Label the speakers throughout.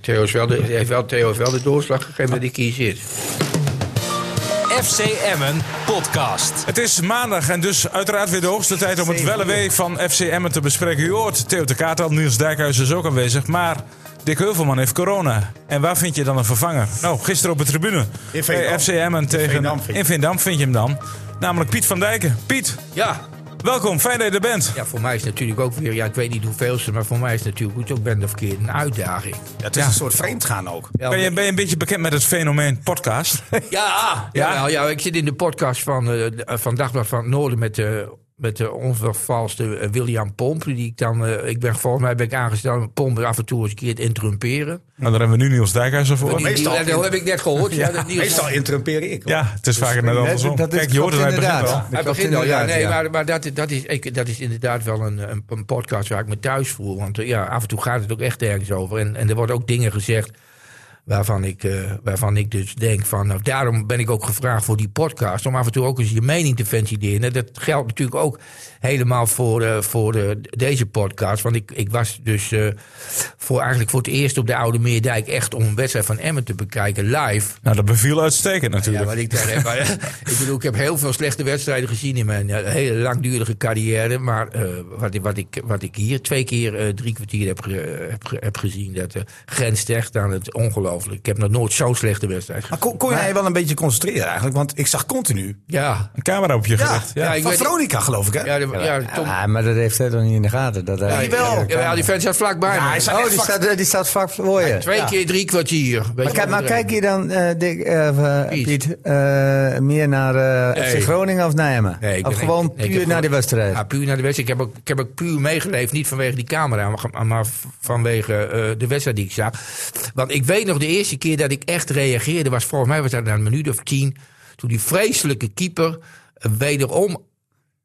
Speaker 1: Theo is wel de, heeft wel, Theo heeft wel de doorslag gegeven dat hij kies is.
Speaker 2: FC Emmen podcast.
Speaker 3: Het is maandag en dus uiteraard weer de hoogste tijd om het wel en wee van FC Emmen te bespreken. U hoort Theo de Kaat al, Niels Dijkhuis is ook aanwezig, maar Dick Heuvelman heeft corona. En waar vind je dan een vervanger? Nou, gisteren op de tribune.
Speaker 4: In Veendam.
Speaker 3: Bij FC Emmen tegen...
Speaker 4: Veendam vind je.
Speaker 3: in Veendam vind je hem dan. Namelijk Piet van Dijken. Piet,
Speaker 1: Ja,
Speaker 3: welkom. Fijn dat je er bent.
Speaker 1: ja, voor mij is natuurlijk ook weer, ja, ik weet niet hoeveelste, maar voor mij is natuurlijk goed ook ben de verkeerde een uitdaging.
Speaker 4: Het is een soort vreemdgaan ook.
Speaker 1: Ja,
Speaker 3: Ben je, ben je een beetje bekend met het fenomeen podcast? Nou,
Speaker 1: ja, ja. Jawel, ja, ik zit in de podcast van, eh, de- eh, van Dagblad van het Noorden met de, met de onvervalste eh, William Pomp. Die ik dan, eh, ik ben volgens mij ben ik aangesteld om Pomp af en toe eens een keer te intrumperen.
Speaker 3: Nou, daar hebben we nu Niels Dijkhuis
Speaker 1: Die-
Speaker 3: ervoor.
Speaker 1: die-
Speaker 4: meestal-
Speaker 1: dat- dat heb ik net gehoord. Ja, dat nieuws-
Speaker 4: Meestal interrumpeer ik. hoor.
Speaker 3: Ja, het is vaker net andersom.
Speaker 5: dat is-
Speaker 3: Kijk, je hoort het,
Speaker 5: klopt
Speaker 3: hij begint
Speaker 5: inderdaad.
Speaker 3: al.
Speaker 1: Hij
Speaker 5: klopt
Speaker 1: begint al, ja.
Speaker 5: inderdaad,
Speaker 1: Nee,
Speaker 5: ja.
Speaker 1: maar, maar dat, dat, is, ik, dat is inderdaad wel een, een, een podcast waar ik me thuis voel. Want eh, ja, af en toe gaat het ook echt ergens over. En, en er worden ook dingen gezegd waarvan ik, eh, waarvan ik dus denk van... Nou, daarom ben ik ook gevraagd voor die podcast. Om af en toe ook eens je mening te ventileren. Dat geldt natuurlijk ook helemaal voor, eh, voor eh, deze podcast. Want ik, ik was dus eh, voor, eigenlijk voor het eerst op de Oude Meerdijk... echt om een wedstrijd van Emmen te bekijken live...
Speaker 3: Nou, dat beviel uitstekend
Speaker 1: Ja,
Speaker 3: natuurlijk.
Speaker 1: wat ik daar heb. maar, eh, ik bedoel, ik heb heel veel slechte wedstrijden gezien in mijn eh, hele langdurige carrière. Maar eh, wat, ik- wat, ik, wat ik hier twee keer eh, drie kwartier heb, ge- heb, ge- heb gezien, dat eh, grenst echt aan het ongelooflijk. Ik heb nog nooit zo'n slechte wedstrijd gezien.
Speaker 4: Maar kon, kon jij wel een beetje concentreren eigenlijk? Want ik zag continu.
Speaker 1: Ja,
Speaker 3: Een camera op je
Speaker 4: Ja,
Speaker 3: gericht.
Speaker 1: Ja, ik
Speaker 4: van
Speaker 1: weet-
Speaker 4: Veronica geloof ik hè?
Speaker 1: ja, de- ja, Tom.
Speaker 5: Ja, Ah, maar dat heeft hij toch niet in de gaten. Dat hij,
Speaker 4: Jawel.
Speaker 1: Ja, die vent staat vlakbij me.
Speaker 4: hij staat
Speaker 5: Oh,
Speaker 4: echt
Speaker 5: die
Speaker 4: vak-
Speaker 5: staat, die staat vlak voor je.
Speaker 1: Twee
Speaker 5: Ja.
Speaker 1: keer drie kwartier. Weet
Speaker 5: Maar
Speaker 1: je
Speaker 5: kijk, maar
Speaker 1: wat
Speaker 5: kijk je dan, eh, Dick, eh, eh,
Speaker 1: Piet.
Speaker 5: Piet, eh, meer naar eh,
Speaker 1: Nee.
Speaker 5: FC Groningen of Nijmen?
Speaker 1: Nee, ik
Speaker 5: of
Speaker 1: ben-
Speaker 5: gewoon
Speaker 1: nee, ik heb
Speaker 5: puur naar
Speaker 1: gewoon-
Speaker 5: de wedstrijd?
Speaker 1: Ja, Ah, puur naar de wedstrijd. Ik heb ook, ik heb ook puur meegeleefd. Niet vanwege die camera, maar, maar vanwege eh, de wedstrijd die ik zag. Want ik weet nog de eerste keer dat ik echt reageerde. was volgens mij was dat na een minuut of tien. Toen die vreselijke keeper eh, wederom.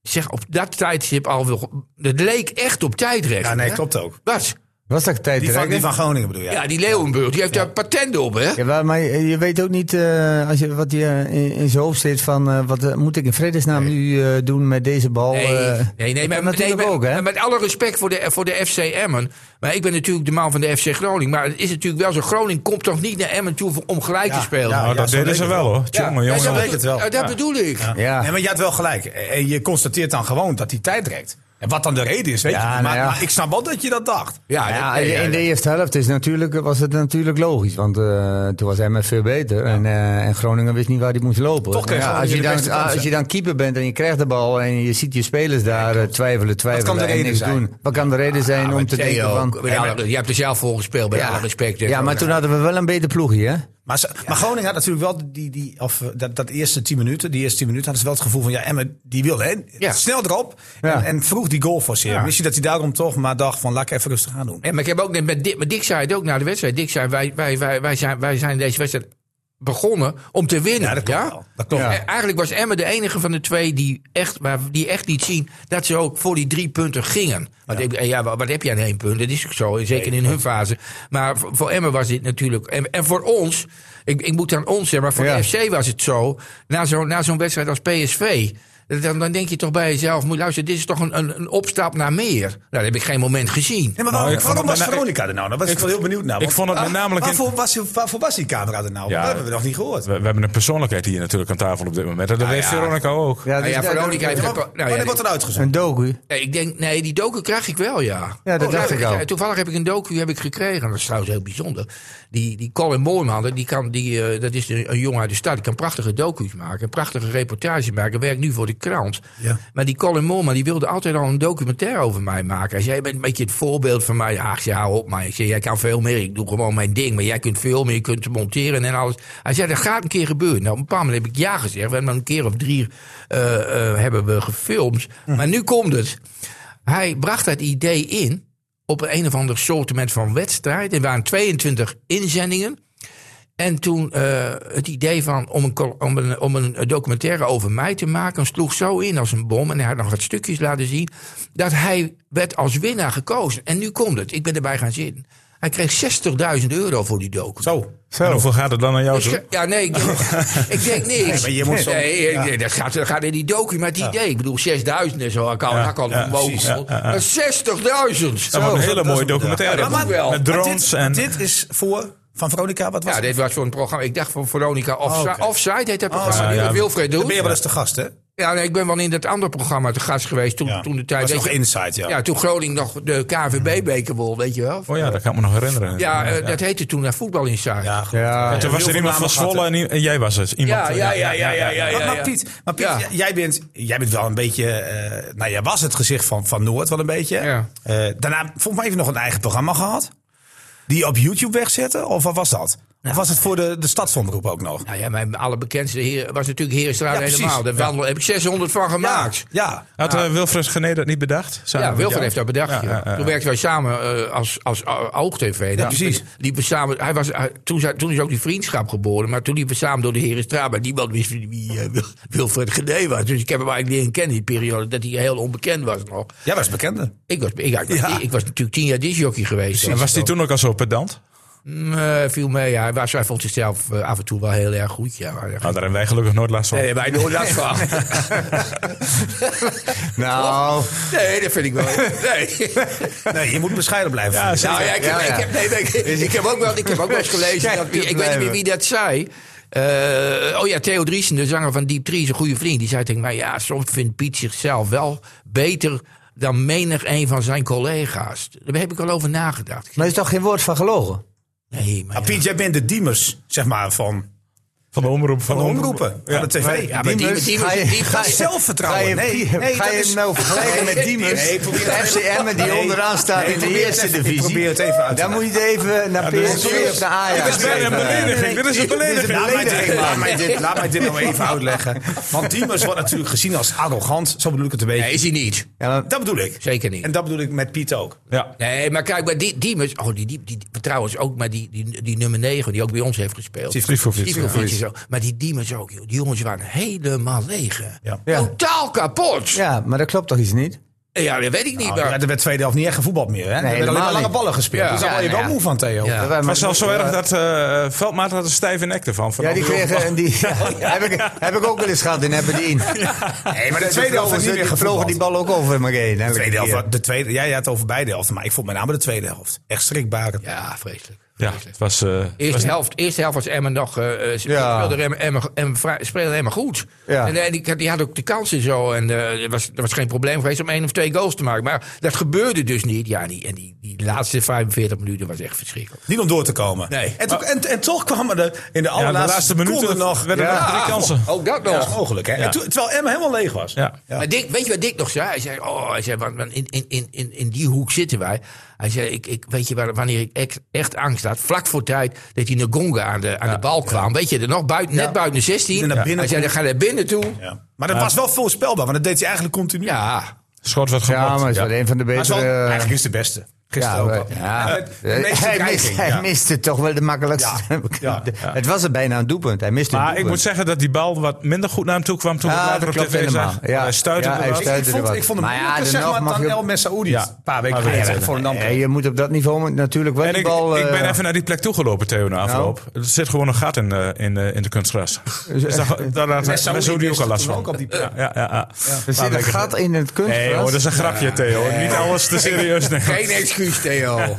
Speaker 1: Zeg, op dat tijdstip al. wil- Het leek echt op tijdrecht.
Speaker 4: Ja, nee, klopt ook.
Speaker 1: Wat?
Speaker 5: Was dat tijd
Speaker 4: Die van, die van Groningen bedoel je?
Speaker 1: Ja, die Leeuwenburg. Die heeft daar patent op, hè?
Speaker 5: Ja, maar je je weet ook niet eh, als je, wat hier in, in zijn hoofd zit van eh, wat eh, moet ik in vredesnaam nu eh, doen met deze bal.
Speaker 1: Nee,
Speaker 5: eh?
Speaker 1: nee, nee,
Speaker 5: Dat
Speaker 1: maar,
Speaker 5: kan natuurlijk
Speaker 1: nee, maar-
Speaker 5: ook, hè?
Speaker 1: Met alle respect voor de, voor de FC Emmen. Maar ik ben natuurlijk de man van de FC Groningen. Maar het is natuurlijk wel zo. Groningen komt toch niet naar Emmen toe voor- om gelijk te spelen?
Speaker 4: ja,
Speaker 3: Nou, dat
Speaker 4: zo
Speaker 3: deden
Speaker 4: leek
Speaker 3: ze
Speaker 4: het
Speaker 3: wel hoor.
Speaker 1: Ja,
Speaker 3: Jongen,
Speaker 1: ja,
Speaker 3: jongen.
Speaker 1: dat
Speaker 4: leek
Speaker 1: bedoel-
Speaker 4: het wel.
Speaker 1: ja, Dat bedoel ik. Ja.
Speaker 5: Ja.
Speaker 4: Nee, maar je had wel gelijk. E, En je constateert dan gewoon dat hij tijd rekt. En wat dan de reden is, weet
Speaker 5: Ja,
Speaker 4: je. Maar,
Speaker 5: nou ja.
Speaker 4: maar ik snap wel dat je dat dacht.
Speaker 5: Ja,
Speaker 1: dat- nee, ja,
Speaker 5: in de eerste helft is natuurlijk, was het natuurlijk logisch. Want eh, toen was Emmen veel beter. En, eh, en Groningen wist niet waar hij moest lopen.
Speaker 4: Toch kreeg
Speaker 5: Ja, als,
Speaker 4: Groningen
Speaker 5: je
Speaker 4: de
Speaker 5: dan,
Speaker 4: beste kansen.
Speaker 5: als je dan keeper bent en je krijgt de bal... en je ziet je spelers daar eh, twijfelen, twijfelen
Speaker 4: kan de
Speaker 5: en
Speaker 4: reden
Speaker 5: niks
Speaker 4: zijn? Ah,
Speaker 5: doen. Wat kan de reden zijn
Speaker 1: maar
Speaker 5: om te
Speaker 1: Theo,
Speaker 5: denken van...
Speaker 1: met alle- je hebt er zelf voor gespeeld, met alle respect.
Speaker 5: ja, maar toen hadden we wel een beter ploegje, hè?
Speaker 4: Maar, ze- maar Groningen had natuurlijk wel die, die, of, eh, dat, dat eerste 10 minuten. Die eerste 10 minuten hadden ze wel het gevoel van ja, Emmen die wilde hè?
Speaker 1: Ja.
Speaker 4: snel erop.
Speaker 5: Ja.
Speaker 4: En, en vroeg die goal forceren.
Speaker 1: Ja.
Speaker 4: Wist je dat hij daarom toch maar dacht van laat ik even rustig aan doen.
Speaker 1: Ja, maar ik heb ook net met Dick, met Dick zei het ook na de wedstrijd. Dick zei, wij, wij, wij, wij, zijn, wij zijn deze wedstrijd begonnen om te winnen.
Speaker 4: Ja, dat klopt wel. Dat klopt.
Speaker 1: Eh,
Speaker 4: Ja.
Speaker 1: Eigenlijk was Emmen de enige van de twee die echt, waar- die echt liet zien dat ze ook voor die drie punten gingen. Want ik- eh, ja. wat, wat heb je aan één punt? Dat is ook zo, zeker in hun fase. Maar voor, voor Emmen was dit natuurlijk... En, en voor ons, ik, ik moet aan ons zeggen, maar voor
Speaker 5: Ja.
Speaker 1: de FC was het zo... na zo'n na zo'n wedstrijd als PSV... Dan, dan denk je toch bij jezelf, moet luisteren, dit is toch een, een, een opstap naar meer. Nou, dat heb ik geen moment gezien.
Speaker 4: Nee, maar
Speaker 3: Nou,
Speaker 4: waarom,
Speaker 3: ik vond
Speaker 4: waarom
Speaker 3: het
Speaker 4: was
Speaker 3: bijna-
Speaker 4: Veronica er nou? Daar was ik wel heel benieuwd naar.
Speaker 3: Ik
Speaker 4: want
Speaker 3: vond het met
Speaker 4: waar-
Speaker 3: namelijk in-
Speaker 4: Waarvoor, was, waarvoor was die camera er nou?
Speaker 3: Ja.
Speaker 4: Dat hebben we nog niet gehoord.
Speaker 3: We, we hebben een persoonlijkheid hier natuurlijk aan tafel op dit moment. En dat weet Veronica ook.
Speaker 5: Ja,
Speaker 1: Nou
Speaker 5: dus
Speaker 1: ja,
Speaker 5: daar-
Speaker 1: Veronica heeft...
Speaker 4: Ah, Ja,
Speaker 1: ook- nou ja,
Speaker 4: Wanneer wordt er uitgezonden?
Speaker 5: Een docu.
Speaker 1: Nee, ik denk, nee, die docu krijg ik wel, ja.
Speaker 5: Ja, dat dacht
Speaker 1: nou,
Speaker 5: ik al.
Speaker 1: Toevallig heb ik een docu heb ik gekregen. Dat is trouwens heel bijzonder. Die, die Colin Moorman, die kan, die, eh, dat is een, een jongen uit de stad. Die kan prachtige docu's maken, prachtige reportages maken. Werkt nu voor de krant.
Speaker 4: Ja.
Speaker 1: Maar die Colin Moorman, die wilde altijd al een documentaire over mij maken. Hij zei, jij bent een beetje het voorbeeld van mij. Ach, ja, hou op maar. Ik zei, jij kan veel meer. Ik doe gewoon mijn ding. Maar jij kunt veel meer. Je kunt monteren en alles. Hij zei, dat gaat een keer gebeuren. Nou, op een bepaald moment heb ik ja gezegd. We hebben dan een keer of drie eh, eh, hebben we gefilmd. Maar nu komt het. Hij bracht dat idee in op een of ander soortement van wedstrijd. Er waren 22 inzendingen. En toen eh, het idee van om een, col- om, een, om een documentaire over mij te maken, sloeg zo in als een bom. En hij had nog wat stukjes laten zien. Dat hij werd als winnaar gekozen. En nu komt het. Ik ben erbij gaan zitten. Hij kreeg 60.000 euro voor die docu.
Speaker 3: Zo. En hoeveel gaat het dan aan jou?
Speaker 1: Dus
Speaker 3: toe?
Speaker 1: ik- ja, nee, ik denk, ik denk niks. Nee,
Speaker 4: maar je moet soms-
Speaker 1: nee, nee, dat, gaat, dat gaat in die docu met die idee. Ik bedoel, 6000 en zo. Ik kan,
Speaker 3: Ja,
Speaker 1: ik kan
Speaker 3: ja,
Speaker 1: ja, mogelijk.
Speaker 3: precies. Ja, ja, ja.
Speaker 1: Maar 60.000!
Speaker 3: Dat wordt een hele
Speaker 4: dat is
Speaker 3: mooie
Speaker 4: een-
Speaker 3: documentaire.
Speaker 1: Ja, dat moet wel.
Speaker 3: Met
Speaker 1: Maar
Speaker 4: Maar
Speaker 3: drones
Speaker 4: dit,
Speaker 3: en...
Speaker 4: dit is voor Van Veronica, wat was
Speaker 1: Ja,
Speaker 4: het?
Speaker 1: dit was voor een programma. Ik dacht van Veronica Offside.
Speaker 4: Oh, Oké.
Speaker 1: Offside heet dat programma.
Speaker 3: ja,
Speaker 1: die
Speaker 3: ja.
Speaker 1: Wilfred
Speaker 4: Dan
Speaker 1: doet.
Speaker 4: ben je wel eens te gast, hè?
Speaker 1: Ja, nee, ik ben wel in dat andere programma te gast geweest. Toen,
Speaker 4: Ja.
Speaker 1: toen de tijd.
Speaker 4: Dat is
Speaker 1: weet
Speaker 4: nog
Speaker 1: je-
Speaker 4: Inside, ja.
Speaker 1: Ja, toen Groningen nog de KVB-beker won, weet je wel.
Speaker 3: Oh ja, dat kan ik me nog herinneren.
Speaker 1: Ja, eh, dat heette toen naar Voetbal Inside. Ja,
Speaker 4: goed.
Speaker 5: Ja,
Speaker 3: Toen was er
Speaker 4: veel
Speaker 3: iemand van
Speaker 4: namen gehad,
Speaker 3: Zwolle en, i- en jij was het. Iemand,
Speaker 1: ja, ja, ja, ja, ja, ja, ja,
Speaker 4: Maar, maar Piet, maar Piet
Speaker 1: Ja.
Speaker 4: j- jij, bent, jij bent wel een beetje... eh, nou, jij was het gezicht van, van Noord wel een beetje.
Speaker 1: Ja.
Speaker 4: Eh, daarna volgens mij even nog een eigen programma gehad. Die je op YouTube wegzetten, of wat was dat? Of was het voor de, de stadsomroep ook nog?
Speaker 1: Nou ja, mijn allerbekendste heer was natuurlijk Herenstraat
Speaker 4: Ja, precies.
Speaker 1: helemaal. Daar wandel- heb ik 600 van gemaakt.
Speaker 4: Ja.
Speaker 3: Had eh, Wilfred Gené dat niet bedacht?
Speaker 1: Ja,
Speaker 3: Samen met
Speaker 1: Wilfred
Speaker 3: jou?
Speaker 1: heeft dat bedacht.
Speaker 3: Ja,
Speaker 1: ja.
Speaker 3: ja, ja.
Speaker 1: Toen werkten wij samen eh, als, als o- oog-tv. Ja,
Speaker 4: precies.
Speaker 1: Liepen samen, hij was, hij- toen, zijn- toen is ook die vriendschap geboren. Maar toen liepen we samen door de Herenstraat. Maar niemand wist wie eh, Wil- Wilfred Gené was. Dus ik heb hem eigenlijk leren kennen in die periode. Dat hij heel onbekend was nog.
Speaker 4: Jij was bekende.
Speaker 1: Ik was, ik, ik,
Speaker 4: Ja.
Speaker 1: ik, was natuurlijk tien jaar disjockey geweest.
Speaker 3: En was die toen ook al zo pedant?
Speaker 1: Mm, eh, viel mee. Ja. Hij, was, hij vond zichzelf eh, af en toe wel heel erg goed. Ja. Maar, eh,
Speaker 3: Nou, daar hebben wij gelukkig nooit last van.
Speaker 1: Nee, wij doen dat van.
Speaker 5: nou,
Speaker 1: Nee, dat vind ik wel. Nee.
Speaker 4: Nee, je moet bescheiden blijven.
Speaker 3: Ja,
Speaker 1: Nou ja, ik,
Speaker 5: Ja,
Speaker 1: ik
Speaker 5: ja.
Speaker 1: heb, nee, nee, ik, ik heb ook wel, ik heb ook wel eens gelezen.
Speaker 5: Kijk,
Speaker 1: Dat, wie- ik weet niet meer
Speaker 5: blijven.
Speaker 1: wie dat zei. Eh, oh ja, Theo Driesen, de zanger van Deep Tree, is een goede vriend. Die zei tegen mij: Ja, soms vindt Piet zichzelf wel beter dan menig een van zijn collega's. Daar heb ik al over nagedacht.
Speaker 5: maar er is toch geen woord van gelogen?
Speaker 1: Nee, maar.
Speaker 5: Ah,
Speaker 4: Maar
Speaker 1: ja.
Speaker 4: Piet, jij bent de diemers, zeg maar, van,
Speaker 3: Van de omroep. Van
Speaker 4: van
Speaker 3: de
Speaker 4: omroepen. Van de tv.
Speaker 1: Ja, maar die, die,
Speaker 5: Diemers,
Speaker 1: die,
Speaker 5: ga je-
Speaker 1: die-
Speaker 4: Dat is zelfvertrouwen.
Speaker 5: Ga je,
Speaker 4: nee,
Speaker 5: Pie-
Speaker 4: nee,
Speaker 5: ga
Speaker 4: dat
Speaker 5: je
Speaker 4: is-
Speaker 5: nou vergelijken met
Speaker 4: Nee,
Speaker 5: Diemers?
Speaker 4: nee, probeer het even-
Speaker 5: FCM die
Speaker 4: Nee,
Speaker 5: onderaan staat
Speaker 4: nee,
Speaker 5: in de
Speaker 4: probeer het
Speaker 5: eerste
Speaker 4: even-
Speaker 5: divisie.
Speaker 4: Probeer het even uit te
Speaker 5: Dan moet je het even naar
Speaker 3: dit is
Speaker 5: PSV of naar Ajax.
Speaker 3: Dit is bijna een
Speaker 5: even.
Speaker 3: belediging. Dit is een belediging.
Speaker 4: Laat mij,
Speaker 5: belediging,
Speaker 4: dit, laat,
Speaker 5: man.
Speaker 4: mij dit, laat mij dit nou even uitleggen. Want Diemers wordt natuurlijk gezien als arrogant. Zo bedoel ik het een beetje.
Speaker 1: nee, is hij niet.
Speaker 5: Ja, maar-
Speaker 4: Dat bedoel ik.
Speaker 1: Zeker niet.
Speaker 4: En dat bedoel ik met Piet ook. Oh,
Speaker 3: Ja.
Speaker 1: Nee, maar kijk, maar die, die, mus- oh, die, die, die, trouwens ook maar die, die, die nummer 9, die ook bij ons heeft gespeeld.
Speaker 3: Sivkovic.
Speaker 1: Sivkovic en zo. Maar die Diemers ook, joh. Die jongens waren helemaal leeg. hè.
Speaker 4: Ja.
Speaker 5: Ja.
Speaker 1: Totaal kapot. Ja.
Speaker 5: Ja, maar dat klopt toch iets niet?
Speaker 1: dat weet ik niet.
Speaker 4: Nou,
Speaker 1: maar-
Speaker 4: er werd tweede helft niet echt gevoetbald meer. Hè? er werden alleen
Speaker 5: helemaal
Speaker 4: maar lange
Speaker 5: niet.
Speaker 4: ballen gespeeld.
Speaker 1: Ja.
Speaker 4: Dus daar
Speaker 1: Ja,
Speaker 4: word je
Speaker 1: nou
Speaker 4: wel
Speaker 1: ja.
Speaker 4: moe van, Theo.
Speaker 1: Ja.
Speaker 5: Dat wij
Speaker 3: Het was
Speaker 5: maar-
Speaker 3: al zo erg dat eh Veldmaat had een stijve nek ervan. Van
Speaker 5: Ja, die
Speaker 3: Omroep.
Speaker 5: kregen... Die, heb, ik, heb ik ook wel eens gehad in Aberdeen.
Speaker 4: Nee, maar de tweede helft was niet meer
Speaker 5: Die vlogen
Speaker 4: gevoetbald.
Speaker 5: die bal ook over me heen. elke
Speaker 4: De tweede
Speaker 5: keer.
Speaker 4: helft, de tweede, jij had het over beide helften, maar ik vond met name de tweede helft echt schrikbarend.
Speaker 1: Ja, vreselijk.
Speaker 3: Ja,
Speaker 1: vreselijk.
Speaker 3: het was... eh,
Speaker 1: Eerste helft, eerste helft was Emmen nog. eh eh, ze
Speaker 5: Ja.
Speaker 1: speelde Emmen, Emmen, Emmen vrij- speelde Emmen goed.
Speaker 5: Ja.
Speaker 1: En, eh, die, had- die had ook de kansen zo. En eh, er, was, er was geen probleem geweest om één of twee goals te maken. Maar dat gebeurde dus niet. Ja, die, en die, die laatste 45 minuten was echt verschrikkelijk.
Speaker 4: Niet om door te komen.
Speaker 1: Nee.
Speaker 4: En, toen- en, en toch kwamen er in de
Speaker 3: ja, de
Speaker 4: allerlaatste
Speaker 3: laatste minuten
Speaker 4: seconde nog...
Speaker 3: nog, werden er nog drie kansen.
Speaker 1: Ook dat nog.
Speaker 4: Ah, Ja, mogelijk, hè? En toen- terwijl Emma helemaal leeg was.
Speaker 3: Ja.
Speaker 1: Maar Dick, weet je wat Dick nog zei? Hij zei, oh, hij zei want, want in, in, in- in, in die hoek zitten wij. Hij zei, ik, ik, weet je waar- wanneer ik echt, echt angst had? Vlak voor tijd dat die Ngonga aan de, aan de bal kwam. Weet je, er nog buiten, net buiten de 16.
Speaker 4: En naar binnen
Speaker 1: Hij zei, dan ga
Speaker 4: komt.
Speaker 1: je naar binnen toe. Ja.
Speaker 4: Ja. Maar dat was wel voorspelbaar, want dat deed hij eigenlijk continu.
Speaker 3: Schot werd gemokt.
Speaker 5: Ja, maar het is wel een van de
Speaker 4: Maar het is wel-
Speaker 3: eh,
Speaker 5: betere...
Speaker 4: eigenlijk is het de beste. Gisteren
Speaker 5: ja,
Speaker 4: ook
Speaker 5: we-
Speaker 4: al. Eh,
Speaker 5: ja.
Speaker 4: De meeste
Speaker 5: hij,
Speaker 4: dreiging,
Speaker 5: miste,
Speaker 4: ja.
Speaker 5: hij miste toch wel de makkelijkste.
Speaker 4: Ja, ja,
Speaker 5: Het was er bijna een doelpunt. Hij miste een
Speaker 3: Maar ik
Speaker 5: doelpunt.
Speaker 3: moet zeggen dat die bal wat minder goed naar hem toe kwam toen ik
Speaker 5: Ja,
Speaker 3: later op
Speaker 5: dat klopt
Speaker 3: tv zag.
Speaker 5: helemaal. Ja.
Speaker 3: Hij stuitte
Speaker 5: Ja,
Speaker 3: er
Speaker 5: hij
Speaker 3: wat.
Speaker 5: stuitte-
Speaker 4: Ik vond, ik vond hem
Speaker 5: Maar ja,
Speaker 4: moeilijker, zeg
Speaker 5: nog
Speaker 4: maar,
Speaker 5: mag
Speaker 4: dan
Speaker 5: je-
Speaker 4: El Messaoudi.
Speaker 3: Ja.
Speaker 4: Een paar weken
Speaker 3: Maar eh, we
Speaker 4: geleden
Speaker 3: weten-
Speaker 4: voor een
Speaker 5: Ja, je moet op dat niveau moet natuurlijk wel
Speaker 3: En
Speaker 5: die
Speaker 3: ik,
Speaker 5: bal...
Speaker 3: ik ben
Speaker 5: eh, Nou.
Speaker 3: even naar die plek toegelopen, Theo, na afloop. Er zit gewoon een gat in, eh, in, eh, in de kunstgras. Dus daar- daar had Messi ook al last van.
Speaker 4: op die plek.
Speaker 3: Ja, ja, ja.
Speaker 5: er zit een gat in het kunstgras.
Speaker 3: Nee, hoor, dat is een grapje, Theo. Niet alles te serieus nemen.
Speaker 1: Geen excuus, Theo.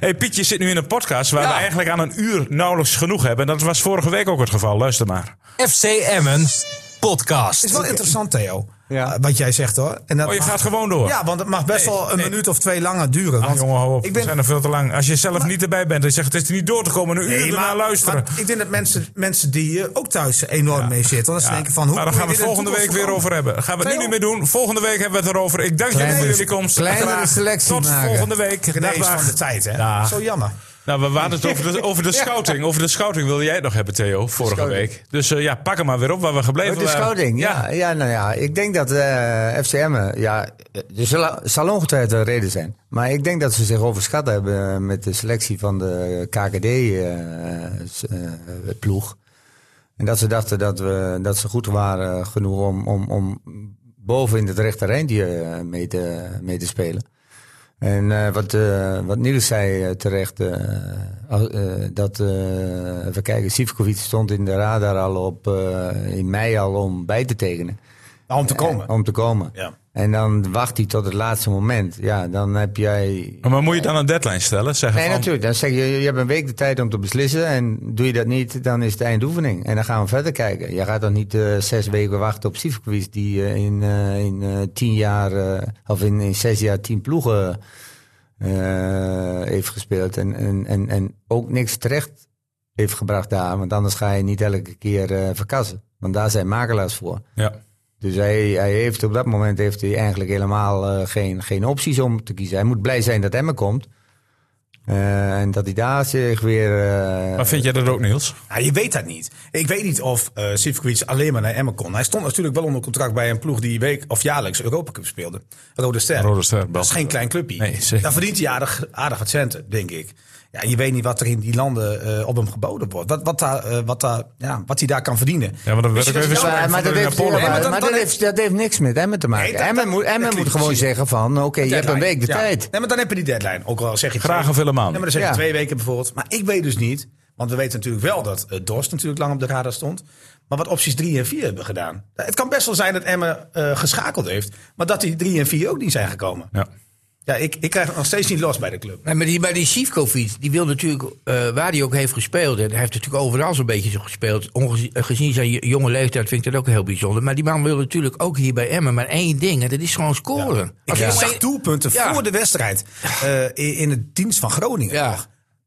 Speaker 3: Hey, Piet, je zit nu in een podcast waar
Speaker 1: Ja.
Speaker 3: we eigenlijk aan een uur nauwelijks genoeg hebben. En dat was vorige week ook het geval. Luister maar.
Speaker 2: FC Emmen
Speaker 4: Het
Speaker 2: podcast.
Speaker 4: is wel interessant, Theo.
Speaker 5: Ja.
Speaker 4: eh, Wat jij zegt hoor. En dat
Speaker 3: Oh, je
Speaker 4: mag-
Speaker 3: gaat gewoon door.
Speaker 4: Ja, want het mag best wel een minuut of twee langer duren.
Speaker 3: Ach,
Speaker 4: want
Speaker 3: jongen, hou op.
Speaker 4: Ik
Speaker 3: We
Speaker 4: ben,
Speaker 3: zijn er veel te lang. Als je zelf niet erbij bent en zegt het is er niet door te komen, een uur
Speaker 4: Nee,
Speaker 3: ernaar luisteren.
Speaker 4: maar ik denk dat mensen, mensen die eh, ook thuis enorm mee zitten. Want ze
Speaker 3: Ja,
Speaker 4: denken van, hoe
Speaker 3: maar daar
Speaker 4: kun
Speaker 3: gaan we
Speaker 4: je
Speaker 3: het
Speaker 4: dit in
Speaker 3: volgende
Speaker 4: de
Speaker 3: week weer
Speaker 4: toekomst
Speaker 3: over hebben. Daar gaan we het nu niet meer doen. Volgende week hebben we het erover. Ik dank jullie voor jullie komst.
Speaker 5: kleinere
Speaker 3: Graag.
Speaker 5: selectie
Speaker 3: Tot
Speaker 5: maken.
Speaker 3: volgende week.
Speaker 4: veranderen?
Speaker 3: Dag,
Speaker 4: Genees
Speaker 3: dag.
Speaker 4: van de tijd, hè?
Speaker 3: Ja.
Speaker 4: Zo jammer.
Speaker 3: Nou, we waren het over de, over de scouting. Over de scouting wilde jij het nog hebben, Theo, vorige week. Dus eh, ja, pak hem maar weer op waar we gebleven
Speaker 5: Oh, de
Speaker 3: waren.
Speaker 5: scouting, ja. ja. nou ja, ik denk dat eh FCM, ja, er zal, zal ongetwijfeld een reden zijn. Maar ik denk dat ze zich overschat hebben eh, met de selectie van de eh, KKD-ploeg. eh, en dat ze dachten dat, we, dat ze goed waren genoeg om, om, om boven in het rechte rijntje eh, mee te, mee te spelen. En eh, wat, eh, wat Niels zei eh, terecht, eh, al- eh, dat, eh, even kijken, Sivkovic stond in de radar al op, eh, in mei al om bij te tekenen.
Speaker 4: Nou, om te komen.
Speaker 5: Om te komen.
Speaker 4: Ja.
Speaker 5: En dan wacht hij tot het laatste moment. Ja, dan heb jij
Speaker 3: Maar moet je dan een deadline stellen? Zeggen
Speaker 5: Nee,
Speaker 3: van,
Speaker 5: natuurlijk. Dan zeg je, je hebt een week de tijd om te beslissen. En doe je dat niet, dan is het eindoefening. En dan gaan we verder kijken. Je gaat dan niet eh, zes weken wachten op Sivkovic... die eh, in, eh, in eh, tien jaar, eh, of in, in zes jaar tien ploegen eh, heeft gespeeld. En, en, en, en ook niks terecht heeft gebracht daar. Want anders ga je niet elke keer eh, verkassen. Want daar zijn makelaars voor.
Speaker 3: Ja.
Speaker 5: Dus hij, hij heeft op dat moment heeft hij eigenlijk helemaal eh, geen, geen opties om te kiezen. Hij moet blij zijn dat Emmen komt. Eh, en dat hij daar zich weer. eh,
Speaker 3: Maar vind jij dat ook, Niels?
Speaker 4: Nou, je weet dat niet. Ik weet niet of eh Sivkovic alleen maar naar Emmen kon. Hij stond natuurlijk wel onder contract bij een ploeg die week of jaarlijks Europa Cup speelde. Rode Ster.
Speaker 3: Rode Ster,
Speaker 4: Dat is
Speaker 3: België.
Speaker 4: geen klein clubje.
Speaker 3: Nee, zeker.
Speaker 4: Daar verdient hij aardig, aardig wat centen, denk ik. Ja, je weet niet wat er in die landen eh, op hem geboden wordt. Wat, wat, daar, eh, wat, daar, ja, wat hij daar kan verdienen.
Speaker 3: Ja, maar dan werd
Speaker 4: Misschien
Speaker 3: ik
Speaker 4: dat
Speaker 3: even
Speaker 4: hij
Speaker 5: maar-
Speaker 4: wel-
Speaker 3: zwaar.
Speaker 5: maar dat heeft,
Speaker 3: Polen,
Speaker 5: ja,
Speaker 4: maar
Speaker 5: maar
Speaker 4: dan-
Speaker 5: maar
Speaker 4: dan
Speaker 5: dat, heeft, dat heeft niks met Emmen te maken.
Speaker 4: Nee, dat-
Speaker 5: Emmen
Speaker 4: dat-
Speaker 5: moet, Emmen
Speaker 4: dat
Speaker 5: moet
Speaker 4: klinkt
Speaker 5: gewoon
Speaker 4: precies.
Speaker 5: zeggen: van oké, je hebt een
Speaker 4: Deadline,
Speaker 5: week de
Speaker 4: ja.
Speaker 5: tijd.
Speaker 4: Nee, maar dan heb je die deadline. Ook al zeg je
Speaker 3: Graag
Speaker 4: twee-
Speaker 3: of vele maanden.
Speaker 4: Nee, maar dan zeg je
Speaker 5: Ja.
Speaker 4: twee weken bijvoorbeeld. Maar ik weet dus niet, want we weten natuurlijk wel dat eh, Dorst natuurlijk lang op de radar stond. Maar wat opties 3 en 4 hebben gedaan. Het kan best wel zijn dat Emmen eh, geschakeld heeft, maar dat die 3 en 4 ook niet zijn gekomen.
Speaker 3: Ja.
Speaker 4: Ja, ik, ik krijg het nog steeds niet los bij de club.
Speaker 1: Nee, maar die, maar die Sivkovic, die wil natuurlijk, eh, waar hij ook heeft gespeeld, en hij heeft natuurlijk overal zo'n beetje zo gespeeld. Ongezien eh, gezien zijn j- jonge leeftijd vind ik dat ook heel bijzonder. Maar die man wil natuurlijk ook hier bij Emmen maar één ding, en dat is gewoon scoren.
Speaker 4: Ik
Speaker 1: Als je
Speaker 4: zag
Speaker 1: maar-
Speaker 4: doelpunten
Speaker 1: Ja.
Speaker 4: voor de wedstrijd eh, in, in het dienst van Groningen.
Speaker 1: Ja.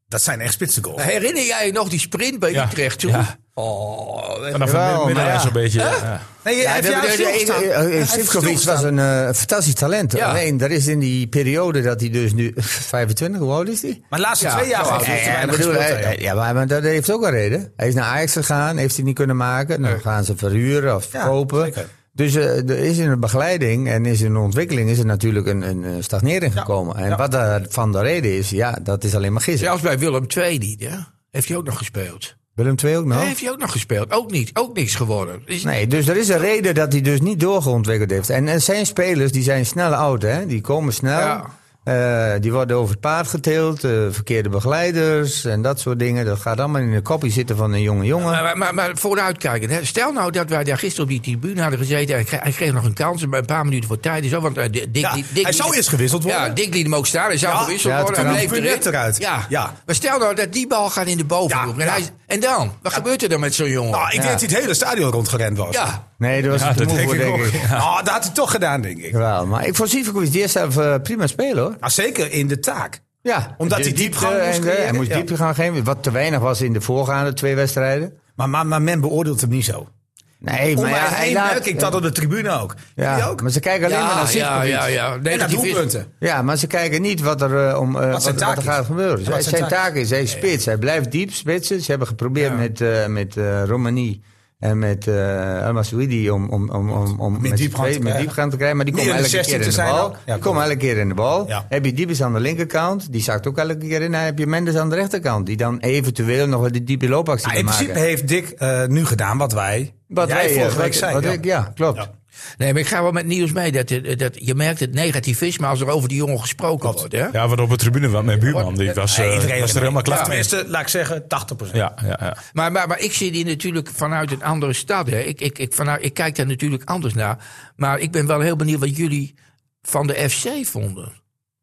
Speaker 4: Dat zijn echt spitse goals.
Speaker 1: Herinner jij je nog die sprint bij
Speaker 3: Ja.
Speaker 1: Utrecht toen?
Speaker 3: Ja.
Speaker 1: Oh, en-
Speaker 3: Vanaf
Speaker 5: Jawel,
Speaker 3: het midden-
Speaker 5: maar ja.
Speaker 3: zo'n beetje. Ja.
Speaker 4: Nee,
Speaker 5: Ja,
Speaker 4: hij heeft
Speaker 5: de-
Speaker 4: jou
Speaker 5: de- de-
Speaker 4: stilgestaan.
Speaker 5: eh, eh,
Speaker 4: Hij heeft
Speaker 5: Sivkovic was
Speaker 4: stilgestaan.
Speaker 5: een eh, fantastisch talent.
Speaker 1: Ja.
Speaker 5: Alleen, daar is in die periode dat hij dus nu 25, hoe oud is hij?
Speaker 4: Maar de laatste
Speaker 1: Ja,
Speaker 4: twee jaar
Speaker 1: zo oud
Speaker 4: heeft hij
Speaker 1: is
Speaker 4: te
Speaker 5: Ja,
Speaker 4: weinig
Speaker 5: ik bedoel,
Speaker 4: gespeeld,
Speaker 5: hij-
Speaker 4: hè, joh.
Speaker 5: ja, maar, maar dat heeft ook een reden. Hij is naar Ajax gegaan, heeft hij niet kunnen maken. Dan gaan ze verhuren of
Speaker 4: Ja,
Speaker 5: verkopen.
Speaker 4: zeker.
Speaker 5: Dus eh, er is in de begeleiding en is in de ontwikkeling is er natuurlijk een, een eh, stagnering gekomen. En wat daarvan de reden is, ja, dat is alleen maar gissen.
Speaker 1: Zelfs bij Willem II niet, hè? Heeft hij ook nog gespeeld?
Speaker 5: Willem II ook nog?
Speaker 1: Nee, heeft hij ook nog gespeeld? Ook niet, ook niks geworden. Dus-
Speaker 5: Nee, dus er is een reden dat hij dus niet doorgeontwikkeld heeft. En er zijn spelers die zijn snel oud, hè? Die komen snel.
Speaker 1: Ja.
Speaker 5: Eh, die worden over het paard getild, eh, verkeerde begeleiders en dat soort dingen. Dat gaat allemaal in de kopie zitten van een jonge jongen.
Speaker 1: Maar, maar, maar, maar vooruitkijken. Hè. Stel nou dat wij daar gisteren op die tribune hadden gezeten. Hij kreeg, hij kreeg nog een kans, maar een paar minuten voor tijd. en Zo, want eh, Dick,
Speaker 4: Ja,
Speaker 1: Dick,
Speaker 4: hij zou eerst gewisseld worden.
Speaker 1: Ja, Dick liet hem ook staan. Hij zou
Speaker 4: Ja,
Speaker 1: gewisseld
Speaker 5: ja, het
Speaker 1: worden.
Speaker 5: kan
Speaker 1: Hij
Speaker 4: ook.
Speaker 1: bleef
Speaker 4: Puur
Speaker 1: erin.
Speaker 4: net eruit.
Speaker 1: Ja.
Speaker 4: Ja.
Speaker 1: Maar stel nou dat die bal gaat in de bovenhoek.
Speaker 4: Ja,
Speaker 1: en, hij
Speaker 4: ja.
Speaker 1: is- en dan? Wat gebeurt er dan met zo'n jongen?
Speaker 4: Nou, ik denk dat hij het hele stadion rondgerend was.
Speaker 1: ja.
Speaker 5: Nee, dat was
Speaker 3: Ja,
Speaker 5: het te
Speaker 3: dat
Speaker 5: moe
Speaker 3: denk
Speaker 5: voor,
Speaker 3: ik
Speaker 5: denk
Speaker 3: ook.
Speaker 5: ik.
Speaker 4: Ah, dat had hij toch gedaan, denk ik.
Speaker 5: Wel, maar ik vond Sivkovic die eerst even eh, prima spelen hoor.
Speaker 4: Maar Nou, zeker in de taak.
Speaker 5: Ja,
Speaker 4: Omdat hij diepgang moest
Speaker 5: en, eh, Hij
Speaker 4: creëren,
Speaker 5: moest
Speaker 4: ja.
Speaker 5: diepgang geven, wat te weinig was in de voorgaande twee wedstrijden.
Speaker 4: Maar, maar, maar men beoordeelt hem niet zo.
Speaker 5: Nee,
Speaker 4: Om
Speaker 5: maar ja,
Speaker 4: mij
Speaker 5: hij
Speaker 4: heen
Speaker 5: laat-
Speaker 4: merk ik dat op de tribune ook.
Speaker 5: Ja,
Speaker 4: Die ook.
Speaker 5: maar ze kijken alleen maar naar
Speaker 1: Ja, ja,
Speaker 5: Sivkovic.
Speaker 1: ja, ja.
Speaker 4: en naar
Speaker 1: Negatief is-
Speaker 4: doelpunten.
Speaker 5: Ja, maar ze kijken niet wat er, eh, om, eh, wat
Speaker 4: zijn
Speaker 5: wat
Speaker 4: taak
Speaker 5: er
Speaker 4: is.
Speaker 5: gaat gebeuren.
Speaker 4: Ja, wat
Speaker 5: zijn,
Speaker 4: zijn
Speaker 5: zijn
Speaker 4: taak
Speaker 5: taak is, hij is spits. Hij blijft diep spitsen. Ze hebben geprobeerd met, eh met eh Romani en met eh El Masouidi om, om, om, om, om
Speaker 4: diepgang
Speaker 5: met twee-
Speaker 4: te
Speaker 5: met
Speaker 4: krijgen.
Speaker 5: diepgang te krijgen. Maar die
Speaker 4: Meer
Speaker 5: komen
Speaker 4: in de
Speaker 5: elke keer
Speaker 4: 16
Speaker 5: in
Speaker 4: te
Speaker 5: de
Speaker 4: zijn ook.
Speaker 5: bal.
Speaker 4: Ja,
Speaker 5: Die
Speaker 4: klopt.
Speaker 5: komen elke keer in de bal.
Speaker 4: Ja.
Speaker 5: Heb je Diebes aan de linkerkant. Die zakt ook elke keer in. Dan heb je Mendes aan de rechterkant. Die dan eventueel nog wel die diepe loopactie
Speaker 4: Nou,
Speaker 5: kan
Speaker 4: in
Speaker 5: maken.
Speaker 4: principe heeft Dick eh, nu gedaan wat wij,
Speaker 5: wat
Speaker 4: jij
Speaker 5: wij eh,
Speaker 4: vorige week
Speaker 5: wat-
Speaker 4: zei.
Speaker 5: wat
Speaker 4: ja.
Speaker 5: ik- ja, klopt.
Speaker 4: Ja.
Speaker 1: Nee, maar ik ga wel met nieuws mee. Dat, eh, dat, je merkt het negativisme als er over die jongen gesproken wordt. Hè?
Speaker 3: ja, want op de tribune was mijn buurman. Die was,
Speaker 4: Nee,
Speaker 3: eh,
Speaker 4: iedereen
Speaker 3: was
Speaker 4: is
Speaker 3: er helemaal klaar mee.
Speaker 4: Tenminste, laat ik zeggen, 80%.
Speaker 3: Ja, ja, ja.
Speaker 1: Maar, maar, maar ik zie die natuurlijk vanuit een andere stad. Hè. Ik, ik, ik, vanuit, ik kijk daar natuurlijk anders naar. Maar ik ben wel heel benieuwd wat jullie van de FC vonden.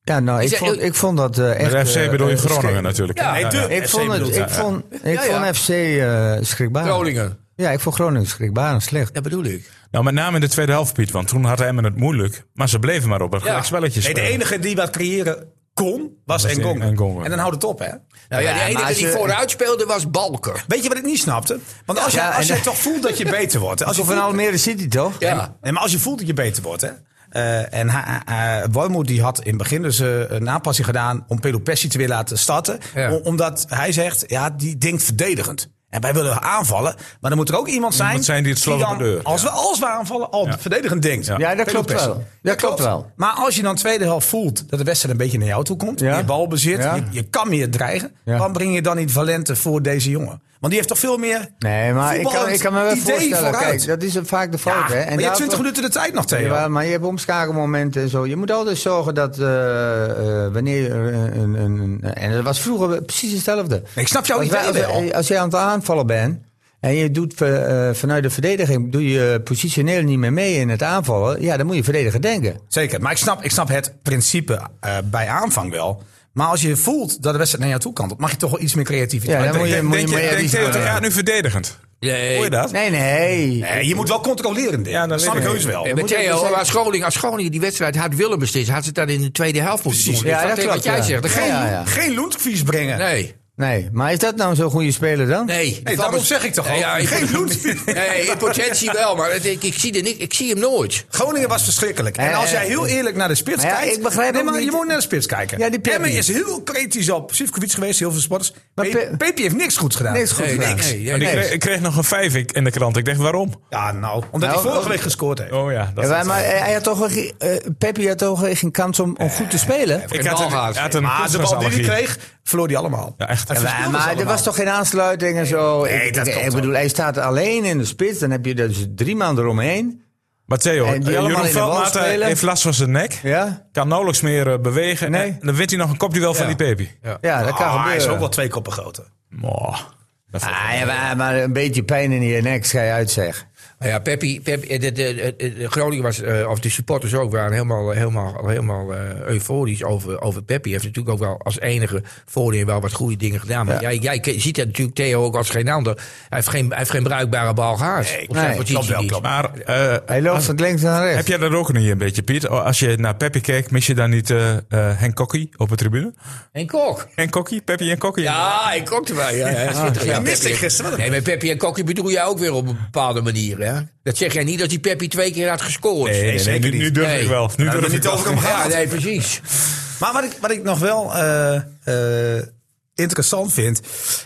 Speaker 5: Ja, nou, ik
Speaker 1: Is-
Speaker 5: vond, ik vond dat eh, echt...
Speaker 3: Maar de FC
Speaker 5: eh,
Speaker 3: bedoel je
Speaker 5: eh,
Speaker 3: Groningen
Speaker 5: schrik-
Speaker 3: natuurlijk.
Speaker 1: Ja,
Speaker 3: hè?
Speaker 1: nee,
Speaker 4: tuurlijk.
Speaker 5: Ik
Speaker 4: FC
Speaker 5: vond, het,
Speaker 4: bedoelt, ja.
Speaker 5: ik vond, ik
Speaker 1: Ja, ja.
Speaker 5: vond FC eh schrikbarend.
Speaker 1: Groningen,
Speaker 5: Ja, ik vond Groningen schrikbarend slecht.
Speaker 1: dat bedoel ik.
Speaker 3: Nou, met name in de tweede helft, Piet. Want toen had Emmen het moeilijk. Maar ze bleven maar op het
Speaker 1: Ja.
Speaker 3: gelijkspelletje
Speaker 4: Nee, de
Speaker 3: spelen.
Speaker 4: enige die wat creëren kon, was
Speaker 3: Dat was
Speaker 4: Engonga.
Speaker 3: Engonga.
Speaker 4: En dan houdt het op, hè?
Speaker 1: Nou ja,
Speaker 5: Ja,
Speaker 1: de
Speaker 5: maar
Speaker 1: enige
Speaker 5: als
Speaker 1: die
Speaker 5: je-
Speaker 1: vooruit speelde was Balker.
Speaker 4: Weet je wat ik niet snapte? Want als,
Speaker 5: Ja,
Speaker 4: jij, als jij
Speaker 5: en dan-
Speaker 4: toch voelt dat je beter wordt... hè, Als je
Speaker 5: Of van
Speaker 4: voelt-
Speaker 5: Almere City, toch?
Speaker 1: Ja.
Speaker 4: Nee, maar als je voelt dat je beter wordt, hè. Eh, en ha- eh, Wormoed die had in het begin dus eh, een aanpassing gedaan om Pedro Pessi te weer laten starten.
Speaker 1: Ja.
Speaker 4: O- omdat hij zegt, ja, die denkt verdedigend. En wij willen aanvallen, maar dan moet er ook iemand zijn,
Speaker 3: Iemand zijn die het slot op
Speaker 4: dan,
Speaker 3: de deur,
Speaker 4: Als, we, als we aanvallen, al verdedigend denkt.
Speaker 5: Ja, dat
Speaker 4: Pedro
Speaker 5: klopt
Speaker 4: Pessi.
Speaker 5: wel. Dat klopt wel.
Speaker 4: Maar als je dan tweede helft voelt dat de wedstrijd een beetje naar jou toe komt,
Speaker 5: Ja.
Speaker 4: je bal bezit,
Speaker 5: Ja.
Speaker 4: je, je kan meer dreigen,
Speaker 5: Ja.
Speaker 4: dan breng je dan niet Valente voor deze jongen? Want die heeft toch veel meer.
Speaker 5: Nee, maar ik kan,
Speaker 4: voetballend
Speaker 5: ik kan me wel
Speaker 4: idee
Speaker 5: voorstellen.
Speaker 4: vooruit.
Speaker 5: Kijk, dat is vaak de
Speaker 4: Ja,
Speaker 5: fout. hè?
Speaker 4: maar je hebt 20
Speaker 5: daarvoor-
Speaker 4: minuten de tijd nog tegen.
Speaker 5: Jawel, maar je hebt omschakelmomenten en zo. Je moet altijd zorgen dat eh, eh, wanneer er een, een, een- En dat was vroeger precies hetzelfde.
Speaker 4: Ik snap jouw
Speaker 5: Als, wij-
Speaker 4: idee
Speaker 5: als,
Speaker 4: wel.
Speaker 5: eh, als jij aan het aanvallen bent en je doet eh, eh, vanuit de verdediging, doe je positioneel niet meer mee in het aanvallen, ja, dan moet je verdedigen denken.
Speaker 4: Zeker. Maar ik snap, ik snap het principe eh, bij aanvang wel. Maar als je voelt dat de wedstrijd naar jou toe kan, dan mag je toch wel iets meer creativiteit
Speaker 5: Ja, dan moet
Speaker 4: brengen.
Speaker 5: je-
Speaker 3: Denk, denk je,
Speaker 5: maar ja,
Speaker 3: denkt
Speaker 5: die-
Speaker 3: Theo te
Speaker 5: ja.
Speaker 3: gaat nu verdedigend?
Speaker 1: Nee.
Speaker 3: Hoor je dat?
Speaker 5: Nee, nee.
Speaker 4: Nee, je moet wel controleren. Dick.
Speaker 3: Ja, dat
Speaker 4: dat snap
Speaker 3: weet
Speaker 4: ik
Speaker 3: ik.
Speaker 4: heus wel.
Speaker 1: Met
Speaker 5: moet
Speaker 1: Theo,
Speaker 5: even zeggen-
Speaker 1: als Groningen, als Groningen die wedstrijd had willen beslissen, had ze het dan in de tweede helft moeten doen.
Speaker 5: Ja,
Speaker 1: dat
Speaker 5: dat
Speaker 1: is wat
Speaker 5: klopt,
Speaker 1: jij
Speaker 5: ja.
Speaker 1: zegt. Dat
Speaker 5: Ja,
Speaker 1: geen-
Speaker 5: ja, ja.
Speaker 4: Geen loentkvies brengen.
Speaker 1: Nee,
Speaker 5: Nee, maar is dat nou zo'n goede speler dan?
Speaker 1: nee.
Speaker 4: Nee,
Speaker 1: Van-
Speaker 4: daarom zeg ik toch
Speaker 1: Nee,
Speaker 4: ook.
Speaker 1: ja, in-
Speaker 4: Geen loentkvies.
Speaker 1: Nee, in potentie wel, maar het- ik, ik zie er niet- ik zie hem nooit.
Speaker 4: Groningen was verschrikkelijk. En
Speaker 5: Eh,
Speaker 4: als jij
Speaker 5: eh,
Speaker 4: heel eerlijk naar de spits
Speaker 5: maar ja,
Speaker 4: kijkt...
Speaker 5: ik begrijp
Speaker 4: nee,
Speaker 5: ook
Speaker 4: maar je
Speaker 5: niet-
Speaker 4: moet naar de spits kijken.
Speaker 5: Ja, die Pepe.
Speaker 4: Emmen is heel kritisch op Sivkovic geweest, heel veel sporters. Maar
Speaker 5: Maar
Speaker 4: Pe
Speaker 5: Pe-
Speaker 4: Pepe heeft niks goed gedaan.
Speaker 5: Niks goed
Speaker 1: Nee,
Speaker 5: gedaan.
Speaker 1: niks.
Speaker 5: Nee.
Speaker 1: Nee,
Speaker 3: Maar die
Speaker 1: nee.
Speaker 3: kreeg, ik kreeg nog een vijf ik- in de krant. Ik dacht, waarom?
Speaker 4: Ja, nou, omdat hij
Speaker 5: Nou,
Speaker 4: vorige
Speaker 5: ook-
Speaker 4: week gescoord heeft.
Speaker 3: Oh ja, dat
Speaker 5: Ja, maar- maar hij had toch, eh, Peppi had toch geen kans om, om
Speaker 4: Eh,
Speaker 5: goed te spelen?
Speaker 3: ik
Speaker 1: geen
Speaker 3: had
Speaker 1: bal
Speaker 3: een,
Speaker 1: gehad.
Speaker 3: had een
Speaker 4: maar de bal die hij
Speaker 3: kunstgrasallergie.
Speaker 4: kreeg, verloor hij allemaal.
Speaker 3: Ja, echt.
Speaker 4: Hij
Speaker 3: Ja,
Speaker 4: verspeelde ze
Speaker 5: maar er
Speaker 4: allemaal.
Speaker 5: was toch geen aansluiting en zo?
Speaker 4: Nee,
Speaker 5: ik,
Speaker 4: dat
Speaker 5: ik-
Speaker 4: klopt
Speaker 5: ik
Speaker 4: wel.
Speaker 5: bedoel, hij staat alleen in de spits. Dan heb je dus drie man eromheen.
Speaker 3: Maar Theo,
Speaker 5: En die
Speaker 3: eh,
Speaker 5: allemaal
Speaker 3: Jeroen
Speaker 5: in de bal
Speaker 3: Veldmaat
Speaker 5: spelen.
Speaker 3: heeft last van zijn nek.
Speaker 5: Ja,
Speaker 3: Kan nauwelijks meer eh, bewegen.
Speaker 5: Nee.
Speaker 3: En dan wint hij nog een kopduel van die Pepi.
Speaker 5: ja dat kan
Speaker 4: Ah,
Speaker 5: gebeuren.
Speaker 4: hij is ook wel twee koppen groter.
Speaker 3: Mwah. Dat valt
Speaker 5: Ah, ja, maar, maar een beetje pijn in je nek, schij uit zeg.
Speaker 1: Nou ja, Peppi, Peppi eh, de, de, de- de Groningen was, eh, of de supporters ook, waren helemaal, helemaal, helemaal eh, euforisch over, over Peppi. Heeft natuurlijk ook wel als enige voordeel wel wat goede dingen gedaan. Maar jij, jij ke- ziet dat natuurlijk Theo ook als geen ander. Hij heeft geen, hij heeft geen bruikbare bal gehad. op zijn
Speaker 5: nee,
Speaker 1: positie
Speaker 4: klopt wel,
Speaker 1: niet.
Speaker 4: klopt.
Speaker 3: Maar eh,
Speaker 5: Hij loopt van links naar rechts.
Speaker 3: heb jij dat ook niet een beetje, Piet? Oh, Als je naar Peppi kijkt, mis je dan niet eh eh, Henk Kokkie op de tribune?
Speaker 1: En Kok.
Speaker 3: Henk Kokkie? Peppi en Kokkie?
Speaker 1: Ja, ik ook erbij. Ja, ja, schitterend. ja,
Speaker 4: die miste
Speaker 1: Peppi.
Speaker 4: ik gisteren wel.
Speaker 1: Nee, maar Peppi en Kokkie bedoel jij ook weer op een bepaalde manier. Hè? Dat zeg jij niet dat die Peppi twee keer had gescoord.
Speaker 3: Nee, nee, nee,
Speaker 4: zeker
Speaker 3: nu,
Speaker 4: niet.
Speaker 3: nu durf
Speaker 1: Nee.
Speaker 3: ik wel.
Speaker 5: Nou,
Speaker 3: Nu
Speaker 4: hebben
Speaker 3: durf
Speaker 4: we
Speaker 3: ik
Speaker 4: niet
Speaker 3: wel.
Speaker 4: over hem
Speaker 1: Ja,
Speaker 4: gehad.
Speaker 1: nee, precies.
Speaker 4: Maar wat ik, wat ik nog wel eh, eh, interessant vind...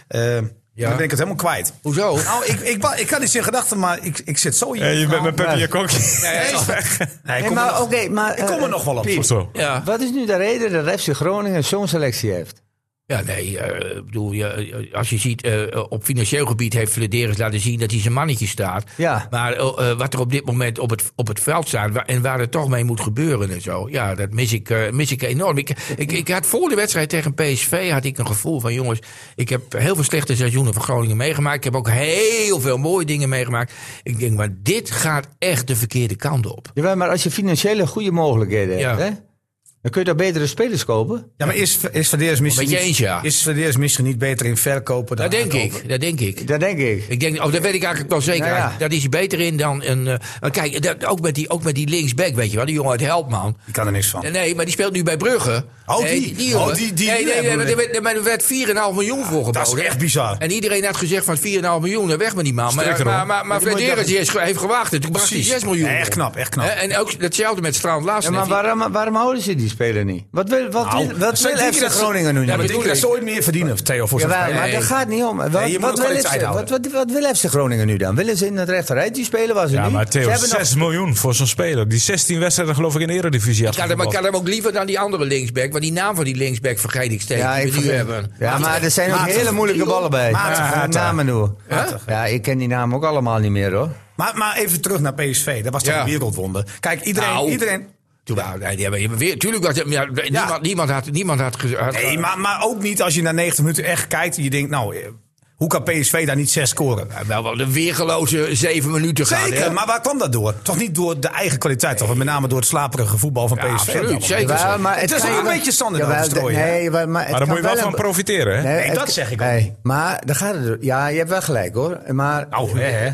Speaker 4: eh, Dan ben ik het helemaal kwijt.
Speaker 1: Hoezo?
Speaker 4: Nou, ik, ik, ba- ik had iets in gedachten, maar ik, ik zit zo in.
Speaker 3: Ja, je bent met Peppi
Speaker 5: Ja.
Speaker 3: en Kokkie.
Speaker 4: Nee, nee, ik
Speaker 5: Nee,
Speaker 4: kom er
Speaker 5: maar,
Speaker 4: nog-
Speaker 5: oké, maar,
Speaker 4: ik kom er
Speaker 5: eh,
Speaker 4: nog wel op.
Speaker 5: Piet,
Speaker 3: Zo.
Speaker 1: Ja.
Speaker 5: Wat is nu de reden dat FC Groningen zo'n selectie heeft?
Speaker 1: Ja, nee, eh, ik bedoel, je, eh, als je ziet, eh, op financieel gebied heeft Flederis laten zien dat hij zijn mannetje staat.
Speaker 5: Ja.
Speaker 1: Maar eh, eh, wat er op dit moment op het, op het veld staat wa- en waar het toch mee moet gebeuren en zo, ja, dat mis ik, eh, mis ik enorm. Ik, ik, ik had voor de wedstrijd tegen PSV had ik een gevoel van, jongens, ik heb heel veel slechte seizoenen van Groningen meegemaakt. Ik heb ook heel veel mooie dingen meegemaakt. Ik denk, maar dit gaat echt de verkeerde kant op.
Speaker 5: Jawel, maar als je financiële goede mogelijkheden
Speaker 1: Ja.
Speaker 5: hebt, hè, dan kun je toch betere spelers kopen?
Speaker 4: Ja, maar is, is Verdeers misschien,
Speaker 1: Met je eens,
Speaker 4: niet,
Speaker 1: ja.
Speaker 4: is Verdeers misschien niet beter in verkopen dan
Speaker 1: Dat denk
Speaker 4: aankopen?
Speaker 1: ik, dat denk ik.
Speaker 5: Dat denk ik.
Speaker 1: Ik denk, of dat weet ik eigenlijk wel zeker.
Speaker 5: Nou ja.
Speaker 1: Daar is hij beter in dan een. eh, maar kijk, dat, ook, met die, ook met die linksback, weet je wel, die jongen uit Helpman. Eh,
Speaker 4: Ik kan er niks van.
Speaker 1: Nee, maar die speelt nu bij Brugge.
Speaker 4: Oh,
Speaker 1: Nee,
Speaker 4: die. Oh,
Speaker 1: jongen.
Speaker 4: die- die-
Speaker 1: nee, nee,
Speaker 4: die
Speaker 1: nee,
Speaker 4: hebben
Speaker 1: maar
Speaker 4: we.
Speaker 1: er werd, maar er werd 4,5 miljoen voor geboden.
Speaker 4: dat is echt bizar.
Speaker 1: En iedereen had gezegd van 4,5 miljoen, dan weg met die man.
Speaker 3: Strikker,
Speaker 1: Maar, maar,
Speaker 3: hoor.
Speaker 1: maar, maar
Speaker 4: Die moet je
Speaker 1: Flederis
Speaker 4: dat-
Speaker 1: die is ge- heeft gewacht. En toen bracht hij
Speaker 4: Precies.
Speaker 1: 6 miljoen.
Speaker 4: Ja, echt
Speaker 1: op.
Speaker 4: knap, echt knap.
Speaker 1: Hè, En ook datzelfde met Strand
Speaker 5: Ja,
Speaker 1: Larsen.
Speaker 5: maar waarom, waarom houden ze die speler niet? Wat wil, wat
Speaker 4: Nou,
Speaker 5: wil, wat
Speaker 4: zij
Speaker 5: wil
Speaker 4: denken
Speaker 5: FC
Speaker 4: dat ze-
Speaker 5: Groningen nu?
Speaker 1: Ja,
Speaker 4: Ja, maar
Speaker 5: niet?
Speaker 4: ik denk dat ze ooit meer verdienen, Theo, voor zo'n
Speaker 5: Jawel,
Speaker 4: speler.
Speaker 5: maar
Speaker 1: Nee.
Speaker 5: dat gaat niet om. Wat,
Speaker 4: Nee, je moet
Speaker 5: wat,
Speaker 4: ook
Speaker 5: wil
Speaker 4: kwaliteit
Speaker 5: FC, wat,
Speaker 4: houden.
Speaker 5: wat, wat wil FC Groningen nu dan? Willen ze in het rechterrijtje spelen waar ze
Speaker 3: Ja,
Speaker 5: nu?
Speaker 3: maar
Speaker 5: ze
Speaker 3: Theo,
Speaker 5: hebben nog-
Speaker 3: 6 miljoen voor zo'n speler. Die 16 wedstrijden geloof ik in de eredivisie had
Speaker 1: Ik had, hem, ik
Speaker 3: gevoetbald.
Speaker 1: had hem ook liever dan die andere linksback. Want die naam van die linksback vergeet ik steeds.
Speaker 5: Ja,
Speaker 1: die
Speaker 5: ik
Speaker 1: we nu
Speaker 5: vergeet-
Speaker 1: hebben.
Speaker 5: ja, maar er zijn ook
Speaker 4: Matig.
Speaker 5: hele moeilijke ballen bij.
Speaker 4: Matig.
Speaker 5: Ja,
Speaker 4: Matig.
Speaker 5: namen doen.
Speaker 4: Matig.
Speaker 5: Ja, ik ken die namen ook allemaal niet meer hoor.
Speaker 4: Maar, maar even terug naar PSV. Dat was toch
Speaker 1: Ja.
Speaker 4: een wereldwonder. Kijk, iedereen...
Speaker 1: Nou.
Speaker 4: iedereen
Speaker 1: Toen waren- nee, die hebben weer, tuurlijk was het. Ja, niemand, niemand had. Niemand had, ge- had
Speaker 4: nee, maar, maar ook niet als je naar 90 minuten echt kijkt en je denkt, nou, eh, hoe kan PSV daar niet zes scoren?
Speaker 1: wel, wel de weergeloze zeven minuten gaan. hè?
Speaker 4: Zeker, maar waar kwam dat door? Toch niet door de eigen kwaliteit, toch? Met name door het slaperige voetbal van PSV. op dat
Speaker 1: absoluut,
Speaker 4: moment.
Speaker 1: zeker.
Speaker 5: Jawel,
Speaker 1: zo.
Speaker 5: maar
Speaker 4: Het is
Speaker 5: kan
Speaker 4: ook
Speaker 5: je
Speaker 4: een
Speaker 5: wel-
Speaker 4: beetje Sander
Speaker 5: Jawel,
Speaker 4: over strooien,
Speaker 5: d-
Speaker 4: hè?
Speaker 5: Nee, maar, maar het
Speaker 3: Maar daar moet je
Speaker 5: kan
Speaker 3: wel van
Speaker 5: een-
Speaker 3: profiteren, hè?
Speaker 5: Nee,
Speaker 4: Nee,
Speaker 5: het-
Speaker 4: dat zeg ik ook
Speaker 5: nee, Maar dan gaat het. door. Ja, je hebt wel gelijk hoor. Maar,
Speaker 4: Nou, hè, Ah, hè.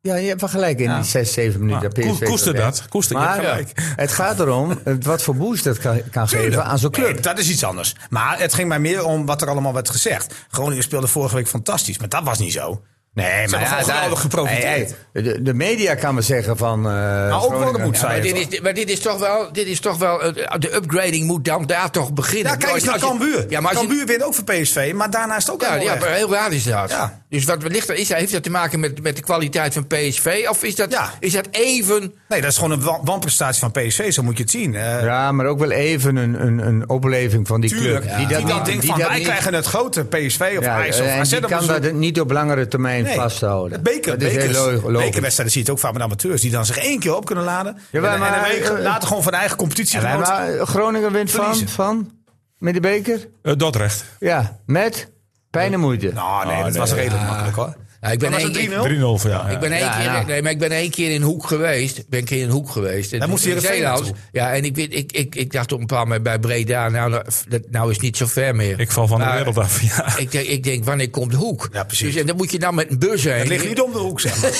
Speaker 5: ja, je hebt wel gelijk in die 6, 7 minuten. dat
Speaker 3: koe-
Speaker 5: PSV
Speaker 3: koester
Speaker 5: erbij.
Speaker 3: dat, koester, je
Speaker 5: maar
Speaker 3: hebt gelijk.
Speaker 5: het gaat erom eh, wat voor boost dat kan, kan geven aan zo'n club.
Speaker 4: Nee, dat is iets anders. Maar het ging mij meer om wat er allemaal werd gezegd. Groningen speelde vorige week fantastisch, maar dat was niet zo.
Speaker 5: Nee,
Speaker 4: hebben
Speaker 5: maar ja,
Speaker 4: gewoon geweldig geprofiteerd.
Speaker 5: Hey, hey, de, de media kan maar zeggen van... eh maar
Speaker 4: ook Groningen moet zijn.
Speaker 1: Maar dit, is, maar dit is toch wel, dit is toch wel eh, de upgrading moet dan daar toch beginnen.
Speaker 4: Ja, kijk eens naar
Speaker 1: Als je-
Speaker 4: Cambuur.
Speaker 1: Ja, maar als je-
Speaker 4: Cambuur wint ook voor PSV, maar daarnaast ook
Speaker 1: ja,
Speaker 4: helemaal
Speaker 1: ja,
Speaker 4: weg.
Speaker 1: maar heel raar is dat.
Speaker 4: Ja.
Speaker 1: Dus wat ligt er, is, heeft dat te maken met, met de kwaliteit van PSV? Of is dat,
Speaker 4: Ja.
Speaker 1: is dat even...
Speaker 4: Nee, dat is gewoon een wan- wanprestatie van PSV, zo moet je het zien. Eh,
Speaker 5: Ja, maar ook wel even een, een, een opleving van die
Speaker 4: tuurlijk,
Speaker 5: club.
Speaker 4: die, dat
Speaker 5: niet-
Speaker 4: dan denkt
Speaker 5: die
Speaker 4: van,
Speaker 5: dat
Speaker 4: wij
Speaker 5: niet-
Speaker 4: krijgen het grote PSV of
Speaker 5: Ja,
Speaker 4: Ajax of
Speaker 5: en
Speaker 4: AZ.
Speaker 5: die
Speaker 4: op
Speaker 5: kan
Speaker 4: bezoek.
Speaker 5: dat niet op langere termijn
Speaker 4: Nee,
Speaker 5: vasthouden.
Speaker 4: het Beker,
Speaker 5: dat is
Speaker 4: bekers,
Speaker 5: heel lo- logisch.
Speaker 4: bekerwedstrijden zie je het ook vaak met amateurs die dan zich één keer op kunnen laden.
Speaker 5: Ja, maar-
Speaker 4: en, en een week
Speaker 5: maar, eh,
Speaker 4: later gewoon van de eigen competitie.
Speaker 5: Ja, wij-
Speaker 4: genoten.
Speaker 5: maar Groningen wint van,
Speaker 4: Verliezen.
Speaker 5: van? Met de beker?
Speaker 3: Eh, Dordrecht.
Speaker 5: Ja, met pijn en moeite.
Speaker 4: Nou, nee,
Speaker 3: Oh,
Speaker 4: dat
Speaker 3: nee.
Speaker 4: was redelijk makkelijk hoor.
Speaker 1: Nou, ik ben
Speaker 4: Dan was
Speaker 1: één-
Speaker 4: het 3-0.
Speaker 1: ik-
Speaker 3: 3-0 voor jou.
Speaker 1: Ik ben één
Speaker 5: Ja,
Speaker 1: keer,
Speaker 5: ja.
Speaker 1: Nee, maar ik ben één keer in Hoek geweest. Ben een keer in Hoek geweest. En
Speaker 4: Daar moest
Speaker 1: toen
Speaker 4: hij
Speaker 1: in
Speaker 4: er
Speaker 1: Zeeland.
Speaker 4: naartoe.
Speaker 1: Ja, en ik, weet- ik, ik, ik dacht op een bepaald moment bij Breda, nou, nou, f- dat, nou is het niet zo ver meer.
Speaker 3: Ik val van de
Speaker 1: Maar
Speaker 3: wereld af. Ja.
Speaker 1: Ik denk, ik denk, wanneer komt de hoek?
Speaker 4: Ja, precies.
Speaker 1: Dus, en dan moet je dan met een bus heen.
Speaker 4: Het ligt niet om de hoek, zeg maar.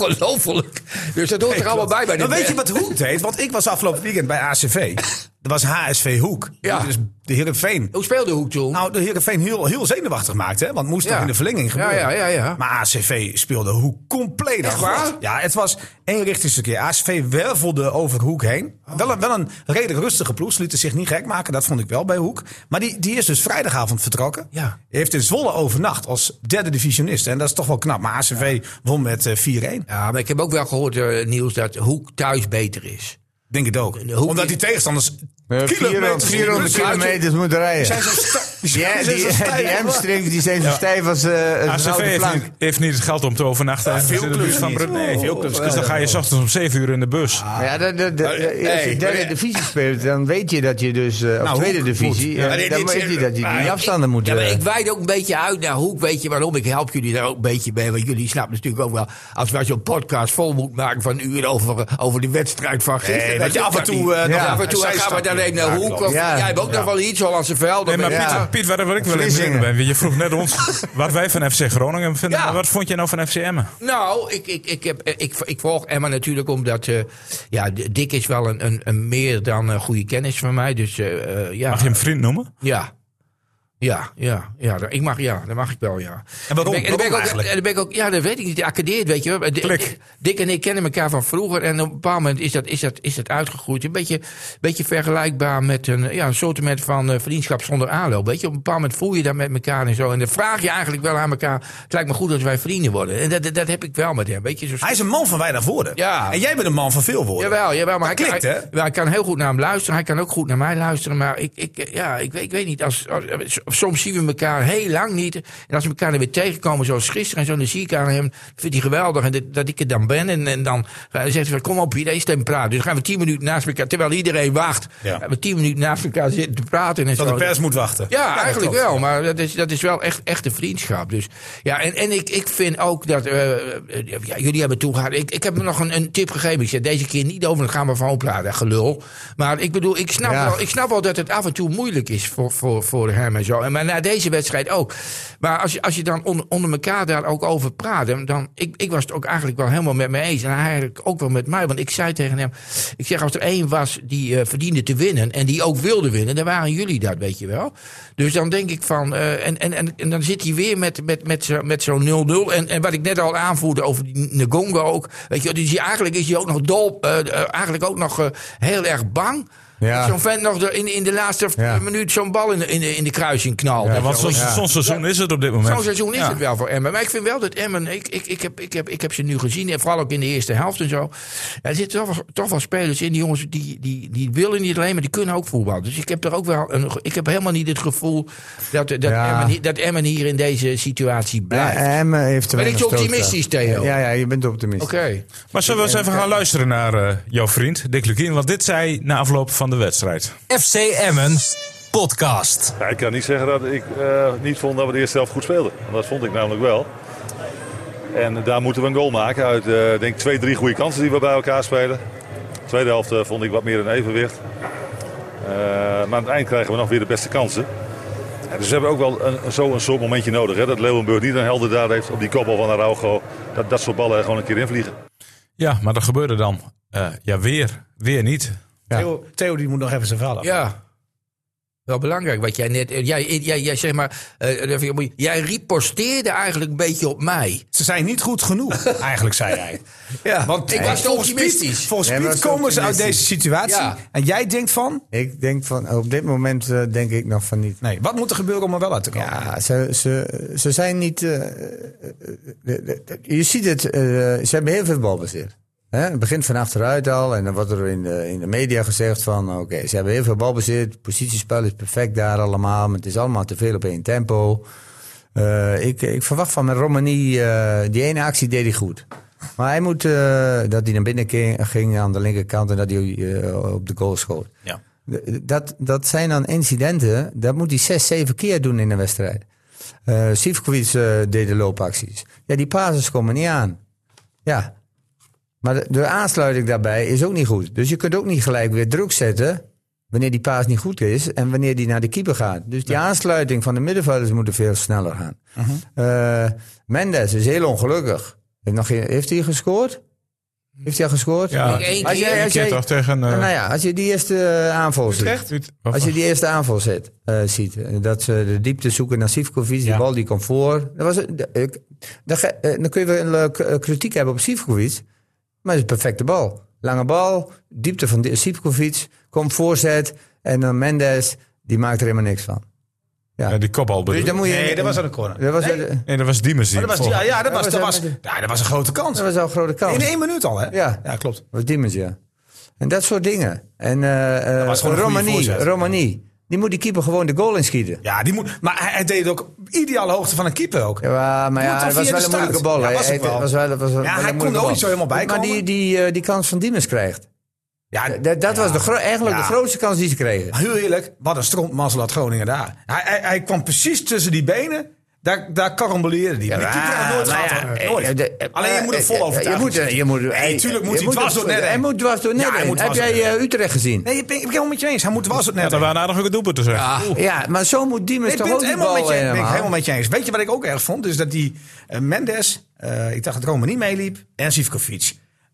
Speaker 1: Ongelooflijk. Dus dat hoort er allemaal bij. bij
Speaker 4: Dan
Speaker 1: dit-
Speaker 4: weet je wat Hoek deed, want ik was afgelopen weekend bij ACV. Dat was HSV Hoek.
Speaker 1: Ja.
Speaker 4: Dus de Heerenveen.
Speaker 1: Hoe speelde Hoek toen?
Speaker 4: Nou, de Heerenveen heel, heel zenuwachtig maakte, hè? want het moest
Speaker 1: Ja.
Speaker 4: toch in de verlenging
Speaker 1: Ja,
Speaker 4: gebeuren.
Speaker 1: ja, ja, ja.
Speaker 4: Maar ACV speelde Hoek compleet
Speaker 1: Echt
Speaker 4: aan
Speaker 1: waar?
Speaker 4: God. Ja, het was één richtingsverkeer. ACV wervelde over Hoek heen.
Speaker 1: Oh.
Speaker 4: Wel, een, wel een redelijk rustige ploeg, ze lieten zich niet gek maken. Dat vond ik wel bij Hoek. Maar die, die is dus vrijdagavond vertrokken.
Speaker 1: Ja.
Speaker 4: Heeft in Zwolle overnacht als derde divisionist. En dat is toch wel knap. Maar ACV won met eh, 4-1.
Speaker 1: ja, maar ik heb ook wel gehoord, eh, Niels, dat Hoek thuis beter is.
Speaker 4: Denk het ook.
Speaker 1: hoek
Speaker 4: Omdat
Speaker 1: niet.
Speaker 4: die tegenstanders
Speaker 5: Eh, 400
Speaker 4: kilometers in de rug
Speaker 5: 400
Speaker 4: zitten.
Speaker 5: kilometers moet rijden.
Speaker 4: Die zijn zo sta- die zijn-
Speaker 5: Ja,
Speaker 4: die
Speaker 5: die,
Speaker 4: zijn zo stijf.
Speaker 5: die hamstrings die zijn zo stijf als eh een
Speaker 3: ACV
Speaker 5: oude
Speaker 3: heeft
Speaker 5: plank.
Speaker 3: niet, heeft niet het geld om te overnachten. en
Speaker 4: veel
Speaker 3: zit in de buurt
Speaker 4: clubs
Speaker 3: van
Speaker 4: niet.
Speaker 3: Brut- Nee,
Speaker 4: Oh, veel clubs
Speaker 3: Dus dan ga je 's ochtends om 7 uur in de bus.
Speaker 5: Maar Ja, dat, dat, dat- als je
Speaker 1: hey,
Speaker 5: derde
Speaker 1: maar-
Speaker 5: divisie speelt, dan weet je dat je dus eh op tweede
Speaker 4: Hoek
Speaker 5: divisie, eh,
Speaker 4: maar dit-
Speaker 5: dan
Speaker 4: dit-
Speaker 5: weet je dat je die afstanden moet.
Speaker 1: Ja, maar
Speaker 5: eh,
Speaker 1: ik wijd ook een beetje uit naar Hoek. Weet je waarom? Ik help jullie daar ook een beetje mee. Want jullie snappen natuurlijk ook wel. Als wij zo'n podcast vol moeten maken van uren over, over die wedstrijd van gisteren.
Speaker 4: Nee, dat je
Speaker 1: doet
Speaker 4: af en toe,
Speaker 1: niet.
Speaker 4: eh,
Speaker 1: Ja,
Speaker 5: nog
Speaker 1: af en
Speaker 4: een
Speaker 1: toe gaan we dan
Speaker 4: zijstapje.
Speaker 1: even naar
Speaker 4: Ja,
Speaker 1: Hoek.
Speaker 4: klopt.
Speaker 1: Of,
Speaker 5: Ja.
Speaker 1: Jij hebt ook nog wel iets Hollandse velden.
Speaker 3: Nee, maar
Speaker 1: met-
Speaker 5: Ja.
Speaker 3: Piet, Piet, waar, waar ik wel in
Speaker 5: Vlissingen.
Speaker 3: benieuwd ben. Je vroeg net ons wat wij van FC Groningen vinden.
Speaker 1: Ja.
Speaker 3: Maar wat vond je nou van FC Emmen?
Speaker 1: Nou, ik, ik, ik, heb, eh, ik, ik volg Emma natuurlijk omdat... eh, ja, D- Dick is wel een, een, een meer dan eh, goede kennis van mij. Dus eh, eh, ja.
Speaker 3: Mag je hem vriend noemen?
Speaker 1: Ja. Ja, ja, ja, dat- ik mag, ja, dat mag ik wel, ja.
Speaker 4: En waarom?
Speaker 1: En ben ik- en ben ik
Speaker 4: Waarom
Speaker 1: ook-
Speaker 4: eigenlijk?
Speaker 1: en ben ik ook, ja, dat weet ik niet. De accadeert, weet je wel. De-
Speaker 3: Klik.
Speaker 1: Dick en ik kennen elkaar van vroeger. En op een bepaald moment is dat, is dat, is dat uitgegroeid. Een beetje, beetje vergelijkbaar met een, ja, een soort van eh, vriendschap zonder aanloop. Weet je, op een bepaald moment voel je dat met elkaar en zo. En dan vraag je eigenlijk wel aan elkaar. Het lijkt me goed dat wij vrienden worden. En dat, dat, dat heb ik wel met hem. Weet je, zo
Speaker 4: Hij is een man van weinig woorden.
Speaker 1: Ja.
Speaker 4: En jij bent een man van veel woorden.
Speaker 1: Jawel, jawel, maar hij,
Speaker 4: Dat klikt,
Speaker 1: hij,
Speaker 4: hè?
Speaker 1: ja, hij kan heel goed naar hem luisteren. Hij kan ook goed naar mij luisteren. Maar ik, ik, ja, ik, weet- ik weet niet. Als, als- soms zien we elkaar heel lang niet. En als we elkaar dan weer tegenkomen, zoals gisteren en zo, dan zie ik aan hem. Vindt hij geweldig en dit- dat ik er dan ben. En, en dan eh, zegt hij: van, Kom op, hier eens tegen praten. Dus dan gaan we tien minuten naast elkaar, terwijl iedereen wacht.
Speaker 4: Ja.
Speaker 1: Gaan we tien minuten naast elkaar zitten te praten. En
Speaker 4: Dat de
Speaker 1: zo.
Speaker 4: pers moet wachten.
Speaker 1: Ja,
Speaker 4: dat
Speaker 1: eigenlijk
Speaker 4: klopt.
Speaker 1: wel. Maar dat is, dat is wel echt, echt een vriendschap. Dus, ja, en, en ik, ik vind ook dat... eh, eh, ja, jullie hebben toegehaald. Ik, ik heb hem nog een, een tip gegeven. Ik zei deze keer niet over gaan we van praten. Gelul. Maar ik bedoel, ik snap,
Speaker 5: Ja.
Speaker 1: wel, ik snap wel dat het af en toe moeilijk is voor, voor, voor hem en zo. En, maar na deze wedstrijd ook. Maar als je, als je dan on- onder elkaar daar ook over praat... dan- Dan, ik, ik was het ook eigenlijk wel helemaal met me eens. En hij eigenlijk ook wel met mij. Want ik zei tegen hem... Ik zeg, als er één was die eh, verdiende te winnen... en die ook wilde winnen... dan waren jullie dat, weet je wel. Dus dan denk ik van... eh, en, en, en, en dan zit hij weer met, met, met, zo- met zo'n 0-0. En, en wat ik net al aanvoerde over die Ngongo ook. Weet je, wel, dus die, eigenlijk is hij ook nog dol... eh, eh, eigenlijk ook nog eh, heel erg bang...
Speaker 5: Ja.
Speaker 1: dat Zo'n vent nog de, in, in de laatste
Speaker 5: Ja.
Speaker 1: minuut zo'n bal in de, in de, in de kruising knalt.
Speaker 3: Ja, want zo'n zo'n seizoen is het op dit moment.
Speaker 1: Zo'n seizoen is
Speaker 3: Ja.
Speaker 1: het wel voor Emmen. Maar ik vind wel dat Emmen... Ik, ik, ik, heb, ik, heb, ik heb ze nu gezien, en vooral ook in de eerste helft en zo. Er zitten toch, wel- toch wel spelers in, die jongens... Die, die, die willen niet alleen, maar die kunnen ook voetbal. Dus ik heb er ook wel... Een, ik heb helemaal niet het gevoel dat, dat,
Speaker 5: Ja.
Speaker 1: Emmen, hi- dat Emmen hier in deze situatie blijft.
Speaker 5: Ja, eh, Emmen heeft te
Speaker 1: Ben ik
Speaker 5: weinig
Speaker 1: te optimistisch,
Speaker 5: stootstraf.
Speaker 1: Theo?
Speaker 5: Ja, ja, je bent optimistisch.
Speaker 1: Oké.
Speaker 3: Maar zullen we eens even gaan luisteren naar eh, jouw vriend Dick Lukien? Want dit zei na afloop van de wedstrijd.
Speaker 2: FC Emmen podcast.
Speaker 6: Ja, ik kan niet zeggen dat ik eh, niet vond dat we de eerste helft goed speelden. Want dat vond ik namelijk wel. En daar moeten we een goal maken uit eh, denk twee, drie goede kansen die we bij elkaar spelen. De tweede helft eh, vond ik wat meer in evenwicht. Eh, maar aan het eind krijgen we nog weer de beste kansen. Ja, dus we hebben ook wel een, zo een soort momentje nodig. Hè, dat Leeuwenburg niet een helder daad heeft op die kopbal van Araujo. Dat dat soort ballen er gewoon een keer invliegen.
Speaker 3: Ja, maar dat gebeurde dan. eh, ja, weer. Weer niet.
Speaker 4: Theo, Theo die moet nog even zijn verhaal af.
Speaker 1: Ja. wel belangrijk. Wat jij net. eh, Jij, jij, jij, zeg maar, eh, even- jij riposteerde eigenlijk een beetje op mij.
Speaker 4: Ze zijn niet goed genoeg, eigenlijk, zei hij.
Speaker 1: Ja,
Speaker 4: Want
Speaker 1: ik
Speaker 4: eh,
Speaker 1: was te
Speaker 4: volgens Piet-
Speaker 1: optimistisch.
Speaker 4: Volgens
Speaker 5: Hij
Speaker 4: Piet
Speaker 5: was te
Speaker 4: komen ze uit
Speaker 5: optimistisch.
Speaker 4: deze situatie.
Speaker 1: Ja.
Speaker 4: En jij denkt van...
Speaker 5: Ik denk van, op dit moment eh, denk ik nog van niet.
Speaker 4: Nee, wat moet er gebeuren om er wel uit te komen?
Speaker 5: Ja, ze, ze, ze zijn niet. eh, eh, eh, eh, je ziet het, eh, ze hebben heel veel balbezit. Hè, het begint van achteruit al en dan wordt er in de, in de media gezegd van... oké, ze hebben heel veel balbezit, positiespel is perfect daar allemaal... maar het is allemaal te veel op één tempo. Eh, ik, ik verwacht van mijn Romani, eh, die ene actie deed hij goed. Maar hij moet, eh, dat hij naar binnen ki- ging aan de linkerkant... en dat hij eh, op de goal schoot.
Speaker 4: Ja.
Speaker 5: Dat, dat zijn dan incidenten, dat moet hij zes, zeven keer doen in een wedstrijd. Eh Sivkovic eh, deed de loopacties. Ja, die pases komen niet aan. Ja. Maar de, de aansluiting daarbij is ook niet goed. Dus je kunt ook niet gelijk weer druk zetten wanneer die paas niet goed is en wanneer die naar de keeper gaat. Dus die aansluiting van de middenvelders moet veel sneller gaan. Eh, Mendes is heel ongelukkig. Heeft, nog geen, heeft hij gescoord? Heeft hij al gescoord?
Speaker 3: Ja,
Speaker 1: Eén keer.
Speaker 5: Als jij-
Speaker 3: Eén
Speaker 5: als
Speaker 3: keer
Speaker 5: jij-
Speaker 3: toch tegen... eh,
Speaker 5: nou ja, als je die eerste eh, aanval ziet.
Speaker 3: Utrecht? Of-
Speaker 5: Als je die eerste aanval zet, eh, ziet, eh, dat ze de diepte zoeken naar Sivkovic, die bal die komt voor. Dat was, eh, ik- dan, ge- eh, dan kun je weer een leuke eh, kritiek hebben op Sivkovic, maar het is een perfecte bal. Lange bal, diepte van de- Sivkovic, komt voorzet en dan Mendes, die maakt er helemaal niks van.
Speaker 3: ja, die kopbal
Speaker 5: Dus
Speaker 3: bedoel
Speaker 5: dan moet je,
Speaker 4: Nee, dat was aan de corner.
Speaker 5: dat was,
Speaker 4: Nee,
Speaker 5: dat
Speaker 3: Nee, Oh, dat was Diemers die
Speaker 4: maar dat was,
Speaker 3: hem
Speaker 4: ja, ja, dat was,
Speaker 5: was
Speaker 4: dat
Speaker 5: hij
Speaker 4: was,
Speaker 5: met
Speaker 4: ja, dat was een grote kans.
Speaker 5: was al een grote kans.
Speaker 4: In één minuut al, hè?
Speaker 5: Ja.
Speaker 4: ja klopt.
Speaker 5: was Diemers, ja. En dat soort dingen. En eh eh
Speaker 4: was gewoon een goede
Speaker 5: Romani,
Speaker 4: voorzet.
Speaker 5: Romani, die moet die keeper gewoon de goal inschieten.
Speaker 4: Ja, die moet, maar hij, hij deed ook op ideale hoogte van een keeper ook.
Speaker 5: Ja, maar
Speaker 4: Moet
Speaker 5: ja,
Speaker 4: dan
Speaker 5: het was
Speaker 4: via
Speaker 5: wel
Speaker 4: de
Speaker 5: een
Speaker 4: staart.
Speaker 5: moeilijke bal.
Speaker 4: Ja,
Speaker 5: hè.
Speaker 4: was ook
Speaker 5: Het-
Speaker 4: wel.
Speaker 5: het was wel, het was wel
Speaker 4: hij
Speaker 5: een
Speaker 4: kon er
Speaker 5: moeilijke
Speaker 4: ook
Speaker 5: bal.
Speaker 4: niet zo helemaal bij
Speaker 5: Maar die,
Speaker 4: komen.
Speaker 5: die, eh, die kans van Diemers krijgt.
Speaker 4: Ja,
Speaker 5: Dat, dat was de gro- eigenlijk
Speaker 4: Ja.
Speaker 5: de grootste kans die ze kregen.
Speaker 4: Heel eerlijk, wat een strontmazzel had Groningen daar. Hij, hij, hij kwam precies tussen die benen. Daar, daar karamboleerde hij. die keeper had nooit
Speaker 5: maar
Speaker 4: gehad. hoor.
Speaker 5: ja,
Speaker 4: nooit.
Speaker 5: eh, de- eh,
Speaker 4: Alleen je moet het
Speaker 5: eh,
Speaker 4: vol
Speaker 5: eh,
Speaker 4: overtuigen.
Speaker 5: Je moet, eh, je moet,
Speaker 4: Nee,
Speaker 5: eh,
Speaker 4: tuurlijk moet
Speaker 5: je
Speaker 4: hij dwars door
Speaker 5: het-
Speaker 4: net heen.
Speaker 5: Hij moet dwars door net
Speaker 4: Ja, hij
Speaker 5: heen.
Speaker 4: moet
Speaker 5: Heb
Speaker 4: dwars door
Speaker 5: jij
Speaker 4: net
Speaker 5: eh, Utrecht gezien?
Speaker 4: Nee, ik ben, ik ben helemaal met je eens. Hij moet was het net.
Speaker 3: Er waren aardig ook een doelpunt te zeggen. Oeh.
Speaker 5: Ja, maar zo moet Diemers
Speaker 4: Ik ben
Speaker 5: toch
Speaker 4: het
Speaker 5: ook die
Speaker 4: helemaal met,
Speaker 5: bal
Speaker 4: je, ben ik helemaal
Speaker 5: helemaal.
Speaker 4: met je eens. Weet je wat ik ook erg vond? Dus dat die eh, Mendes, eh, ik dacht dat Rome niet meeliep, en Sivkovic.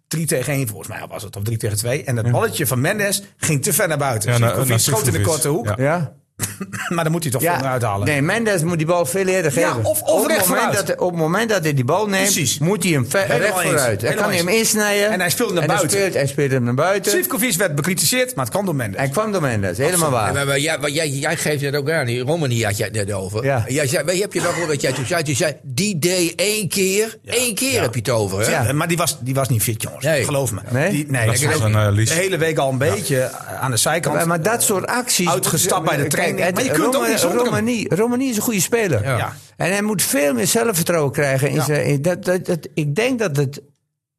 Speaker 4: 3 tegen 1 volgens mij was het, of 3 tegen 2. En dat balletje van Mendes ging te ver naar buiten.
Speaker 3: Ja, naar-
Speaker 4: Sivkovic
Speaker 3: naar
Speaker 4: schoot in de
Speaker 3: Sivkovic.
Speaker 4: korte hoek,
Speaker 3: Ja.
Speaker 5: Ja?
Speaker 4: maar dan moet hij toch veel meer uithalen.
Speaker 5: Nee, Mendes moet die bal veel eerder geven.
Speaker 4: Ja, of- of
Speaker 5: op, het
Speaker 4: recht
Speaker 5: moment
Speaker 4: vooruit.
Speaker 5: dat, op het moment dat hij die bal neemt,
Speaker 4: Precies.
Speaker 5: moet hij hem ver-
Speaker 4: Helemaal
Speaker 5: recht
Speaker 4: eens.
Speaker 5: vooruit. Dan
Speaker 4: Helemaal
Speaker 5: kan hij hem
Speaker 4: eens.
Speaker 5: insnijden.
Speaker 4: En hij speelt naar buiten.
Speaker 5: Hij speelt, hij speelt hem naar buiten.
Speaker 4: Sivkovic werd bekritiseerd, maar het kwam door Mendes.
Speaker 5: Hij kwam door Mendes, helemaal waar.
Speaker 1: Ja, maar, maar jij, maar jij, jij geeft het ook aan. Die Romani had jij het net over.
Speaker 5: Ja.
Speaker 1: Jij zei, weet je, heb je wel gehoord wat jij toen zei? Toen zei, die deed één keer. één keer heb je het over. Hè?
Speaker 5: Ja.
Speaker 4: Eh, Maar die was, die was niet fit, jongens.
Speaker 1: Nee.
Speaker 4: Geloof me.
Speaker 5: Nee?
Speaker 4: Die, nee
Speaker 3: Dat
Speaker 4: die-
Speaker 3: was een eh,
Speaker 4: de
Speaker 3: lies.
Speaker 4: hele week al een beetje eh, aan de zijkant.
Speaker 5: Maar, maar dat soort acties.
Speaker 4: Uitgestapt bij de
Speaker 5: Kijk,
Speaker 4: training.
Speaker 5: het-
Speaker 4: Maar je kunt ook
Speaker 5: Roma-
Speaker 4: niet zonder hem.
Speaker 5: Romani, Romani is een goede speler.
Speaker 1: Ja.
Speaker 4: Ja.
Speaker 5: En hij moet veel meer zelfvertrouwen krijgen. In
Speaker 4: Ja.
Speaker 5: zijn, in dat, dat, dat- ik denk dat het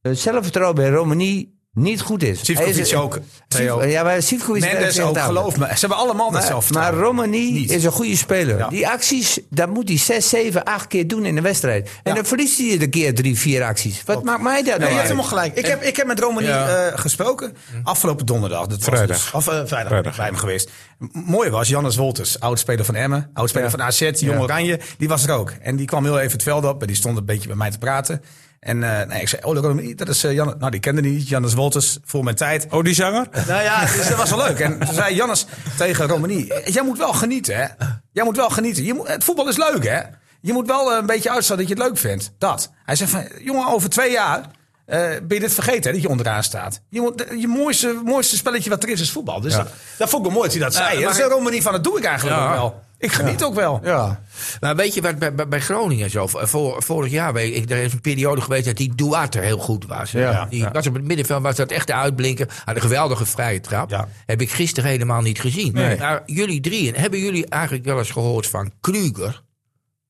Speaker 5: eh, zelfvertrouwen bij Romani niet goed is.
Speaker 4: Sivkovic
Speaker 5: Hij is-
Speaker 4: ook. Theo.
Speaker 5: Sivkovic- ja, maar Sivkovic is
Speaker 4: Mendes ook,
Speaker 5: presentabel.
Speaker 4: geloof me. Ze hebben allemaal dat
Speaker 5: Maar,
Speaker 4: zelfvertrouwen.
Speaker 5: Eh, maar Romani
Speaker 4: Niet.
Speaker 5: is een goede speler.
Speaker 4: Ja.
Speaker 5: Die acties, dat moet hij 6, 7, 8 keer doen in de wedstrijd. En
Speaker 4: Ja.
Speaker 5: dan verliest hij de keer 3, 4 acties. Wat maakt mij dat
Speaker 4: Nee,
Speaker 5: nou
Speaker 4: je hebt
Speaker 5: uit?
Speaker 4: helemaal gelijk. Ik heb, ik heb met Romani
Speaker 1: Ja.
Speaker 4: eh, gesproken afgelopen donderdag. Dat was
Speaker 3: Vrijdag.
Speaker 4: dus- of eh, vrijdag,
Speaker 3: Vrijdag,
Speaker 4: bij hem geweest. M- Mooi was Jannes Wolters, oudspeler van Emmen. Oudspeler van AZ, Jong Oranje. Die was er ook. En die kwam heel even het veld op. En die stond een beetje bij mij te praten. En eh, nee, ik zei, oh, Romani, dat is eh, Jan... Nou, die kende die niet. Jannes Wolters, voor mijn tijd.
Speaker 3: Oh, die zanger?
Speaker 4: Nou ja, dus dat was wel leuk. En toen zei Jannes tegen Romani: Jij moet wel genieten, hè? Jij moet wel genieten. Je moet, het voetbal is leuk, hè? Je moet wel eh, een beetje uitstaan dat je het leuk vindt. Dat. Hij zegt van: Jongen, over twee jaar eh, ben je dit vergeten, hè, dat je onderaan staat. Je, moet, je mooiste, mooiste spelletje wat er is, is voetbal. Dus dat, dat vond ik wel mooi dat hij dat zei.
Speaker 1: maar-
Speaker 4: dat is een Romani van: Dat doe ik eigenlijk
Speaker 1: Ja.
Speaker 4: ook wel. Ik geniet ook wel.
Speaker 5: Ja.
Speaker 1: Maar weet je wat bij, bij, bij Groningen zo? Vor- vorig jaar, weet ik, er is een periode geweest dat die Duarte heel goed was. hè.
Speaker 5: Ja.
Speaker 1: Die was op het middenveld, was dat echt de uitblinker. Had een geweldige vrije trap.
Speaker 4: Ja.
Speaker 1: Heb ik gisteren helemaal niet gezien. Maar jullie drieën, hebben jullie eigenlijk wel eens gehoord van Kruger?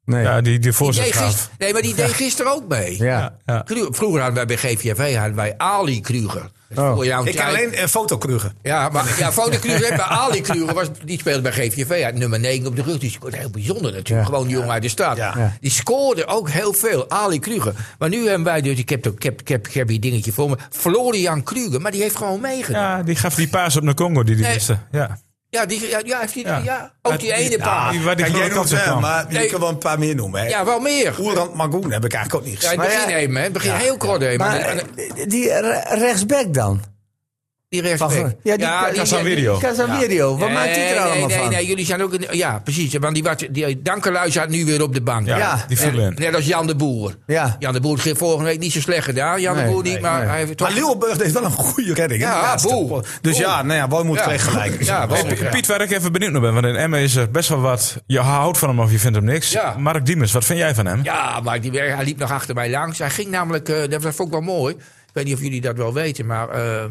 Speaker 5: Nee.
Speaker 3: Ja, die, die
Speaker 1: Die
Speaker 3: voorzet
Speaker 1: deed
Speaker 3: gaf.
Speaker 1: gister- nee, maar die deed gisteren ook mee.
Speaker 5: ja.
Speaker 3: Ja.
Speaker 1: Kru- Vroeger hadden wij bij GVV hadden wij Ali Kruger. Dat is
Speaker 5: Oh.
Speaker 1: voor jouw
Speaker 4: Ik ken
Speaker 1: tijd.
Speaker 4: alleen eh, fotokrugen.
Speaker 1: Ja, maar ja, Foden Kluger, bij Ali Kluger, was, die speelde bij GVV uit nummer 9 op de rug. Die scoorde heel bijzonder natuurlijk.
Speaker 5: Ja.
Speaker 1: Gewoon een jongen uit de stad.
Speaker 4: Ja.
Speaker 5: Ja.
Speaker 1: Die scoorde ook heel veel, Ali Kluger. Maar nu hebben wij dus, ik heb, ik heb, ik heb, ik heb hier dingetje voor me, Florian Kluger. Maar die heeft gewoon meegedaan. Ja,
Speaker 3: Ja, die gaf die paas op naar Congo, die die
Speaker 1: Nee.
Speaker 3: miste. Ja.
Speaker 1: die, ja, ja, heeft die, ja.
Speaker 3: Ja.
Speaker 1: ook die ene paar.
Speaker 3: Die, waar die
Speaker 4: Kijk, jij
Speaker 3: grote
Speaker 4: noemt
Speaker 3: kans op
Speaker 4: hem,
Speaker 3: kwam.
Speaker 4: maar je
Speaker 1: Nee.
Speaker 4: kan wel een paar meer noemen. Hè?
Speaker 1: Ja, wel meer.
Speaker 4: Oerand Magoen heb ik eigenlijk ook niet
Speaker 1: Ja,
Speaker 4: gezien.
Speaker 1: in het
Speaker 5: Maar
Speaker 1: begin
Speaker 5: ja.
Speaker 4: eh,
Speaker 1: eh, even, hè. In het begin heel kort even.
Speaker 5: Maar eh, die re- rechtsback dan?
Speaker 1: Die rechtsback.
Speaker 5: Wacht, Ja, die,
Speaker 1: Ja,
Speaker 5: ja,
Speaker 1: die-
Speaker 3: Casavirio.
Speaker 5: Casavirio. Wat maakt die
Speaker 1: Nee,
Speaker 5: er allemaal
Speaker 1: nee, nee,
Speaker 5: van?
Speaker 1: nee, jullie zijn ook... Een, ja, precies. Want die, wat- die Dankerlui zat nu weer op de bank.
Speaker 3: Ja,
Speaker 5: Ja.
Speaker 3: die viel in.
Speaker 1: Net als Jan de Boer.
Speaker 5: Ja.
Speaker 1: Jan de Boer heeft vorige week niet zo slecht gedaan. Jan de
Speaker 5: Nee,
Speaker 1: Boer niet,
Speaker 5: nee,
Speaker 1: maar
Speaker 5: nee.
Speaker 1: hij heeft toch...
Speaker 4: Maar Leeuwenburg heeft wel een goede redding. hè,
Speaker 1: Ja,
Speaker 4: de laatste.
Speaker 1: boel.
Speaker 4: Dus
Speaker 1: Boel.
Speaker 4: ja, nou ja, Boy moet
Speaker 1: Ja.
Speaker 4: twee gelijk.
Speaker 1: Ja, Boy moet-
Speaker 3: Piet, waar ik even benieuwd naar ben, want in Emmen is er best wel wat. Je houdt van hem of je vindt hem niks.
Speaker 1: Ja.
Speaker 3: Mark Diemers, wat vind jij van hem?
Speaker 1: Ja, maar die, hij liep nog achter mij langs. Hij ging namelijk, eh, dat vond ik wel mooi. Ik weet niet of jullie dat wel weten, maar eh,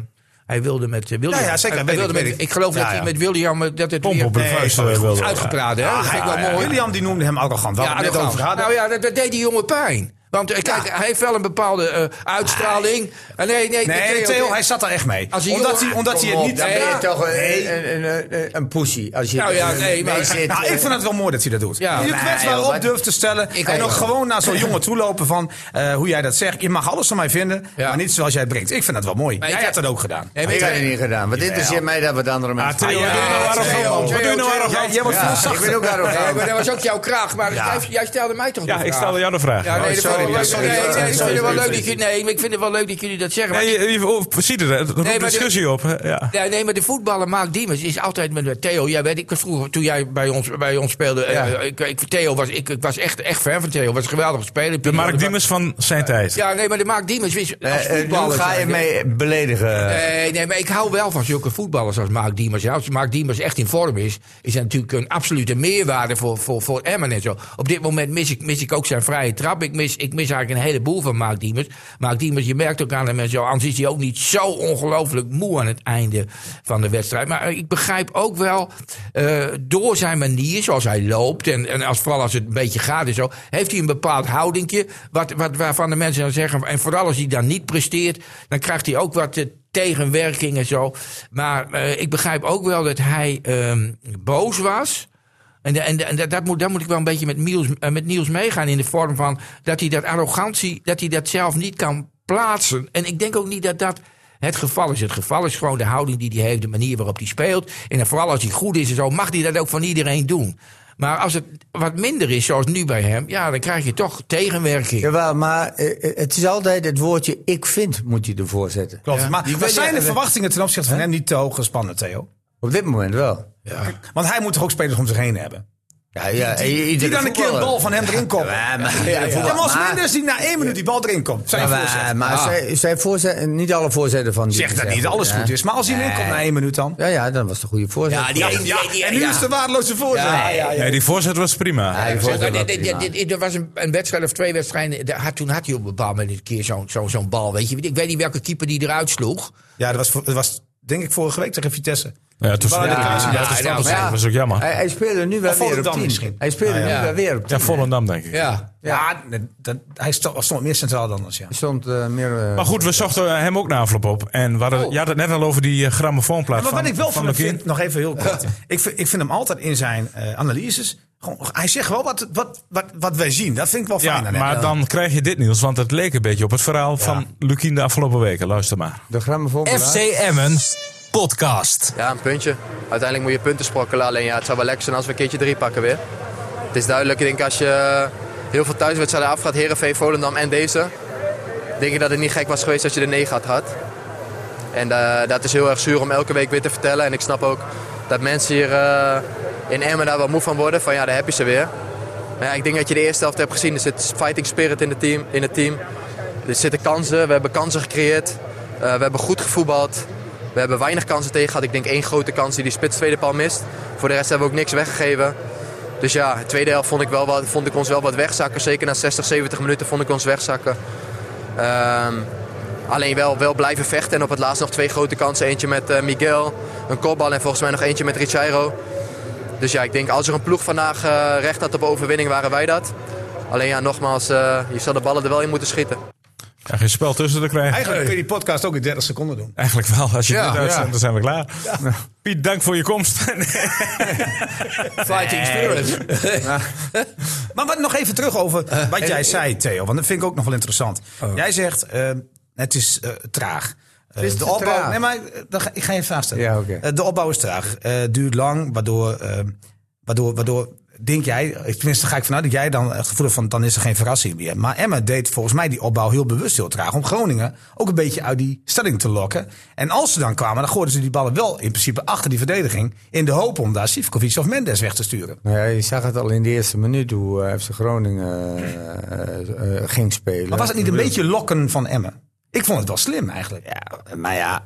Speaker 1: hij wilde met eh, William.
Speaker 4: Ja, ja, zeker,
Speaker 1: hij
Speaker 4: weet
Speaker 1: wilde
Speaker 4: ik,
Speaker 1: met,
Speaker 4: weet ik.
Speaker 1: ik geloof
Speaker 4: Ja,
Speaker 1: dat
Speaker 4: ja.
Speaker 1: hij met William eh, dat het
Speaker 3: Pomp op de
Speaker 1: weer
Speaker 3: vuist eh, wilde.
Speaker 1: uitgepraat.
Speaker 4: Ah,
Speaker 1: hè? dat vind ik wel mooi.
Speaker 4: William die noemde hem arrogant. Waar
Speaker 1: Ja,
Speaker 4: we het net
Speaker 1: arrogant.
Speaker 4: over hadden.
Speaker 1: nou ja, dat, dat deed die jongen pijn. Want eh, kijk, hij heeft wel een bepaalde eh, uitstraling. Eh, nee, nee,
Speaker 4: Nee,
Speaker 1: Theo-
Speaker 4: Theo, hij zat daar echt mee.
Speaker 1: Als die
Speaker 4: Omdat
Speaker 1: jongen-
Speaker 4: hij, omdat hij het
Speaker 1: Kom
Speaker 4: niet...
Speaker 1: op,
Speaker 5: Dan ben je
Speaker 1: Ja.
Speaker 5: toch een, een, een, een, een pussy. Als je
Speaker 1: Nou ja,
Speaker 5: er
Speaker 1: nee, maar-
Speaker 5: mee zit. eh,
Speaker 4: Nou, ik vind het wel mooi dat hij dat doet.
Speaker 1: Ja.
Speaker 4: je
Speaker 1: Nee,
Speaker 4: kwetsbaar
Speaker 5: joh,
Speaker 4: op
Speaker 5: wat-
Speaker 4: durft te stellen.
Speaker 1: Ik
Speaker 4: en
Speaker 1: ook
Speaker 4: ook
Speaker 1: wel.
Speaker 4: gewoon naar zo'n jongen toe lopen van eh, hoe jij dat zegt. Je mag alles van mij vinden,
Speaker 1: Ja.
Speaker 4: maar niet zoals jij het brengt. Ik vind dat wel mooi.
Speaker 1: Maar
Speaker 4: jij
Speaker 1: ik-
Speaker 4: hebt dat ook gedaan.
Speaker 1: Nee, maar
Speaker 5: Ik
Speaker 1: ik-
Speaker 5: heb het niet gedaan. Wat interesseert mij dat wat andere
Speaker 3: Ah,
Speaker 5: mensen
Speaker 3: Theo,
Speaker 5: vinden?
Speaker 3: wat doe je nou
Speaker 1: Theo,
Speaker 3: arrogant, man? Wat doe je nou
Speaker 1: Theo,
Speaker 3: arrogant?
Speaker 4: Jij wordt veel
Speaker 5: Ja, ik
Speaker 4: zachter.
Speaker 5: ben ook
Speaker 1: Nee,
Speaker 5: arrogant.
Speaker 1: maar dat was ook jouw kraag. Maar
Speaker 4: Ja.
Speaker 1: jij, jij stelde mij toch de
Speaker 3: Ja,
Speaker 1: vraag.
Speaker 3: ik stelde jou de vraag.
Speaker 1: Ja, nee,
Speaker 4: Oh,
Speaker 1: dat vond ik
Speaker 4: sorry,
Speaker 1: wel leuk.
Speaker 4: sorry,
Speaker 1: Nee, nee, ik
Speaker 4: sorry,
Speaker 1: vind het wel leuk
Speaker 4: sorry,
Speaker 1: dat
Speaker 4: sorry.
Speaker 1: jullie- nee, maar ik vind het wel leuk dat jullie dat zeggen. maar
Speaker 3: Ja,
Speaker 1: ik-
Speaker 3: je, je, oh, ziet het, hè? er
Speaker 1: maar
Speaker 3: roept
Speaker 1: de-
Speaker 3: discussie op. Hè? Ja.
Speaker 1: Nee, nee, maar de voetballer Mark Diemers is altijd met Theo. Jij weet, ik was vroeger, toen jij bij ons, bij ons speelde. eh, ik, ik, Theo was, ik, ik was echt, echt fan van Theo. Was een geweldige speler.
Speaker 3: De Mark Diemers van zijn tijd.
Speaker 1: Ja, nee, maar de Mark Diemers is. Als
Speaker 5: Eh, eh, Nu
Speaker 1: voetballer
Speaker 5: ga je
Speaker 1: zijn, hè.
Speaker 5: mij beledigen.
Speaker 1: Eh, Nee, nee, maar ik hou wel van zulke voetballers als Mark Diemers. Ja, als Mark Diemers echt in vorm is, is hij natuurlijk een absolute meerwaarde voor, voor, voor Emmen en zo. Op dit moment mis ik, mis ik ook zijn vrije trap. Ik mis, ik mis eigenlijk een heleboel van Mark Diemers. Mark Diemers, je merkt ook aan hem en zo. Anders is hij ook niet zo ongelooflijk moe aan het einde van de wedstrijd. Maar eh, ik begrijp ook wel, eh, door zijn manier, zoals hij loopt... en, en als, vooral als het een beetje gaat en zo... heeft hij een bepaald houdingje wat, wat, waarvan de mensen dan zeggen... en vooral als hij dan niet presteert, dan krijgt hij ook wat... eh, tegenwerking en zo. Maar eh, ik begrijp ook wel dat hij ehm, boos was. En, de- en, de- en dat, dat moet, daar moet ik wel een beetje met Niels, eh, met Niels meegaan. In de vorm van dat hij dat arrogantie, dat hij dat zelf niet kan plaatsen. En ik denk ook niet dat dat het geval is. Het geval is gewoon de houding die hij heeft, de manier waarop hij speelt. En dan vooral als hij goed is en zo, mag hij dat ook van iedereen doen. Maar als het wat minder is, zoals nu bij hem, ja, dan krijg je toch tegenwerking.
Speaker 5: Jawel, maar eh, eh, het is altijd het woordje ik vind moet je ervoor zetten.
Speaker 4: Klopt. Maar
Speaker 5: Die
Speaker 4: wat
Speaker 5: weet-
Speaker 4: zijn de
Speaker 5: eh,
Speaker 4: verwachtingen ten opzichte van hem niet te hoog gespannen, Theo?
Speaker 5: Op dit moment wel.
Speaker 4: Want hij moet toch ook spelers om zich heen hebben?
Speaker 5: Ja, ja, i-
Speaker 4: Die
Speaker 5: iedere
Speaker 4: dan een keer een
Speaker 5: voetballer.
Speaker 4: bal van hem erin koppen.
Speaker 5: Ja, maar-
Speaker 4: Ja,
Speaker 5: ja,
Speaker 4: maar als
Speaker 5: maar-
Speaker 4: minder is die na één minuut die bal erin komt. Zijn
Speaker 5: Ja,
Speaker 4: voorzet.
Speaker 5: maar eh, maar
Speaker 1: Ah.
Speaker 5: zij, zij voorzet, niet alle voorzetten van die.
Speaker 4: Zeg dat niet alles goed is. Maar als hij erin komt na één minuut dan?
Speaker 5: Ja, ja, dan was het een goede voorzet.
Speaker 4: Ja, en nu is de waardeloze voorzet.
Speaker 5: Ja, ja,
Speaker 3: Nee, die voorzet was prima.
Speaker 5: Ja, die
Speaker 1: Zeg,
Speaker 5: voorzet
Speaker 1: maar
Speaker 5: was
Speaker 1: dit- dit-
Speaker 5: prima.
Speaker 1: dit- dit- Er was een, een wedstrijd of twee wedstrijden. daar had- toen had hij op een bepaald moment een keer zo'n zo'n zo'n bal. Weet je. Ik weet niet welke keeper die eruit sloeg.
Speaker 4: Ja, dat was, voor- dat was denk ik vorige week tegen Vitesse.
Speaker 3: Ja, toen
Speaker 4: Waar de kruis-
Speaker 3: ja,
Speaker 4: ja,
Speaker 3: ja,
Speaker 4: ja,
Speaker 3: ja,
Speaker 5: ja.
Speaker 3: dat was ook jammer.
Speaker 5: Hij, hij speelde nu wel
Speaker 4: Of
Speaker 5: weer op
Speaker 4: Volendam
Speaker 5: 10.
Speaker 4: misschien.
Speaker 5: Hij speelde
Speaker 4: Ah, ja.
Speaker 5: nu wel weer op 10.
Speaker 3: Ja, Volendam denk ik.
Speaker 1: Ja.
Speaker 4: Ja, nee, dat, hij stond, stond meer centraal dan ons, ja.
Speaker 5: Er stond eh, meer... eh,
Speaker 3: Maar goed, we zochten hem ook na afloop op. En we hadden,
Speaker 1: Oh.
Speaker 3: je had het net al over die eh, grammofoonplaat
Speaker 4: Maar
Speaker 3: van
Speaker 4: wat ik wel van hem
Speaker 3: Lukien.
Speaker 4: vind, nog even heel kort. ik, vind, ik vind hem altijd in zijn eh, analyses... Gewoon, hij zegt wel wat, wat, wat, wat wij zien. Dat vind ik wel fijn.
Speaker 3: Ja,
Speaker 4: aan hem.
Speaker 3: maar dan krijg je dit nieuws, want het leek een beetje op het verhaal van Lukien de afgelopen weken. Luister maar.
Speaker 5: De grammofoon.
Speaker 2: FC Emmen podcast.
Speaker 7: Ja, een puntje. Uiteindelijk moet je punten sprokkelen. Alleen ja, het zou wel lekker zijn als we een keertje drie pakken weer. Het is duidelijk, ik denk als je heel veel thuiswedstrijden afgaat, Herenveen, Volendam en deze, denk ik dat het niet gek was geweest als je er negen had gehad. En eh, dat is heel erg zuur om elke week weer te vertellen. En ik snap ook dat mensen hier eh, in Emmen daar wel moe van worden. Van ja, daar heb je ze weer. Maar ja, ik denk dat je de eerste helft hebt gezien. Er zit fighting spirit in het team. In het team. Er zitten kansen. We hebben kansen gecreëerd. Eh, we hebben goed gevoetbald. We hebben weinig kansen tegen gehad. Ik denk één grote kans die die spits tweede paal mist. Voor de rest hebben we ook niks weggegeven. Dus ja, de tweede helft vond ik, wel wat, vond ik ons wel wat wegzakken. Zeker na 60, 70 minuten vond ik ons wegzakken. Ehm, alleen wel, wel blijven vechten. En op het laatst nog twee grote kansen. Eentje met eh, Miguel, een kopbal en volgens mij nog eentje met Richairo. Dus ja, ik denk als er een ploeg vandaag eh, recht had op overwinning, waren wij dat. Alleen ja, nogmaals, eh, je zal de ballen er wel in moeten schieten.
Speaker 3: Ja, geen spel tussen te krijgen.
Speaker 4: Eigenlijk kun je die podcast ook in 30 seconden doen.
Speaker 3: Eigenlijk wel. Als je
Speaker 1: Ja,
Speaker 3: dit uitzendt,
Speaker 1: ja.
Speaker 3: dan zijn we klaar. Piet, dank voor je komst. Nee.
Speaker 1: Fighting spirit.
Speaker 4: Maar wat, nog even terug over
Speaker 5: Eh,
Speaker 4: wat jij zei, Theo. Want dat vind ik ook nog wel interessant.
Speaker 5: Oh.
Speaker 4: Jij zegt, eh, het is eh, traag. Eh,
Speaker 5: is
Speaker 4: de
Speaker 5: te
Speaker 4: opbouw,
Speaker 5: traag.
Speaker 4: Nee, maar eh, dan ga, ik ga je een vraag stellen.
Speaker 5: Ja, oké.
Speaker 4: Eh, de opbouw is traag. eh duurt lang, waardoor, eh, waardoor, waardoor denk jij, tenminste ga ik vanuit dat jij dan eh, het gevoel hebt van dan is er geen verrassing meer. Maar Emma deed volgens mij die opbouw heel bewust heel traag om Groningen ook een beetje uit die stelling te lokken. En als ze dan kwamen, dan gooiden ze die ballen wel in principe achter die verdediging in de hoop om daar Sivkovic of Mendes weg te sturen.
Speaker 5: Nou ja, je zag het al in de eerste minuut hoe eh, FC Groningen eh, eh, ging spelen.
Speaker 4: Maar was het niet een beetje lokken van Emma? Ik vond het wel slim eigenlijk. Ja, maar ja,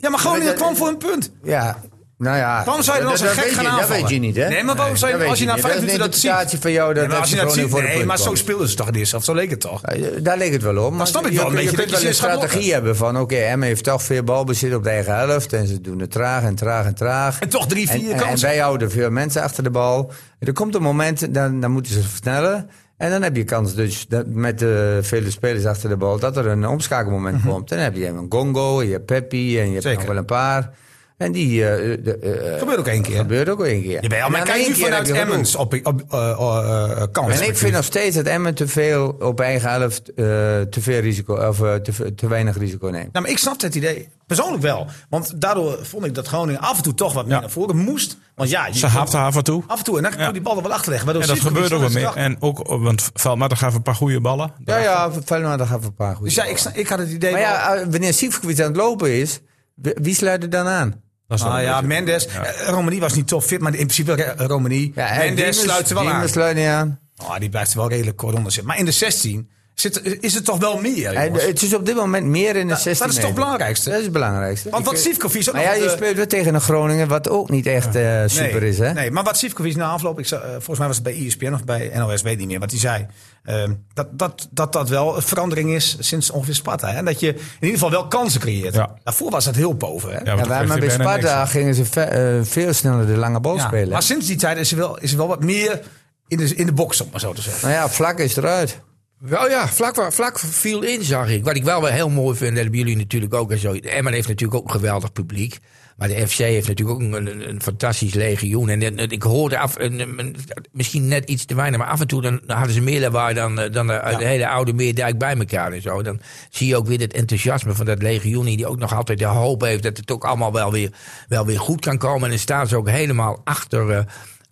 Speaker 4: ja, maar Groningen kwam voor een punt.
Speaker 5: Ja, nou ja.
Speaker 4: Waarom zou je dan als een
Speaker 5: Dat-
Speaker 4: gek
Speaker 5: dat
Speaker 4: gaan
Speaker 5: weet je-
Speaker 4: aanvallen?
Speaker 5: Dat weet je niet, hè?
Speaker 4: Nee, maar waarom zou je,
Speaker 5: dat
Speaker 4: als je
Speaker 5: weet
Speaker 4: na vijf
Speaker 5: niet.
Speaker 4: minuten dat
Speaker 5: is
Speaker 4: ziet...
Speaker 5: een interpretatie van jou dat
Speaker 4: Nee, maar als je
Speaker 5: FC
Speaker 4: dat ziet,
Speaker 5: Groningen voor de
Speaker 4: nee,
Speaker 5: punt
Speaker 4: maar zo
Speaker 5: kwam.
Speaker 4: speelden ze toch in de eerste helft? Zo leek het toch?
Speaker 5: Eh, Daar leek het wel om. Maar
Speaker 4: snap ik
Speaker 5: je
Speaker 4: wel een
Speaker 5: kunt-
Speaker 4: beetje
Speaker 5: Je kunt
Speaker 4: dat je
Speaker 5: wel een
Speaker 4: ze gaat
Speaker 5: strategie
Speaker 4: lokken.
Speaker 5: hebben van... Oké, Emmen heeft toch veel balbezit op de eigen helft. En ze doen het traag en traag en traag.
Speaker 4: En toch drie, vier
Speaker 5: en, en, en
Speaker 4: kansen.
Speaker 5: wij houden veel mensen achter de bal. Er komt een moment, dan, dan moeten ze versnellen. En dan heb je kans dus dat met de vele spelers achter de bal... dat er een omschakelmoment komt. Dan heb je een Gongo, je hebt Peppi en je hebt
Speaker 4: Mhm. Zeker.
Speaker 5: nog wel een paar... En die eh, eh, de, eh,
Speaker 4: Gebeurt ook één keer.
Speaker 5: Gebeurt ook één keer.
Speaker 4: Jawel, maar
Speaker 5: En dan
Speaker 4: kijk
Speaker 5: één
Speaker 4: nu
Speaker 5: keer heb
Speaker 4: vanuit
Speaker 5: je genoeg.
Speaker 4: Emmens op, op eh, eh, eh, kans.
Speaker 5: En ik vind nog steeds dat Emmen te veel op eigen helft eh, te, veel risico, of, eh, te, ve- te weinig risico neemt.
Speaker 4: Nou, maar ik snap het idee. Persoonlijk wel. Want daardoor vond ik dat Groningen af en toe toch wat meer
Speaker 3: Ja.
Speaker 4: naar voren moest. Want ja, je
Speaker 3: Ze hapte haar van toe.
Speaker 4: af en toe. En dan kon
Speaker 3: Ja.
Speaker 4: die bal er wel achterleggen. waardoor
Speaker 3: En dat
Speaker 4: Sivkovic
Speaker 3: gebeurde ook wel
Speaker 4: nog eens
Speaker 3: meer.
Speaker 4: dacht-
Speaker 3: En ook, want Valmater gaf een paar goede ballen.
Speaker 5: Ja, ja, Feyenoord gaat voor een paar goede.
Speaker 4: Dus ja, ik, sna- ik had het idee...
Speaker 5: maar
Speaker 4: wel-
Speaker 5: ja, eh, wanneer Sivkovic aan het lopen is, wie wie sluit er dan aan?
Speaker 3: Dat is dan
Speaker 4: Ah
Speaker 3: een
Speaker 4: ja,
Speaker 3: beetje-
Speaker 4: Mendes. Eh, Romani was niet topfit, maar in principe eh, Romani.
Speaker 5: Ja, en
Speaker 4: Mendes
Speaker 5: Diemers-
Speaker 4: sluit er wel aan.
Speaker 5: Diemers sluit niet aan.
Speaker 4: Oh, die blijft er wel redelijk kort onder zitten. Maar in de 16 zit, is het toch wel meer,
Speaker 5: En
Speaker 4: jongens?
Speaker 5: het is op dit moment meer in de 16
Speaker 4: dat is toch
Speaker 5: meter.
Speaker 4: het belangrijkste?
Speaker 5: Dat is het belangrijkste.
Speaker 4: Want
Speaker 5: Ik-
Speaker 4: wat Sivkovic... ook
Speaker 5: maar
Speaker 4: nog
Speaker 5: ja,
Speaker 4: op
Speaker 5: je
Speaker 4: de-
Speaker 5: speelt wel tegen een Groningen wat ook niet echt eh, super
Speaker 4: nee,
Speaker 5: is, hè?
Speaker 4: Nee, maar wat Sivkovic na afloop, ik, za- eh, volgens mij was het bij ESPN of bij NOS, weet ik niet meer, wat hij zei. ehm, dat, dat, dat dat wel een verandering is sinds ongeveer Sparta. Hè? Dat je in ieder geval wel kansen creëert.
Speaker 3: Ja.
Speaker 4: Daarvoor was dat heel pover. Hè?
Speaker 3: Ja,
Speaker 5: Ja,
Speaker 3: want
Speaker 5: wij-
Speaker 3: dat
Speaker 5: maar bij
Speaker 3: geeft hij bijna niks.
Speaker 5: Sparta gingen ze ve- eh, veel sneller de lange bal
Speaker 4: Ja,
Speaker 5: spelen.
Speaker 4: Maar sinds die tijd is er wel, is er wel wat meer in de, in de box, om maar zo te zeggen.
Speaker 5: Nou ja, vlak is eruit.
Speaker 1: Wel ja, vlak, wa- vlak viel in, zag ik. Wat ik wel wel heel mooi vind, en dat hebben jullie natuurlijk ook. En zo. Emmen heeft natuurlijk ook een geweldig publiek. Maar de FC heeft natuurlijk ook een, een, een fantastisch legioen. En, en- en ik hoorde af, en, en- misschien net iets te weinig, maar af en toe dan, dan hadden ze meer lawaai dan, eh, dan de, de hele oude Meerdijk bij elkaar en zo. Dan zie je ook weer het enthousiasme van dat legioen, die ook nog altijd de hoop heeft dat het ook allemaal wel weer, wel weer goed kan komen. En dan staan ze ook helemaal achter. eh,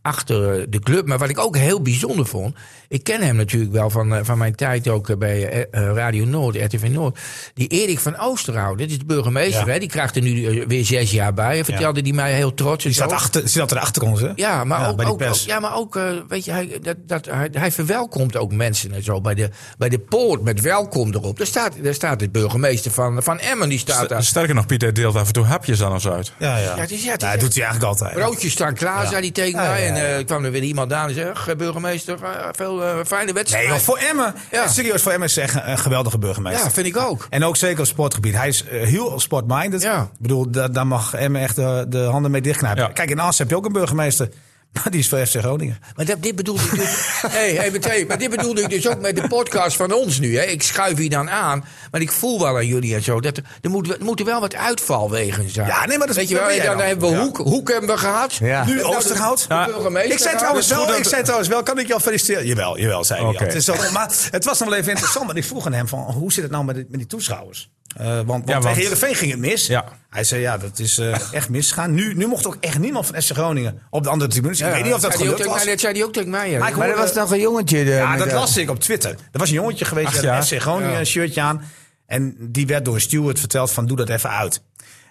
Speaker 1: achter eh, de club. Maar wat ik ook heel bijzonder vond. Ik ken hem natuurlijk wel van, eh, van mijn tijd ook eh, bij eh, eh, Radio Noord, RTV Noord. Die Erik van Oosterhout, dit is de burgemeester.
Speaker 4: Ja.
Speaker 1: Hè, die krijgt er nu eh, weer zes jaar bij. Vertelde die mij heel trots. en
Speaker 4: Die zat,
Speaker 1: zo.
Speaker 4: achter, die zat er achter ons, hè?
Speaker 1: Ja, maar
Speaker 4: Ja,
Speaker 1: ook,
Speaker 4: bij die
Speaker 1: ook,
Speaker 4: pers.
Speaker 1: ook- ja, maar ook eh, weet je, hij, dat, dat, hij, hij verwelkomt ook mensen en zo bij de, bij de poort met welkom erop. Daar staat, daar staat de burgemeester van, van Emmen, die staat daar.
Speaker 3: Sterker nog, Pieter deelt af en toe hapjes aan ons uit.
Speaker 4: Ja, ja.
Speaker 1: Ja, het is- ja, het is
Speaker 4: dat
Speaker 1: echt-
Speaker 4: doet hij eigenlijk altijd.
Speaker 1: Broodjes staan klaar, zei hij tegen
Speaker 4: Ja,
Speaker 1: mij.
Speaker 4: ja,
Speaker 1: En eh, kwam er weer iemand aan en zei: "Ach, burgemeester, eh, veel eh, fijne
Speaker 4: Nee,
Speaker 1: wedstrijd.
Speaker 4: joh, voor Emmen.
Speaker 1: Ja.
Speaker 4: Serieus, voor Emmen is echt een, een geweldige burgemeester.
Speaker 1: Ja, vind ik ook.
Speaker 4: En ook zeker op sportgebied. Hij is eh, heel sportminded.
Speaker 1: Ja.
Speaker 4: Ik bedoel, da- daar mag Emmen echt eh, de handen mee dichtknijpen.
Speaker 3: Ja.
Speaker 4: Kijk, in Assen heb je ook een burgemeester. Maar die is voor FC Groningen.
Speaker 1: Maar dat, dit bedoelde ik dus. hey, hey, meteen, maar dit bedoelde ik dus ook met de podcast van ons nu. Hè. Ik schuif hier dan aan. Maar ik voel wel aan jullie en zo. Dat er, er, moet, er moeten wel wat uitvalwegen zijn.
Speaker 4: Ja, nee, maar dat
Speaker 1: Weet je
Speaker 4: dat
Speaker 1: wel,
Speaker 4: weet jij
Speaker 1: dan
Speaker 4: wel.
Speaker 1: hebben we
Speaker 4: Ja.
Speaker 1: hoek, hoek hebben we gehad.
Speaker 5: Ja.
Speaker 4: Nu
Speaker 1: Nou, de-
Speaker 4: Oosterhout.
Speaker 1: de
Speaker 3: Ja.
Speaker 1: burgemeester dus
Speaker 4: Ik zei, trouwens
Speaker 1: gehad.
Speaker 4: wel,
Speaker 3: Dus dat-
Speaker 4: ik zei trouwens wel, kan ik jou feliciteren? Jawel, jawel, zei hij.
Speaker 3: Oké.
Speaker 4: al. Het is wel- maar het was nog wel even interessant. Want ik vroeg aan hem, van, hoe zit het nou met die, met die toeschouwers? Eh, want want
Speaker 3: Ja,
Speaker 4: bij
Speaker 3: want-
Speaker 4: Heerenveen ging het mis.
Speaker 3: Ja.
Speaker 4: Hij zei, ja, dat is eh, echt misgaan. Nu, nu mocht ook echt niemand van FC Groningen op de andere tribunes. Ik weet niet of dat
Speaker 1: Zei die ook
Speaker 4: gelukt
Speaker 1: tegen
Speaker 4: was.
Speaker 1: mij, Dat zei hij ook tegen mij. hè.
Speaker 4: Maar ik
Speaker 5: Maar er was nog een jongetje. eh,
Speaker 4: Ja,
Speaker 5: met
Speaker 4: dat
Speaker 5: de-
Speaker 4: las ik op Twitter. Er was een jongetje geweest,
Speaker 3: Acht
Speaker 4: die had
Speaker 3: jaar.
Speaker 4: een SC Groningen
Speaker 1: Ja.
Speaker 4: een shirtje aan. En die werd door een steward verteld van doe dat even uit.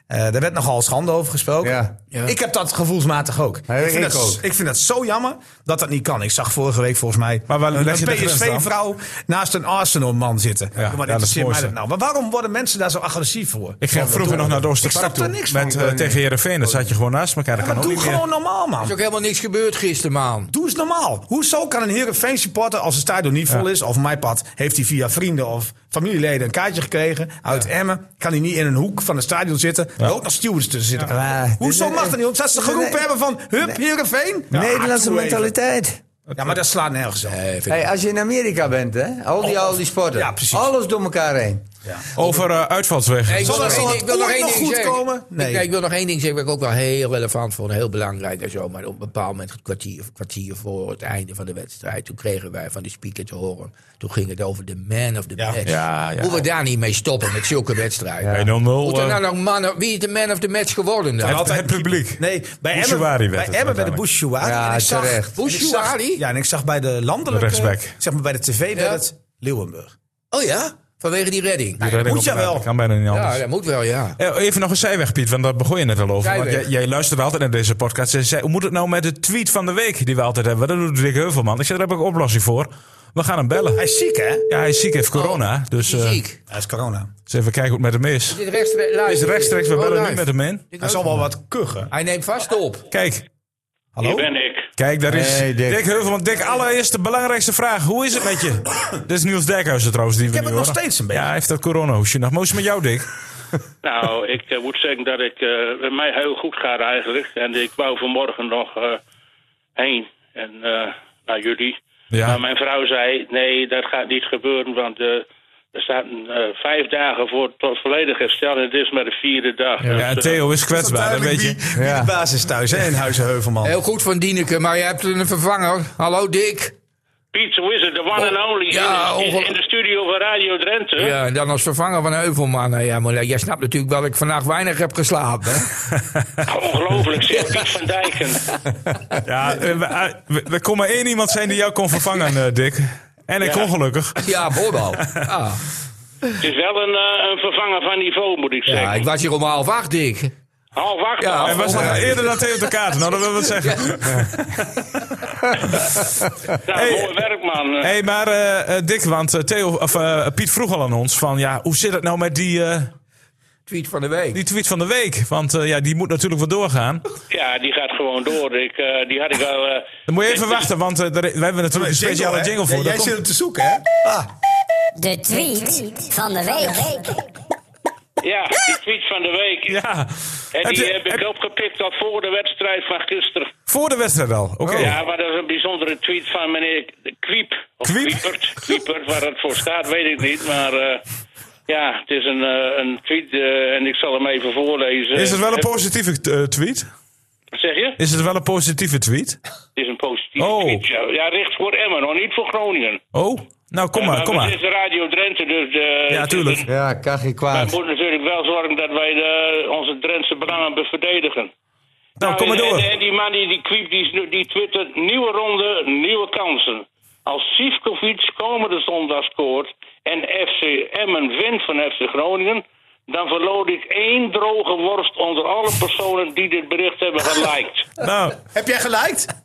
Speaker 4: Eh daar werd nogal schande over gesproken.
Speaker 5: Ja.
Speaker 1: Ja.
Speaker 4: Ik heb dat gevoelsmatig ook.
Speaker 5: Ja,
Speaker 4: ik, vind
Speaker 5: ik
Speaker 4: dat,
Speaker 5: ook.
Speaker 4: ik vind dat zo jammer dat dat niet kan. Ik zag vorige week volgens mij
Speaker 3: Maar waar
Speaker 4: een
Speaker 3: leg je de grens dan?
Speaker 4: PSV-vrouw naast een Arsenal-man zitten.
Speaker 3: ja, dat
Speaker 4: maar
Speaker 3: is het mooiste.
Speaker 4: dat nou? Maar waarom worden mensen daar zo agressief voor?
Speaker 3: Ik ging vroeger nog naar de Oosterpark
Speaker 4: Ik snap
Speaker 3: toe.
Speaker 4: er niks van.
Speaker 3: Met, eh, tegen Heerenveen, dat zat je gewoon naast elkaar. Dat
Speaker 4: Maar
Speaker 3: kan ook
Speaker 4: doe
Speaker 3: niet meer.
Speaker 4: gewoon normaal, man.
Speaker 1: Er is ook helemaal niks gebeurd gisteren, man.
Speaker 4: Doe eens normaal. Hoezo kan een Heerenveen supporter, als het stadion niet vol
Speaker 3: Ja.
Speaker 4: is... of mijn pad, heeft hij via vrienden of familieleden een kaartje gekregen uit Emmen... kan hij niet in een hoek van het stadion zitten... waar ook nog stewards tussen zitten.
Speaker 5: Ja.
Speaker 4: Hoezo
Speaker 5: Dit-
Speaker 4: mag dat niet? Omdat ze
Speaker 5: dit-
Speaker 4: geroepen
Speaker 5: nee.
Speaker 4: hebben van... hup, Heerenveen. Ja,
Speaker 5: Nederlandse
Speaker 4: doe even.
Speaker 5: mentaliteit.
Speaker 4: Ja, maar dat slaat nergens op.
Speaker 1: Nee, vind ik-
Speaker 5: Hey, als je in Amerika bent, hè, al die, al die sporten,
Speaker 4: Ja, precies.
Speaker 5: alles door elkaar heen.
Speaker 3: Over eh, uitvalsweg.
Speaker 1: Nee, ik wil
Speaker 4: Zal
Speaker 1: nog
Speaker 4: het- zal
Speaker 1: één
Speaker 4: het
Speaker 1: ding- ik wil nog
Speaker 4: ooit
Speaker 1: één
Speaker 4: nog
Speaker 1: ding
Speaker 4: goed
Speaker 1: zeggen.
Speaker 4: komen?
Speaker 1: Ik-
Speaker 4: Nee.
Speaker 1: nee, ik wil nog één ding zeggen, wat ik ook wel heel relevant vond, heel belangrijk en zo. Maar op een bepaald moment, een kwartier, kwartier voor het einde van de wedstrijd, toen kregen wij van de speaker te horen. Toen ging het over de man of the
Speaker 4: Ja.
Speaker 1: match.
Speaker 3: Ja, ja.
Speaker 1: Hoe we daar niet mee stoppen met zulke wedstrijden.
Speaker 3: Bij 0-0,
Speaker 1: Moet er
Speaker 3: eh,
Speaker 1: nou nog man, of- wie is de man of the match geworden dan?
Speaker 3: het, het publiek.
Speaker 4: Nee, bij
Speaker 3: Bouchouari werd
Speaker 4: Emmen, bij
Speaker 3: het
Speaker 4: Emmen
Speaker 3: uiteindelijk.
Speaker 4: werd het Bouchouari.
Speaker 5: Ja,
Speaker 4: en ik zag,
Speaker 5: terecht.
Speaker 4: en ik zag-
Speaker 1: Bouchouari?
Speaker 4: Ja, en ik zag bij de landelijke,
Speaker 3: De rechtsback.
Speaker 4: zeg maar bij de tv,
Speaker 1: Ja.
Speaker 4: werd het Leeuwenburg.
Speaker 1: Oh ja? Vanwege die redding.
Speaker 3: Die redding
Speaker 4: moet
Speaker 3: op-
Speaker 4: je wel.
Speaker 3: dat Kan bijna niet anders.
Speaker 1: Ja, dat moet wel, ja.
Speaker 3: Eh, Even nog een zijweg, Piet, want daar begon je net al over. Want
Speaker 1: Zijweg.
Speaker 3: jij, jij luisterde altijd naar deze podcast. En zei, hoe moet het nou met de tweet van de week die we altijd hebben? Dat doet Dick Heuvelman. Ik zei, daar heb ik een oplossing voor. We gaan hem bellen.
Speaker 4: Hij is ziek, hè?
Speaker 3: Ja, hij is ziek, heeft corona. dus eh,
Speaker 1: Ziek.
Speaker 4: Hij is corona.
Speaker 3: eens even kijken hoe het met hem is.
Speaker 1: Dit rechtstreeks,
Speaker 3: Hij is
Speaker 1: live.
Speaker 3: rechtstreeks, we
Speaker 1: Oh,
Speaker 3: bellen
Speaker 1: live.
Speaker 3: nu met hem in.
Speaker 1: Dit
Speaker 4: Hij zal
Speaker 1: ook.
Speaker 4: wel wat kuchen.
Speaker 1: Hij neemt vast op.
Speaker 3: Kijk, Oh.
Speaker 4: Hallo?
Speaker 8: ben ik.
Speaker 3: kijk, daar is
Speaker 5: Hey,
Speaker 3: Dick.
Speaker 5: Dick.
Speaker 3: Heuvelman. Dick, allereerst de belangrijkste vraag. Hoe is het met je? Dit is Niels Dijkhuizen trouwens, die we
Speaker 4: heb
Speaker 3: nu
Speaker 4: het nog
Speaker 3: horen.
Speaker 4: steeds een beetje.
Speaker 3: Ja, hij heeft dat coronahoesje nog. Maar hoe is het met jou, Dick?
Speaker 8: Nou, ik eh, moet zeggen dat ik eh mij heel goed gaat eigenlijk. En ik wou vanmorgen nog eh, heen en, eh, naar jullie.
Speaker 3: Ja.
Speaker 8: Maar mijn vrouw zei, nee, dat gaat niet gebeuren, want eh, er staat eh, vijf dagen voor tot volledig herstel en het is maar de vierde dag. Dus,
Speaker 3: Ja,
Speaker 8: eh,
Speaker 3: Theo is kwetsbaar, dat weet je.
Speaker 4: Wie, wie de baas is thuis, hè, in Huizen Heuvelman.
Speaker 1: Heel goed van Dieneke, maar je hebt een vervanger. Hallo, Dick.
Speaker 8: Piet, hoe is het? The one and only
Speaker 1: Ja,
Speaker 8: in, in,
Speaker 1: ongel-
Speaker 8: in de studio van Radio Drenthe.
Speaker 1: Ja, en dan als vervanger van Heuvelman. Nou ja, maar jij snapt natuurlijk wel dat ik vandaag weinig heb geslapen. hè?
Speaker 8: Ongelooflijk, zeg Piet van Dijken.
Speaker 3: Ja, eh, we- eh, we- er kon maar één iemand zijn die jou kon vervangen, eh, Dick. En ik kon gelukkig.
Speaker 1: Ja, voorbal. Ja.
Speaker 8: Het is wel een, eh, een vervanger van niveau, moet ik
Speaker 1: ja,
Speaker 8: zeggen.
Speaker 1: ik was hier om half acht, Dick.
Speaker 8: Half acht
Speaker 1: Ja,
Speaker 8: al.
Speaker 3: Hij was
Speaker 1: Oh,
Speaker 3: eerder dan Theo de Kaat, nou dat wil wat zeggen.
Speaker 8: Nou,
Speaker 3: Hey.
Speaker 8: mooi werk, man.
Speaker 3: Hé, hey, maar eh, eh, Dick, want eh, Theo, of, eh, Piet vroeg al aan ons van ja, hoe zit het nou met die, eh,
Speaker 1: Tweet van de week.
Speaker 3: die tweet van de week? Want eh, ja, die moet natuurlijk wel doorgaan.
Speaker 8: Ja, die gaat gewoon door. Ik, eh, die had ik al. eh,
Speaker 3: Dan moet je even wachten, want eh, daar- wij hebben natuurlijk een speciale
Speaker 4: hè?
Speaker 3: jingle
Speaker 4: Nee,
Speaker 3: voor.
Speaker 4: jij
Speaker 3: Daar komt-
Speaker 4: zit hem te zoeken, hè? Ah,
Speaker 9: De tweet van de week.
Speaker 8: ja, die tweet van de week.
Speaker 3: Ja,
Speaker 8: En
Speaker 3: Heb
Speaker 8: die eh,
Speaker 3: je-
Speaker 8: heb ik
Speaker 3: heb-
Speaker 8: opgepikt al voor de wedstrijd van gisteren.
Speaker 3: voor de wedstrijd al. Oké.
Speaker 8: Ja, maar dat is een bijzondere tweet van meneer Kwiep. Of
Speaker 3: Kwiep?
Speaker 8: Kwiepert. Kwiepert, waar het voor staat, weet ik niet. Maar eh, ja, het is een, eh, een tweet eh, en ik zal hem even voorlezen.
Speaker 3: Is het wel een positieve eh, tweet?
Speaker 8: Wat zeg je?
Speaker 3: Is het wel een positieve tweet?
Speaker 8: Het is een positieve
Speaker 3: Oh.
Speaker 8: tweet. ja. Ja, richt voor Emmen, hoor, niet voor Groningen.
Speaker 3: Oh, nou kom maar, kom
Speaker 8: Het
Speaker 3: maar.
Speaker 8: is Radio Drenthe, dus... eh,
Speaker 3: Ja, tuurlijk.
Speaker 5: Ja, kan geen
Speaker 8: Wij
Speaker 5: kwaad.
Speaker 8: moeten natuurlijk wel zorgen dat wij de, onze Drentse belangen be- verdedigen.
Speaker 3: Nou, kom maar
Speaker 8: en-
Speaker 3: door.
Speaker 8: En, en die man die, die kwiep, die, is nu- die twittert nieuwe ronde, nieuwe kansen. Als Sivkovic komende zondag scoort en FC Emmen wint van FC Groningen... dan verloot ik één droge worst onder alle personen die dit bericht hebben geliked.
Speaker 3: Nou,
Speaker 4: heb jij geliked?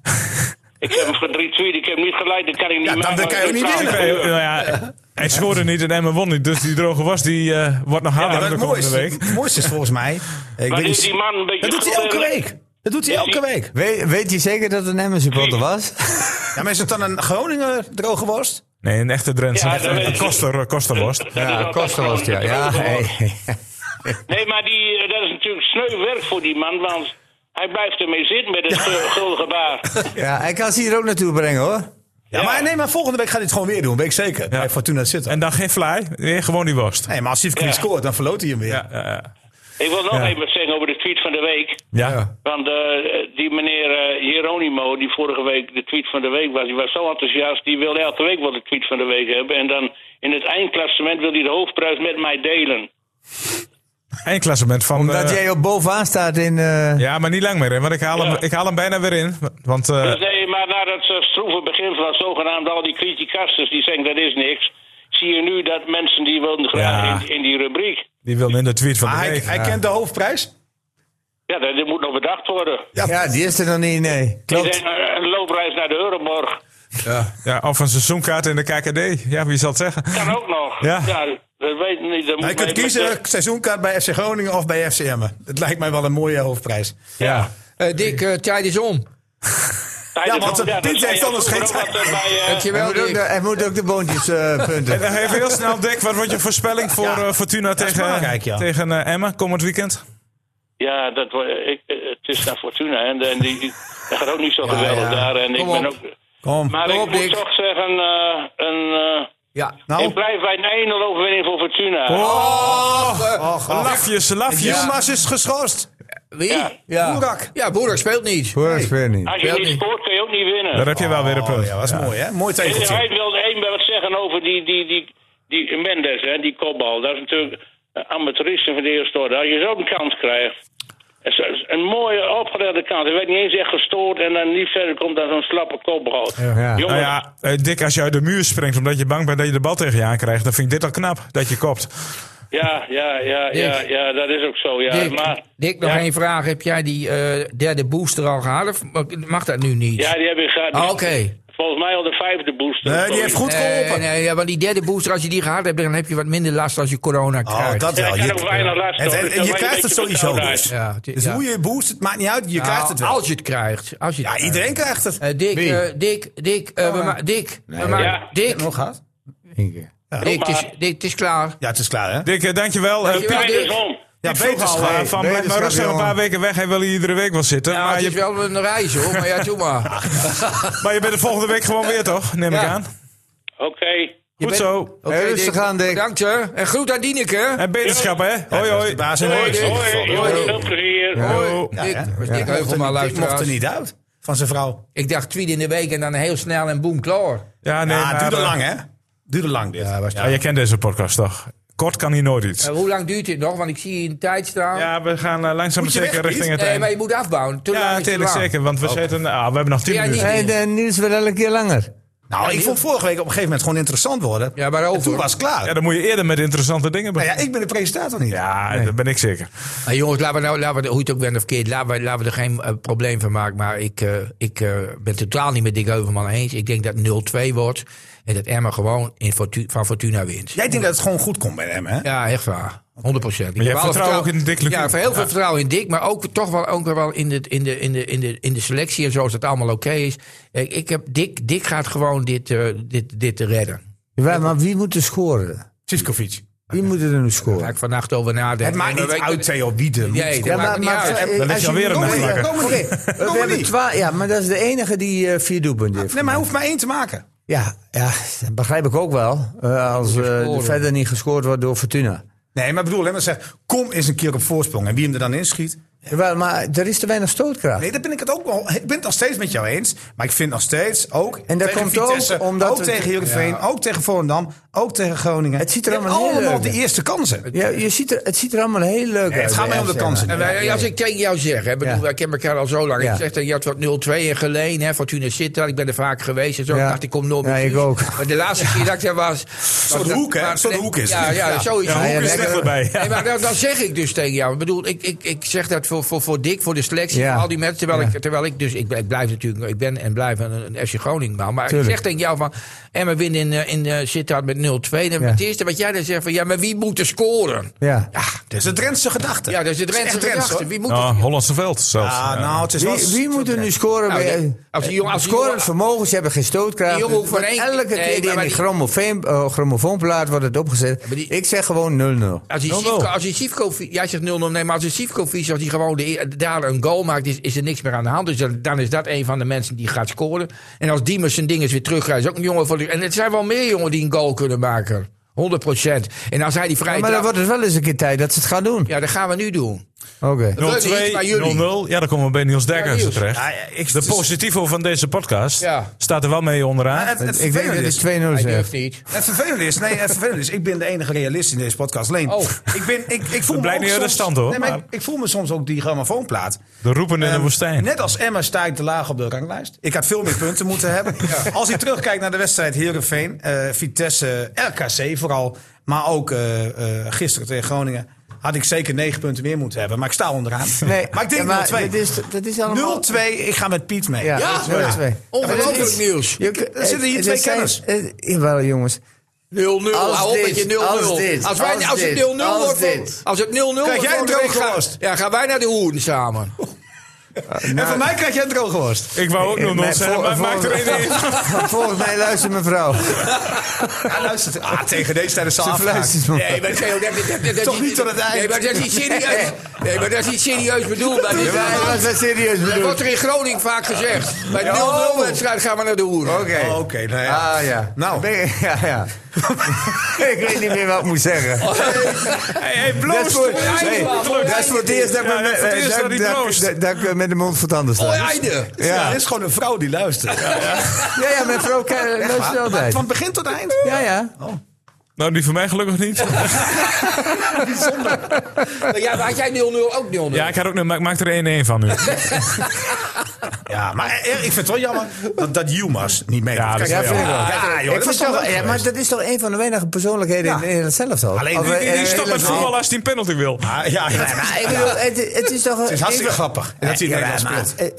Speaker 8: ik heb hem gedretweet, ik heb hem niet geliked, dat kan ik niet
Speaker 4: Ja, dan-
Speaker 8: maken.
Speaker 4: dan kan je ook niet
Speaker 8: praat
Speaker 4: winnen.
Speaker 8: over.
Speaker 3: eh, nou ja, hij schoorde niet en Emmen won niet. Dus die droge was, die eh, wordt nog harder
Speaker 4: Maar
Speaker 3: de
Speaker 4: het,
Speaker 3: komende
Speaker 4: mooiste,
Speaker 3: week.
Speaker 4: het mooiste is volgens mij... eh, Ik
Speaker 8: Maar
Speaker 4: weet
Speaker 8: is eh,
Speaker 4: niet,
Speaker 8: die man een beetje
Speaker 4: dat doet hij elke
Speaker 8: gelullig?
Speaker 4: week. Dat doet hij elke week.
Speaker 5: Weet, weet je zeker dat het een Emmen supporter was?
Speaker 4: Ja, maar is het dan een Groninger droge worst?
Speaker 3: Nee, een echte Drentse.
Speaker 8: Ja,
Speaker 3: Een
Speaker 8: dat weet
Speaker 3: een
Speaker 8: ik.
Speaker 3: koster, een kosterworst.
Speaker 8: Dat is
Speaker 5: Ja,
Speaker 8: wel-
Speaker 5: Koster was het, ja. Ja, hey.
Speaker 8: Nee, maar die, eh, dat is natuurlijk sneu werk voor die man, want hij blijft ermee zitten met het eh, gul- gullige baar.
Speaker 5: ja, hij kan ze hier ook naartoe brengen hoor.
Speaker 4: Ja, maar nee, maar volgende week gaat hij het gewoon weer doen, weet ik zeker. Bij Fortuna zitten.
Speaker 3: En dan geen fly, nee, gewoon die worst. Eh,
Speaker 4: Nee, maar als Sivkovic
Speaker 8: Ja.
Speaker 4: scoort, dan verloot hij hem weer.
Speaker 3: Ja, ja,
Speaker 8: Ik wil nog
Speaker 3: Ja.
Speaker 8: even wat zeggen over de tweet van de week.
Speaker 3: ja.
Speaker 8: Want eh, die meneer eh, Hieronimo, die vorige week de tweet van de week was, die was zo enthousiast, die wilde elke week wel de tweet van de week hebben. En dan in het eindklassement wil hij de hoofdprijs met mij delen.
Speaker 3: Eindklassement van...
Speaker 5: Dat
Speaker 3: eh,
Speaker 5: jij op bovenaan staat in. eh,
Speaker 3: Ja, maar niet lang meer, hè, want ik haal, hem,
Speaker 8: Ja.
Speaker 3: ik haal hem bijna weer in. Want eh,
Speaker 8: Dus nee, maar na dat eh, stroeve begin van zogenaamd al die criticasters die zeggen dat is niks, zie je nu dat mensen die wilden graag
Speaker 3: Ja.
Speaker 8: in, in die rubriek.
Speaker 3: die wil in de tweet van de
Speaker 4: Maar Ah, hij,
Speaker 3: week.
Speaker 4: hij kent de hoofdprijs.
Speaker 8: Ja, dat, dat moet nog bedacht worden.
Speaker 5: ja, die is er nog niet, nee.
Speaker 8: Die
Speaker 5: Klopt.
Speaker 8: zijn eh, een loopreis naar de Euroborg.
Speaker 3: Ja, of een seizoenkaart in de KKD. Ja, wie zal het zeggen?
Speaker 8: Kan ook nog.
Speaker 3: Ja.
Speaker 8: dat weet ik niet. Dat moet
Speaker 4: Hij kunt
Speaker 8: mij-
Speaker 4: kiezen, seizoenkaart bij FC Groningen of bij FC Emmen. Dat lijkt mij wel een mooie hoofdprijs.
Speaker 3: Ja.
Speaker 1: Eh, Dick, eh, tijd is om.
Speaker 8: Tijdens-
Speaker 4: Ja, want, eh,
Speaker 8: dat
Speaker 4: dit
Speaker 8: zei
Speaker 4: heeft
Speaker 8: je
Speaker 4: anders geen
Speaker 8: vroeger ook altijd bij, eh,
Speaker 5: Hij
Speaker 1: Dankjewel,
Speaker 5: moet, ook de,
Speaker 1: Dick.
Speaker 5: hij moet ook de boontjes eh, punten.
Speaker 3: En even heel snel, Dick, wat wordt je voorspelling voor eh, Fortuna tegen,
Speaker 4: belangrijk, ja.
Speaker 3: tegen eh, Emmen komend weekend?
Speaker 8: Ja, dat, wa- ik, eh, het is naar Fortuna. hè. En, en die, die- dat gaat ook niet zo geweldig
Speaker 1: ja.
Speaker 8: daar. En ik
Speaker 1: Kom
Speaker 8: ben
Speaker 1: op.
Speaker 8: ook,
Speaker 4: Kom.
Speaker 8: maar
Speaker 1: Kom
Speaker 8: ik
Speaker 1: op,
Speaker 8: moet
Speaker 1: Dick.
Speaker 8: toch zeggen, eh, een, eh,
Speaker 1: Ja.
Speaker 8: Ik
Speaker 4: Nou,
Speaker 8: blijf bij een 1-0 overwinning voor Fortuna.
Speaker 3: Oh,
Speaker 4: och, och.
Speaker 3: lafjes, lafjes.
Speaker 4: Yilmaz is geschorst.
Speaker 1: Wie?
Speaker 8: Ja.
Speaker 1: Ja,
Speaker 4: Boerak.
Speaker 1: Ja, Boerak speelt niet.
Speaker 5: Boerak speelt niet.
Speaker 8: Als je
Speaker 1: Wel
Speaker 8: niet
Speaker 1: niet.
Speaker 8: scoort, kun je ook niet winnen.
Speaker 3: Daar heb je wel weer een
Speaker 4: Oh,
Speaker 3: punt.
Speaker 4: ja, was mooi, hè? Mooi
Speaker 8: En
Speaker 4: tegeltje.
Speaker 8: Hij wilde één wat zeggen over die, die, die, die Mendes, hè, die kopbal. Dat is natuurlijk eh, amateurisme van de eerste orde. Als je zo'n kans krijgt. het is Een mooie opgelegde kans. Hij werd niet eens echt gestoord en dan niet verder komt dan zo'n slappe kopbal.
Speaker 5: Ja.
Speaker 8: Jongen,
Speaker 3: Nou ja, eh, Dick, als je uit de muur springt omdat je bang bent dat je de bal tegen je aan krijgt, dan vind ik dit al knap dat je kopt.
Speaker 8: ja, ja, ja, ja,
Speaker 1: Dick.
Speaker 8: ja, dat is ook zo. Ja.
Speaker 1: Dick,
Speaker 8: maar,
Speaker 1: Dick, nog
Speaker 8: ja,
Speaker 1: één vraag. Heb jij die eh, derde booster al gehad? Of mag dat nu niet?
Speaker 8: Ja, die heb ik gehad.
Speaker 1: Ah, Oké.
Speaker 8: Volgens mij al de vijfde booster.
Speaker 4: Nee, die heeft goed
Speaker 1: Nee,
Speaker 4: geholpen.
Speaker 1: nee, ja, maar die derde booster, als je die gehad hebt, dan heb je wat minder last als je corona
Speaker 4: Oh,
Speaker 1: krijgt.
Speaker 4: dat
Speaker 8: Ja,
Speaker 4: wel.
Speaker 8: ik kan ook weinig last
Speaker 4: het,
Speaker 8: over.
Speaker 4: het-
Speaker 8: Ik kan
Speaker 4: je
Speaker 8: mij
Speaker 4: krijgt
Speaker 8: een
Speaker 4: het
Speaker 8: beetje
Speaker 4: sowieso
Speaker 8: vertrouwd
Speaker 4: dus.
Speaker 1: Ja, het-
Speaker 4: Dus
Speaker 1: ja.
Speaker 4: hoe je je boost, het maakt niet uit. Je
Speaker 1: Nou,
Speaker 4: krijgt het wel.
Speaker 1: Als je het krijgt. Als je het
Speaker 4: Ja,
Speaker 1: krijgt.
Speaker 4: iedereen krijgt het.
Speaker 1: Eh, Dick,
Speaker 5: Wie?
Speaker 1: eh, Dick, Dick, eh, we ma- Dick, we ma-
Speaker 8: Ja.
Speaker 1: Dick,
Speaker 4: Nog gehad?
Speaker 5: Eén keer.
Speaker 1: Dick, het is, Dick, het is klaar.
Speaker 4: Ja, het is klaar, hè?
Speaker 3: Dick, eh, dankjewel. Eh,
Speaker 1: Dankjewel,
Speaker 3: Piet,
Speaker 1: Dick.
Speaker 8: Tijd is dus om.
Speaker 4: Ja,
Speaker 3: ik vroeg al eh,
Speaker 4: beterschap.
Speaker 3: van
Speaker 5: Nee,
Speaker 3: blijf maar
Speaker 5: beterschap,
Speaker 3: rustig een paar
Speaker 5: jongen.
Speaker 3: weken weg. Hij wil hier iedere week wel zitten.
Speaker 1: Ja,
Speaker 3: maar,
Speaker 1: het is
Speaker 3: je,
Speaker 1: wel een reis hoor, maar ja, doe maar.
Speaker 3: maar je bent de volgende week gewoon weer, toch? Neem ik
Speaker 1: Ja.
Speaker 3: aan.
Speaker 8: Oké.
Speaker 1: Je
Speaker 3: Goed
Speaker 1: bent- Oh.
Speaker 3: zo.
Speaker 1: Oké,
Speaker 5: Hey, rustig
Speaker 1: Dick.
Speaker 5: aan, Dick.
Speaker 1: Bedankt hè. En groet aan Dieneke.
Speaker 3: En beterschap, hè? Hoi, hoi.
Speaker 4: Baas en
Speaker 8: Hoi,
Speaker 4: hoor.
Speaker 8: hoi, jongens, veel plezier.
Speaker 1: Hoi. Dick,
Speaker 4: hè?
Speaker 1: was Dick Heuvelman
Speaker 4: Ik mocht
Speaker 1: luisteraars.
Speaker 4: er niet uit van zijn vrouw.
Speaker 1: Ik dacht tweet in de week en dan heel snel en boem, klaar.
Speaker 3: Ja, nee,
Speaker 4: Ja,
Speaker 3: maar,
Speaker 4: het duurde
Speaker 3: eh,
Speaker 4: lang, hè? Duurde lang, dit. Ja,
Speaker 3: Ja, je kent deze podcast toch? Kort kan hier nooit iets.
Speaker 1: Eh, hoe lang duurt dit nog? Want ik zie hier een tijd staan.
Speaker 3: Ja, we gaan eh, langzaam maar
Speaker 4: Moet je
Speaker 3: zeker
Speaker 4: weg, Piet?
Speaker 3: richting het
Speaker 1: nee, maar
Speaker 3: einde.
Speaker 1: je moet afbouwen. Te
Speaker 3: Ja,
Speaker 1: lang is te
Speaker 3: natuurlijk
Speaker 1: lang.
Speaker 3: zeker, want we zitten... ah, we hebben nog 10
Speaker 1: Ja,
Speaker 3: minuten.
Speaker 1: niet-
Speaker 5: Hey, de nieuws wil elke keer langer.
Speaker 4: Nou, ik vond vorige week op een gegeven moment gewoon interessant worden.
Speaker 1: Ja, waarover?
Speaker 4: En toen was het klaar.
Speaker 3: Ja, dan moet je eerder met interessante dingen
Speaker 4: Nou ja,
Speaker 3: beginnen.
Speaker 4: ik ben de presentator niet.
Speaker 3: Ja, dat ben ik zeker.
Speaker 1: Nou, jongens, laten we nou, laten we, hoe je het ook bent of keert, laten we, laten we er geen eh, probleem van maken. Maar ik, eh, ik eh, ben totaal niet met Dick Heuvelman eens. Ik denk dat 0-2 wordt en dat Emma gewoon in Fortu- van Fortuna wint.
Speaker 4: Jij denkt dat het gewoon goed komt bij hem, hè?
Speaker 1: Ja, echt waar. 100%. Ik heb
Speaker 3: hebt
Speaker 1: alle
Speaker 3: vertrouwen ook in Dick Lukien.
Speaker 1: Ja, heel veel vertrouwen in Dick, maar ook toch wel, ook wel in, het, in, de, in, de, in, de, in de selectie en zoals dat allemaal oké is. Ik, ik heb, Dick, Dick gaat gewoon dit, eh, dit, dit redden.
Speaker 5: Ja, maar wie moet er scoren?
Speaker 4: Sivkovic.
Speaker 5: Wie moet er nu
Speaker 1: Daar ga
Speaker 5: scoren?
Speaker 1: ik vannacht over nadenken.
Speaker 4: Het maakt
Speaker 1: Maar
Speaker 4: niet
Speaker 1: we-
Speaker 4: uit, Theo, wie de
Speaker 1: Nee,
Speaker 4: moet
Speaker 1: dat
Speaker 4: scoren.
Speaker 1: maakt niet uit.
Speaker 5: eh,
Speaker 3: Dan leg
Speaker 5: als
Speaker 3: je alweer een
Speaker 5: nog
Speaker 3: nacht
Speaker 5: een-
Speaker 3: wakker.
Speaker 5: Oké,
Speaker 4: Kom
Speaker 5: We
Speaker 4: maar
Speaker 5: hebben
Speaker 4: niet.
Speaker 5: twa- ja, maar dat is de enige die eh, vier doelpunten heeft.
Speaker 4: Nee, maar hij hoeft maar één te maken.
Speaker 5: Ja, ja, dat begrijp ik ook wel. eh, als eh, er
Speaker 1: scoren.
Speaker 5: verder niet gescoord wordt door Fortuna.
Speaker 4: Nee, maar ik bedoel, hè, maar zeg, kom eens een keer op voorsprong. En wie hem er dan inschiet.
Speaker 5: Jawel, maar er is te weinig stootkracht.
Speaker 4: Nee, dat ben ik het ook wel. Ik ben het nog steeds met jou eens. Maar ik vind nog steeds ook.
Speaker 5: En dat
Speaker 4: tegen
Speaker 5: komt ook
Speaker 4: Vitesse,
Speaker 5: omdat
Speaker 4: Ook
Speaker 5: het-
Speaker 4: tegen Heerenveen, ook tegen Volendam, ook tegen Groningen.
Speaker 5: Het ziet er
Speaker 4: Je hebt
Speaker 5: allemaal heel
Speaker 4: allemaal
Speaker 5: leuk
Speaker 4: de
Speaker 5: uit.
Speaker 4: eerste kansen.
Speaker 5: Ja, je ziet er, het ziet er allemaal heel leuk
Speaker 4: Nee,
Speaker 5: uit.
Speaker 4: het gaat
Speaker 5: bij
Speaker 4: mij om de
Speaker 5: FC.
Speaker 4: kansen.
Speaker 1: En wij- als ik tegen jou zeg, hè, bedoel,
Speaker 5: Ja.
Speaker 1: wij kennen elkaar al zo lang.
Speaker 5: Ja.
Speaker 1: Ik zeg dat je had wat 0-2 in geleen, hè, Fortuna Sittard. Ik ben er vaak geweest en zo.
Speaker 5: Ja.
Speaker 1: Ik dacht, ik kom nooit
Speaker 5: Ja,
Speaker 1: meer
Speaker 5: ik
Speaker 1: terug.
Speaker 5: ook.
Speaker 1: Maar de laatste keer dat ik daar was... was dat-
Speaker 4: hoek, hè?
Speaker 1: maar-
Speaker 4: Zo'n hoek is het.
Speaker 1: Ja, ja,
Speaker 4: Ja.
Speaker 1: sowieso.
Speaker 3: Ja,
Speaker 5: Ja,
Speaker 3: hoe is
Speaker 5: lekker.
Speaker 3: het erbij? Ja.
Speaker 1: Nee, maar dan, dan zeg ik dus tegen jou. Ik bedoel, ik, ik, ik zeg dat voor, voor, voor Dick, voor de selectie,
Speaker 5: Ja.
Speaker 1: voor al die mensen. Terwijl,
Speaker 5: Ja.
Speaker 1: ik, terwijl ik dus, ik, ben- ik blijf natuurlijk, ik ben en blijf een, een FC Groningen man. Maar
Speaker 5: Tuurlijk.
Speaker 1: ik zeg tegen jou van, Emma wint in, eh, in eh, Sittard met 0-2. Dan
Speaker 5: Ja.
Speaker 1: Het eerste wat jij dan zegt van, ja, maar wie moet er scoren?
Speaker 5: Ja.
Speaker 4: Dat is de Drentse gedachte.
Speaker 1: Ja, dat is het
Speaker 4: Dat is
Speaker 1: Drentse
Speaker 4: echt Drentse,
Speaker 1: gedachte.
Speaker 4: hoor.
Speaker 1: Wie
Speaker 5: Oh.
Speaker 1: moet er
Speaker 3: Nou, Hollandse veld zelfs.
Speaker 4: Ah,
Speaker 3: Ja.
Speaker 4: nou, het is wel-
Speaker 5: Wie, wie moet er nu scoren?
Speaker 1: Nou,
Speaker 5: bij,
Speaker 1: die- als die jongen- als die
Speaker 5: scorend
Speaker 1: jongen-
Speaker 5: vermogen, ze hebben geen stootkracht.
Speaker 1: Die jongen hoeft
Speaker 5: Want
Speaker 1: maar één-
Speaker 5: elke
Speaker 1: Nee,
Speaker 5: keer die
Speaker 1: maar- maar
Speaker 5: in die
Speaker 1: die-
Speaker 5: grammofoon- eh, grammofoonplaat wordt het opgezet.
Speaker 1: maar die-
Speaker 5: Ik zeg gewoon 0-0.
Speaker 1: Als hij
Speaker 3: 0-0.
Speaker 1: Sivko, als hij Sivko, jij zegt 0-0, nee, maar als hij Sivkovic, als hij gewoon de, daar een goal maakt, is, is er niks meer aan de hand. Dus dan, dan is dat een van de mensen die gaat scoren. En als Diemers zijn ding is weer terugrijdt, is ook een jongen voor de, En het zijn wel meer jongen die een goal kunnen maken. 100 En als hij die vrije
Speaker 5: Ja, maar dan
Speaker 1: trap-
Speaker 5: wordt het wel eens een keer tijd dat ze het gaan doen.
Speaker 1: Ja, dat gaan we nu doen.
Speaker 5: Oké.
Speaker 1: Dat lukt niet, maar jullie.
Speaker 3: 0-2, 0-0. Ja, dan komen we bij Niels Dijkhuizen
Speaker 1: Niels.
Speaker 3: terecht.
Speaker 4: Ja, ja, ik-
Speaker 3: de positivo van deze podcast
Speaker 1: Ja.
Speaker 3: staat er wel mee onderaan.
Speaker 4: Het, het
Speaker 5: Ik denk dat
Speaker 4: vervelende
Speaker 5: het
Speaker 4: is,
Speaker 5: 2-0
Speaker 1: Hij
Speaker 5: zijn.
Speaker 1: durft niet.
Speaker 4: het vervelende is, nee, het vervelende is, ik ben de enige realist in deze podcast. Alleen,
Speaker 1: Oh.
Speaker 4: ik, ben, ik, ik voel me
Speaker 3: blijkt
Speaker 4: ook
Speaker 3: niet uit de
Speaker 4: soms-
Speaker 3: stand, hoor,
Speaker 4: Nee, maar
Speaker 3: maar-
Speaker 4: ik, ik voel me soms ook die grammofoonplaat.
Speaker 3: De roepende in de
Speaker 4: Ehm,
Speaker 3: woestijn.
Speaker 4: Net als Emma sta ik te laag op de ranglijst. Ik had veel meer punten moeten hebben. Als ik terugkijk naar de wedstrijd Heerenveen, eh, Vitesse, RKC vooral. Maar ook eh, eh, gisteren tegen Groningen. Had ik zeker negen punten meer moeten hebben. Maar ik sta onderaan. maar ik
Speaker 5: ja,
Speaker 4: denk
Speaker 5: maar
Speaker 4: 0-2.
Speaker 5: Dat is, dat is allemaal...
Speaker 4: 0-2, ik ga met Piet mee.
Speaker 5: Ja,
Speaker 1: Ja,
Speaker 5: 0-2.
Speaker 1: Ongelooflijk nieuws. 0-0.
Speaker 5: Je-
Speaker 4: Er
Speaker 5: het-
Speaker 4: zitten hier
Speaker 5: het
Speaker 4: twee
Speaker 5: zijn-
Speaker 4: kenners.
Speaker 5: het- Jawel, jongens. Als
Speaker 1: Hou op
Speaker 5: dit,
Speaker 1: met je 0-0.
Speaker 5: als dit,
Speaker 1: Als wij-
Speaker 5: als
Speaker 1: als het
Speaker 5: dit,
Speaker 1: 0-0 wordt,
Speaker 5: als dit.
Speaker 1: als het 0-0 wordt,
Speaker 4: Krijg jij een
Speaker 1: volgende week
Speaker 4: droge
Speaker 1: gaan-
Speaker 4: worst?
Speaker 1: Ja, gaan wij naar de hoeren samen.
Speaker 4: En
Speaker 5: Nou,
Speaker 4: van mij krijg jij een droogworst.
Speaker 3: Ik wou ook nog
Speaker 5: Mijn
Speaker 3: nooit zeggen,
Speaker 5: vol-
Speaker 3: maar maakt er
Speaker 5: vol-
Speaker 3: één in.
Speaker 5: Volgens mij luistert mevrouw.
Speaker 4: Ja, luister. Ah, tegen deze tijdens de
Speaker 5: Ze fluistert me.
Speaker 1: Nee, maar Theo, dat, dat, dat, dat,
Speaker 4: Toch
Speaker 1: is-
Speaker 4: niet tot het eind.
Speaker 1: Nee, maar dat is niet serieus. Nee, maar dat is niet serieus bedoeld. Dat, is,
Speaker 5: Ja, was dat serieus
Speaker 1: dat wordt
Speaker 5: bedoeld?
Speaker 1: er in Groningen vaak gezegd. Bij 0-0 wedstrijd gaan we naar de hoeren.
Speaker 5: Oké.
Speaker 4: Oh, Oké, nou ja.
Speaker 5: Ah ja.
Speaker 4: Nou.
Speaker 5: Ben je- ja, ja. ik weet niet meer wat ik moet zeggen.
Speaker 4: Oh, Ah,
Speaker 3: Hey, hey,
Speaker 5: Dat is
Speaker 3: bloost.
Speaker 5: voor,
Speaker 3: Ja,
Speaker 5: hey,
Speaker 3: gelukt.
Speaker 5: dat is voor het eerst dat ik
Speaker 3: Ja,
Speaker 5: met-
Speaker 3: voor het
Speaker 5: eh,
Speaker 3: eerst
Speaker 5: dat-
Speaker 3: dat hij bloost.
Speaker 5: dat- dat ik met de mond voor tanden sta.
Speaker 1: Oh, einde.
Speaker 4: Ja,
Speaker 5: Ja.
Speaker 4: dit is gewoon een vrouw die luistert.
Speaker 5: Ja, ja, mijn vrouw ke- luistert altijd.
Speaker 4: Van begin tot eind.
Speaker 5: Ja, ja.
Speaker 3: Nou, die voor mij gelukkig niet.
Speaker 1: Ja, maar had jij 0-0 ook 0-0?
Speaker 3: Ja, ik, had ook, nog- maar ik maak er 1-1 van nu.
Speaker 4: Ja, maar eh, ik vind het wel jammer dat, dat Jumas niet mee
Speaker 3: Ja,
Speaker 4: doet.
Speaker 3: dat
Speaker 4: Kijk,
Speaker 5: Ja, vind ik wel.
Speaker 4: Ja, joh,
Speaker 5: ik
Speaker 4: dat was
Speaker 5: vind
Speaker 4: toch
Speaker 5: toch,
Speaker 4: leuk
Speaker 5: ja, maar
Speaker 4: geweest.
Speaker 5: dat is toch een van de weinige persoonlijkheden in, in hetzelfde zelf
Speaker 4: Alleen
Speaker 5: Of,
Speaker 4: die-
Speaker 5: eh,
Speaker 3: Die, die stopt met
Speaker 5: helemaal-
Speaker 3: voetbal als hij een penalty wil.
Speaker 4: Ah, ja, ja.
Speaker 5: Maar ik bedoel, het, het is toch...
Speaker 4: Het is hartstikke grappig dat hij in Nederland speelt.
Speaker 5: eh,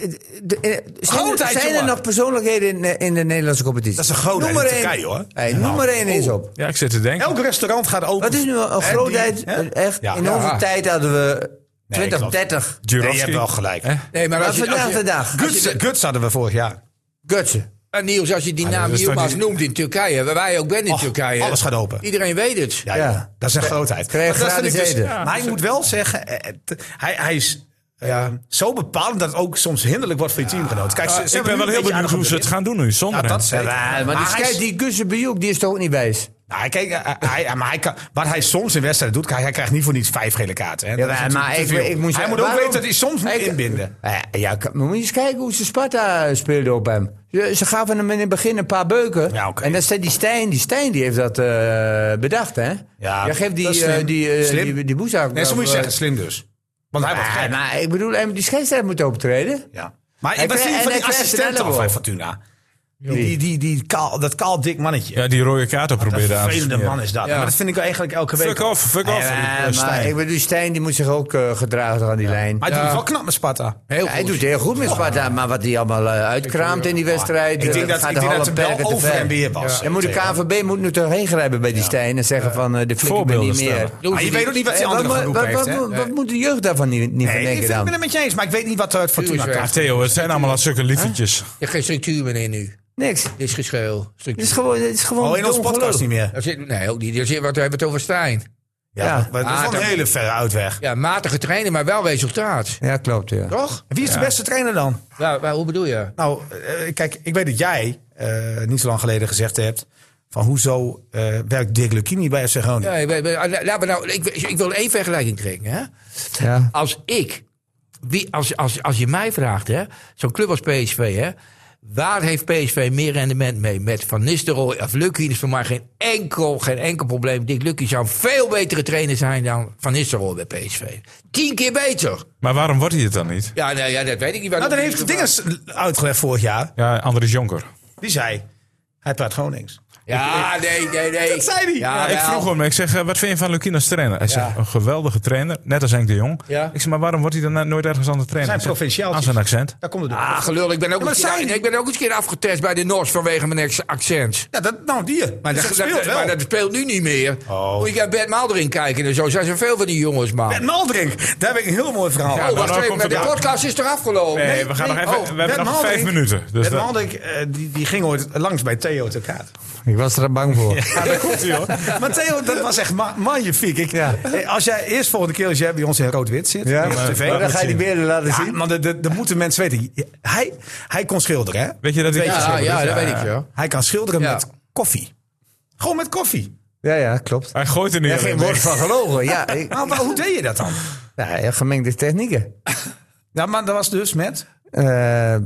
Speaker 5: Zijn, er-
Speaker 4: Grootheid,
Speaker 5: zijn er
Speaker 4: jongen.
Speaker 5: nog persoonlijkheden in, eh, in de Nederlandse competitie?
Speaker 4: Dat is een grootheid
Speaker 5: Noem maar
Speaker 4: in
Speaker 5: één.
Speaker 4: Turkije, hoor.
Speaker 5: Hey, noem maar één eens op.
Speaker 3: Ja, ik zit te denken.
Speaker 4: Elk restaurant gaat open.
Speaker 5: Wat is nu een
Speaker 4: Hè,
Speaker 5: grootheid?
Speaker 4: die- hè?
Speaker 5: Echt,
Speaker 4: Ja.
Speaker 5: in onze
Speaker 1: Ja.
Speaker 5: tijd hadden we
Speaker 4: Nee,
Speaker 5: 20,
Speaker 4: klopt.
Speaker 5: 30.
Speaker 4: Nee,
Speaker 3: Jurovski.
Speaker 4: je hebt wel gelijk.
Speaker 3: Hè?
Speaker 1: Nee, maar
Speaker 5: Maar
Speaker 1: als je, als
Speaker 5: vandaag
Speaker 1: je-
Speaker 5: de dag.
Speaker 1: als
Speaker 4: Guts,
Speaker 1: je-
Speaker 4: Guts hadden we vorig jaar.
Speaker 5: Gutsen.
Speaker 1: Maar Niels, als je die naam
Speaker 3: dat is toch
Speaker 1: Yilmaz
Speaker 3: niet-
Speaker 1: noemt in Turkije, waar wij ook bent in
Speaker 4: Och,
Speaker 1: Turkije.
Speaker 4: Oh, alles gaat open.
Speaker 1: Iedereen weet het.
Speaker 4: Ja,
Speaker 5: Ja.
Speaker 4: joh, dat is een grootheid.
Speaker 5: Krijg
Speaker 4: Maar dat
Speaker 5: gratis
Speaker 4: vind ik dus-
Speaker 5: eten.
Speaker 4: Ja, Maar ik moet wel zeggen, eh, het- hij, hij is eh, zo bepalend dat het ook soms hinderlijk wordt voor je teamgenoot. Kijk, ze- ze
Speaker 3: ik
Speaker 4: hebben
Speaker 3: ben
Speaker 4: nu
Speaker 3: wel heel
Speaker 4: een beetje
Speaker 3: benieuwd hoe ze het
Speaker 4: aardig
Speaker 3: gaan doen nu, zonder
Speaker 4: op de rit. Ja, dat
Speaker 3: hem.
Speaker 4: zeker.
Speaker 5: Ja, maar die,
Speaker 4: hij
Speaker 5: kijk,
Speaker 4: is-
Speaker 5: die Gusse Bioek, die is toch ook niet wijs?
Speaker 4: Nou, hij, kijkt, eh, hij, hij- maar hij kan, wat hij soms in wedstrijden doet, kijk, hij krijgt niet voor niets vijf gele kaarten. Hè.
Speaker 5: Ja,
Speaker 4: Dat is
Speaker 5: maar-
Speaker 4: natuurlijk
Speaker 5: maar
Speaker 4: te
Speaker 5: ik-
Speaker 4: veel.
Speaker 5: ik moet
Speaker 4: hij
Speaker 5: zeggen,
Speaker 4: moet ook
Speaker 5: waarom-
Speaker 4: weten dat hij soms moet
Speaker 5: Ik-
Speaker 4: inbinden.
Speaker 5: Eh, Ja, k- maar moet je eens kijken hoe ze Sparta speelde op hem. Ze, ze gaven hem in het begin een paar beuken.
Speaker 4: Ja, oké.
Speaker 5: En dan staat die Stijn, die Stijn die heeft dat eh, bedacht, hè?
Speaker 4: Ja,
Speaker 5: Jij geeft die,
Speaker 4: dat is
Speaker 5: eh,
Speaker 4: slim.
Speaker 5: die, eh,
Speaker 4: Slim.
Speaker 5: die, die boezak...
Speaker 4: Nee, zo moet je
Speaker 5: eh,
Speaker 4: zeggen, slim dus. Want hij wordt
Speaker 5: ah,
Speaker 4: gek.
Speaker 5: maar ik bedoel, eh, die scheidsrechter moet optreden.
Speaker 4: Ja. Maar
Speaker 5: Hij
Speaker 4: ik was
Speaker 5: krijgt-
Speaker 4: niet
Speaker 5: en
Speaker 4: van
Speaker 5: hij
Speaker 4: die
Speaker 5: krijgt een
Speaker 4: assistent af
Speaker 5: elleboog.
Speaker 4: van Fortuna. Die, die, die, die kaal, dat kaal dik mannetje.
Speaker 3: Ja, die rode kaart op
Speaker 4: dat
Speaker 3: proberen aan te
Speaker 4: vervelende
Speaker 3: smeren.
Speaker 4: man is dat. Maar dat vind ik eigenlijk elke week.
Speaker 3: Fuck off, fuck off.
Speaker 5: Eh,
Speaker 3: Eh,
Speaker 5: maar
Speaker 3: Stijn.
Speaker 5: ik bedoel, Stijn die moet zich ook eh, gedragen aan die lijn.
Speaker 4: Maar hij doet
Speaker 1: Ja.
Speaker 4: het wel knap met Sparta.
Speaker 1: Heel
Speaker 5: hij
Speaker 1: goed.
Speaker 5: doet heel goed met Sparta,
Speaker 4: Oh.
Speaker 5: maar wat hij allemaal eh, uitkraamt in die wedstrijd...
Speaker 4: Ik denk
Speaker 5: eh,
Speaker 4: dat,
Speaker 5: gaat
Speaker 4: ik
Speaker 5: de
Speaker 4: denk dat
Speaker 5: halve
Speaker 4: het wel
Speaker 5: perken te
Speaker 4: over
Speaker 5: ver.
Speaker 4: en weer was.
Speaker 5: Dan moet de KVB moet nu toch heen grijpen bij die Stijn en zeggen van eh, de flikker ben niet
Speaker 3: Voorbeelden
Speaker 5: meer.
Speaker 3: stellen.
Speaker 1: Doen
Speaker 4: Maar
Speaker 1: ze
Speaker 4: je
Speaker 1: die-
Speaker 4: weet ook niet wat die
Speaker 5: Eh,
Speaker 4: andere
Speaker 5: wat-
Speaker 4: groep
Speaker 5: wat-
Speaker 4: heeft, hè?
Speaker 5: wat- wat moet de jeugd daarvan niet, niet van
Speaker 4: Nee, ik
Speaker 5: denken
Speaker 4: vind- ik
Speaker 5: dan?
Speaker 4: ben het met je eens, maar ik weet niet wat uit Fortuna
Speaker 1: Tuurlijk.
Speaker 3: Ah,
Speaker 4: krijgt.
Speaker 3: Theo, het zijn allemaal al zulke liefertjes.
Speaker 1: Er is geen structuur meer in nu.
Speaker 5: Niks.
Speaker 1: Dit is gescheel.
Speaker 5: Het is
Speaker 1: Structuur.
Speaker 5: gewoon, het is gewoon
Speaker 4: Oh, in ons
Speaker 5: dom gelul.
Speaker 4: podcast niet meer.
Speaker 1: Er zit, nee, ook niet. Er zit, wat we hebben het over Stijn.
Speaker 4: Ja,
Speaker 5: Ja.
Speaker 4: Maar dat is
Speaker 1: Ah,
Speaker 4: wel een
Speaker 1: dat-
Speaker 4: hele verre uitweg.
Speaker 1: Ja, matige trainer, maar wel resultaat.
Speaker 5: Ja, klopt. Ja.
Speaker 1: Toch?
Speaker 4: En Wie is de beste trainer dan?
Speaker 1: Ja, maar hoe bedoel je?
Speaker 4: Nou, eh, kijk, ik weet dat jij eh, niet zo lang geleden gezegd hebt... van hoezo eh, werkt Dirk Lucchini bij FC Groningen?
Speaker 1: Nee, we- we- la- laten we nou, ik, ik wil één vergelijking trekken. Hè?
Speaker 5: Ja.
Speaker 1: Als ik, wie, als, als, als je mij vraagt, hè, zo'n club als PSV, hè, waar heeft PSV meer rendement mee? Met Van Nistelrooy of Lucky is voor mij geen enkel, geen enkel probleem. Dick Lucky zou een veel betere trainer zijn dan Van Nistelrooy bij PSV. Tien keer beter.
Speaker 3: Maar waarom wordt hij het dan niet?
Speaker 1: Ja, nou, ja dat weet ik niet.
Speaker 4: Nou, dan heeft de dinges uitgelegd vorig jaar.
Speaker 3: Ja, Andries Jonker.
Speaker 4: Die zei, hij praat Gronings.
Speaker 1: Ja, nee, nee, nee.
Speaker 4: Dat zei hij.
Speaker 1: Ja,
Speaker 3: ik vroeg hem, ik zeg, eh, wat vind je van Lukien als trainer? Hij zegt, een geweldige trainer, net als Henk de Jong.
Speaker 1: Ja.
Speaker 3: Ik zeg, maar waarom wordt hij dan nooit ergens anders trainer? Hij
Speaker 4: Zijn
Speaker 3: zegt,
Speaker 4: provinciaaltjes.
Speaker 3: Aan zijn accent.
Speaker 4: Daar komt het door.
Speaker 1: Ah, gelul, ik ben ook,
Speaker 4: Ja, maar
Speaker 1: eens een keer,
Speaker 4: zei die-
Speaker 1: ik ben ook eens een keer afgetest bij de NOS vanwege mijn ex- accent.
Speaker 4: Ja, dat, nou, die.
Speaker 1: Maar dat, dat-
Speaker 4: speelt wel.
Speaker 1: maar dat speelt nu niet meer.
Speaker 4: Oh.
Speaker 1: Moet je naar Bert Maalderink kijken en zo. Zijn er veel van die jongens, man.
Speaker 4: Bert Maldrink, daar heb ik een heel mooi verhaal.
Speaker 1: oh,
Speaker 4: over.
Speaker 3: nou,
Speaker 1: wacht even.
Speaker 3: komt het
Speaker 1: De
Speaker 3: aan.
Speaker 1: podcast is toch afgelopen?
Speaker 3: Nee, we gaan nog even,
Speaker 1: oh,
Speaker 3: we hebben
Speaker 4: Bert
Speaker 3: nog vijf
Speaker 4: Maldrink-
Speaker 3: minuten. Dus
Speaker 4: Bert
Speaker 3: dat,
Speaker 4: Maldrink, eh, die, die ging ooit langs bij Theo te kaart.
Speaker 5: Ik was er bang voor.
Speaker 3: ja, daar komt hij hoor.
Speaker 4: Maar Theo, dat was echt ma- magnifiek. Ik, eh, Als jij eerst volgende keer als jij bij ons in rood-wit zit,
Speaker 5: Ja,
Speaker 4: hier op
Speaker 5: maar-
Speaker 4: tv,
Speaker 5: maar dan ga je die beelden laten
Speaker 4: Ja,
Speaker 5: zien.
Speaker 4: Maar dat- dat dat moeten mensen weten. Hij, hij kon schilderen, hè?
Speaker 3: Weet je dat ik...
Speaker 1: ja, ja, dat weet ik, ja.
Speaker 4: Hij kan schilderen
Speaker 1: Ja.
Speaker 4: met koffie. Gewoon met koffie.
Speaker 5: Ja, ja, klopt.
Speaker 3: Hij gooit er niet
Speaker 5: Ja,
Speaker 3: alleen
Speaker 5: geen
Speaker 3: mee.
Speaker 5: woord van gelogen. Ja, ik,
Speaker 4: Maar, waar- hoe deed je dat dan?
Speaker 5: ja, ja, gemengde technieken.
Speaker 4: Ja, maar dat was dus met.
Speaker 5: Eh, pff, ja,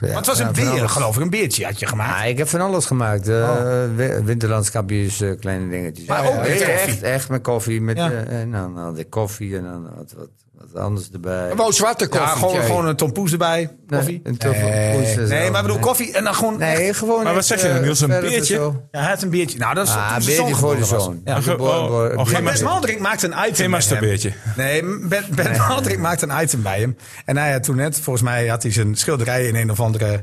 Speaker 4: Want het was een
Speaker 5: ja, van
Speaker 4: beer,
Speaker 5: alles.
Speaker 4: geloof ik. Een beertje had je gemaakt.
Speaker 5: Ah, ik heb van alles gemaakt. eh wi- Winterlandskapjes, eh, kleine
Speaker 4: Oh.
Speaker 5: dingetjes.
Speaker 4: Maar ook met
Speaker 5: echt,
Speaker 4: koffie.
Speaker 5: Echt, echt met koffie. Met,
Speaker 4: Ja.
Speaker 5: eh, en dan had ik koffie en dan had wat, wat anders erbij.
Speaker 1: Gewoon zwarte
Speaker 4: Ja,
Speaker 1: koffie.
Speaker 4: gewoon,
Speaker 1: Jay.
Speaker 4: gewoon een tompoes erbij. Koffie.
Speaker 5: Nee, een truffel- poes en zo.
Speaker 4: Nee, maar ik bedoel koffie en dan gewoon. echt-
Speaker 5: Nee, gewoon
Speaker 3: Maar wat
Speaker 5: echt,
Speaker 3: zeg je dan,
Speaker 5: eh,
Speaker 3: Niels? Een
Speaker 5: verf en
Speaker 3: biertje?
Speaker 5: zo.
Speaker 4: Ja, hij had een beertje. Nou, dat is
Speaker 5: Ah,
Speaker 4: toen
Speaker 5: een
Speaker 4: zijn
Speaker 5: beertje voor de
Speaker 4: geboren was.
Speaker 5: zoon.
Speaker 4: Ja.
Speaker 5: Een geboren-
Speaker 3: Oh,
Speaker 5: geboren-
Speaker 3: oh, geen
Speaker 4: Bert
Speaker 5: biertje.
Speaker 4: Maldrink maakte een item.
Speaker 3: Geen
Speaker 4: met hem.
Speaker 3: masturbeertje.
Speaker 4: Nee, Bert, Bert Maldrink maakte een item bij hem. En hij had toen net, volgens mij, had hij zijn schilderij in een of andere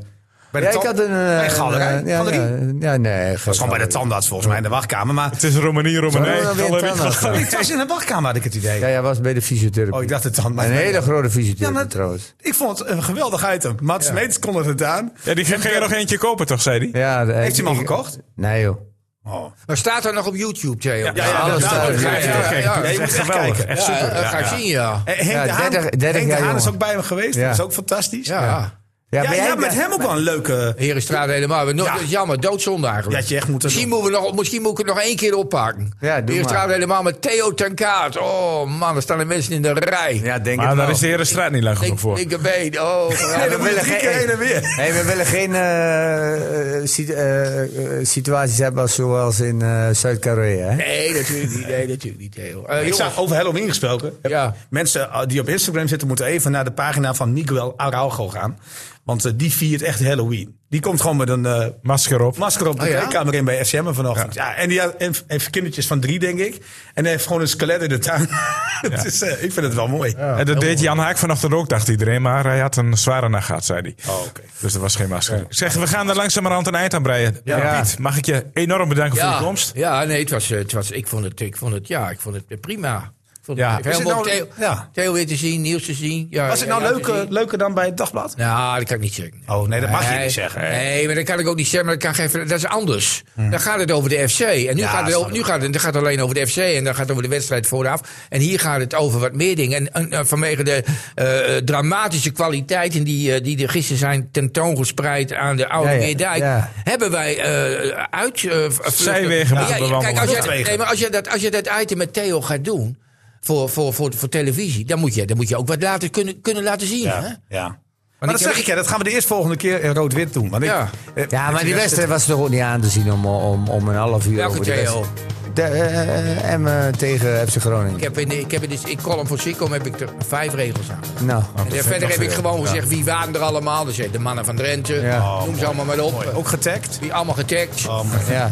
Speaker 4: Bij
Speaker 5: Ja, ik
Speaker 4: tan-
Speaker 5: had een... eh,
Speaker 4: bij Galerij.
Speaker 5: eh, ja,
Speaker 4: Galerie.
Speaker 5: ja, ja, nee.
Speaker 4: Dat was gewoon bij de tandarts volgens mij in de wachtkamer. Maar
Speaker 3: Het is Romanie, Romanij.
Speaker 5: Zullen we dan weer
Speaker 3: Galerie,
Speaker 5: tandarts
Speaker 3: Galerie.
Speaker 4: het was in de wachtkamer had ik het idee.
Speaker 5: Ja, jij was bij de fysiotherapie.
Speaker 4: Oh, ik dacht het dan.
Speaker 5: Een hele grote
Speaker 4: Ja,
Speaker 5: fysiotherapeut
Speaker 4: maar-
Speaker 5: trouwens.
Speaker 4: Ik vond het een geweldig item. Mats Smeets kon het aan.
Speaker 3: Ja, die ging er nog eentje kopen, toch, zei hij?
Speaker 5: Ja, de-
Speaker 4: Heeft hij hem al
Speaker 5: ik-
Speaker 4: gekocht?
Speaker 5: Nee joh.
Speaker 4: Oh.
Speaker 1: Maar staat er nog op YouTube, Theo?
Speaker 3: Ja, ja,
Speaker 5: Alles
Speaker 4: dat-
Speaker 5: staat
Speaker 4: dat-
Speaker 5: op
Speaker 4: ja,
Speaker 5: YouTube.
Speaker 4: ja, ja.
Speaker 1: Ja,
Speaker 4: Ja, je
Speaker 3: Het
Speaker 4: moet
Speaker 3: is echt
Speaker 4: echt
Speaker 3: geweldig.
Speaker 4: kijken.
Speaker 3: Echt super.
Speaker 1: hè, dat
Speaker 3: Ja,
Speaker 1: ga ik
Speaker 3: ja.
Speaker 1: zien, ja.
Speaker 4: En Eh, Henk
Speaker 5: Ja,
Speaker 4: de Haan,
Speaker 5: 30 jaar
Speaker 4: Henk de Haan is
Speaker 5: jongen.
Speaker 4: ook bij hem geweest.
Speaker 5: Ja.
Speaker 4: Dat is ook fantastisch.
Speaker 1: Ja, ja.
Speaker 5: Ja,
Speaker 4: Ja,
Speaker 5: ben jij
Speaker 4: ja, met
Speaker 5: de-
Speaker 4: hem ook wel een leuke...
Speaker 1: Hier is straat helemaal. Maar nog,
Speaker 4: Ja.
Speaker 1: dat is jammer, doodzonde eigenlijk.
Speaker 4: Dat je echt moet dat
Speaker 1: misschien,
Speaker 4: doen.
Speaker 1: moeten we nog, misschien moet ik het nog één keer oppakken.
Speaker 5: Ja, doe
Speaker 1: Hier is
Speaker 5: maar.
Speaker 1: straat helemaal met Theo ten Kaat. Oh man, er staan de mensen in de rij.
Speaker 5: Ja, denk
Speaker 3: Maar
Speaker 5: het
Speaker 3: daar
Speaker 5: wel.
Speaker 3: is de Herenstraat niet lang genoeg
Speaker 1: Ik,
Speaker 3: voor.
Speaker 1: ik de been. Oh,
Speaker 5: Ja,
Speaker 1: ja,
Speaker 5: we
Speaker 1: dat-
Speaker 5: willen
Speaker 4: drie
Speaker 5: geen-
Speaker 4: keer heen en weer.
Speaker 5: Nee, we willen geen eh, eh, situ- eh, eh, situaties hebben als zoals in eh, Zuid-Korea. hè?
Speaker 1: nee, natuurlijk niet. Nee, natuurlijk niet, Theo. Eh,
Speaker 4: Ik
Speaker 1: jongens,
Speaker 4: zag over Halloween gesproken.
Speaker 1: Ja.
Speaker 4: Mensen eh, die op Instagram zitten moeten even naar de pagina van Miguel Araujo gaan. Want eh, die viert echt Halloween. Die komt gewoon met een eh,
Speaker 3: Masker op.
Speaker 4: masker op de
Speaker 1: Oh ja?
Speaker 4: kleedkamer in bij FCM vanochtend. Ja. en die had- en heeft kindertjes van drie, denk ik. En hij heeft gewoon een skelet in de tuin. Het is, eh, ik vind het wel mooi.
Speaker 3: En dat deed Jan Haak vanochtend ook, dacht iedereen. Maar hij had een zware nacht gehad, zei hij.
Speaker 4: Oh, oké.
Speaker 3: Dus er was geen masker. Zeg, we gaan er langzamerhand een eind aan breien.
Speaker 5: Ja.
Speaker 3: Piet, mag ik je enorm bedanken voor je
Speaker 1: ja,
Speaker 3: komst.
Speaker 1: ja, nee, het was, eh, het was, ik, vond het, ik vond het, ja, ik vond het eh, prima. Ik vond
Speaker 3: Ja.
Speaker 1: het
Speaker 3: Is
Speaker 1: heel
Speaker 4: het
Speaker 1: mooi.
Speaker 4: nou-
Speaker 1: Theo,
Speaker 4: ja.
Speaker 1: Theo weer te zien, Niels te zien. Ja,
Speaker 4: Was het nou
Speaker 1: ja, ja, te
Speaker 4: leuker,
Speaker 1: zien.
Speaker 4: leuker dan bij het dagblad?
Speaker 1: Nou, dat kan ik niet zeggen.
Speaker 4: Oh, nee, dat mag je
Speaker 1: Nee,
Speaker 4: niet zeggen. hè? Hm.
Speaker 1: Nee, maar dat kan ik ook niet zeggen. Maar dat, kan geen, dat is anders. Dan gaat het over de FC. En nu,
Speaker 4: Ja,
Speaker 1: gaat, het
Speaker 4: snap
Speaker 1: over, nu gaat, het, het gaat alleen over de FC. En dan gaat het over de wedstrijd vooraf. En hier gaat het over wat meer dingen. En, en, eh, vanwege de eh, eh, dramatische kwaliteiten die, eh, die er gisteren zijn tentoongespreid aan de Oude
Speaker 5: Ja, ja,
Speaker 1: Meerdijk.
Speaker 5: ja.
Speaker 1: Hebben wij eh uit... eh, vluchten-
Speaker 3: Zijwegen
Speaker 1: Ja,
Speaker 3: moeten
Speaker 1: ja,
Speaker 3: bewandelen.
Speaker 1: Kijk, als jij,
Speaker 4: Vluchtwegen.
Speaker 1: nee, maar als je dat, als je dat item met Theo gaat doen... Voor, voor, voor, voor televisie, dan moet, je, dan moet je ook wat laten kunnen, kunnen laten zien. Hè?
Speaker 4: Ja. ja. Maar,
Speaker 1: ik
Speaker 4: dat
Speaker 1: heb-
Speaker 4: zeg ik, ja, dat gaan we de eerst volgende keer in rood-wit doen. Want ik-
Speaker 1: Ja.
Speaker 4: eh,
Speaker 5: Ja, maar die
Speaker 4: rest-
Speaker 5: wedstrijd was toch ook niet aan te zien om, om, om een half uur
Speaker 1: Welke
Speaker 5: over de
Speaker 1: Theo?
Speaker 5: wedstrijd. De, eh, eh, Emmen tegen FC Groningen.
Speaker 1: Ik heb in, de- ik heb in, de- in column voor Sikkom heb ik er vijf regels aan.
Speaker 5: Nou,
Speaker 1: En daar verder heb ik gewoon gezegd wie waren er allemaal. Dus de mannen van Drenthe,
Speaker 5: Ja. Oh,
Speaker 1: noem ze allemaal maar op.
Speaker 4: Ook getagd.
Speaker 1: Die allemaal getagd.
Speaker 4: Oh,
Speaker 5: ja.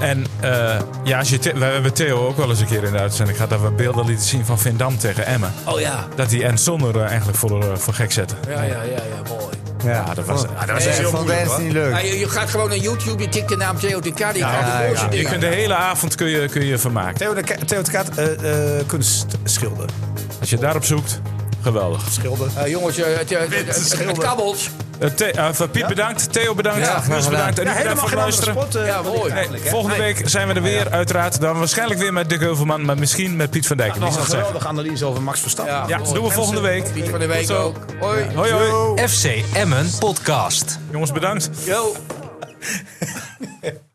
Speaker 3: En eh, ja, als je the- we hebben Theo ook wel eens een keer in de uitzending gehad... dat we beelden lieten zien van Vindam tegen Emmen.
Speaker 1: Oh ja.
Speaker 3: Dat die en zonder eh, eigenlijk voor, eh, voor gek zetten.
Speaker 1: Ja, ja, ja, ja, mooi.
Speaker 5: ja.
Speaker 3: dat was-
Speaker 5: Vond-
Speaker 3: ja,
Speaker 4: dat was heel
Speaker 5: ik vond het
Speaker 4: moeilijk,
Speaker 5: echt
Speaker 4: hoor.
Speaker 5: niet
Speaker 1: Maar
Speaker 5: leuk.
Speaker 1: je, je gaat gewoon naar YouTube, je tikt de naam Theo de Kadi. Ja,
Speaker 5: ja,
Speaker 1: ja,
Speaker 5: ja.
Speaker 3: Je kunt de hele avond kun je, kun je vermaken.
Speaker 4: Theo de, Ka- Theo de Kaat, eh, eh, kunstschilder.
Speaker 3: Als je daarop zoekt, geweldig.
Speaker 4: Schilder.
Speaker 1: jongens, eh, het, eh, het, het- het- het kabbelt.
Speaker 3: Eh, The- eh, Piet bedankt, Theo bedankt,
Speaker 1: Ja,
Speaker 3: ja,
Speaker 1: graag
Speaker 3: bedankt. En
Speaker 4: Ja,
Speaker 3: u bedankt
Speaker 4: helemaal
Speaker 3: voor het
Speaker 4: geen andere
Speaker 3: luisteren.
Speaker 4: sport. eh,
Speaker 1: Ja,
Speaker 4: dan
Speaker 1: mooi.
Speaker 4: dit eigenlijk, hè?
Speaker 3: Volgende
Speaker 4: Nee.
Speaker 3: week zijn we er weer, uiteraard. Dan waarschijnlijk weer met Dick Heuvelman, maar misschien met Piet van Dijk. Wie
Speaker 4: Nog
Speaker 3: zal
Speaker 4: een
Speaker 3: het zeggen?
Speaker 4: geweldige analyse over Max Verstappen.
Speaker 3: Ja, dat doen we volgende week.
Speaker 1: Piet van de week
Speaker 3: Zo.
Speaker 1: ook. Hoi.
Speaker 3: Hoi, hoi.
Speaker 2: FC Emmen Podcast.
Speaker 3: Jongens, bedankt.
Speaker 1: Yo.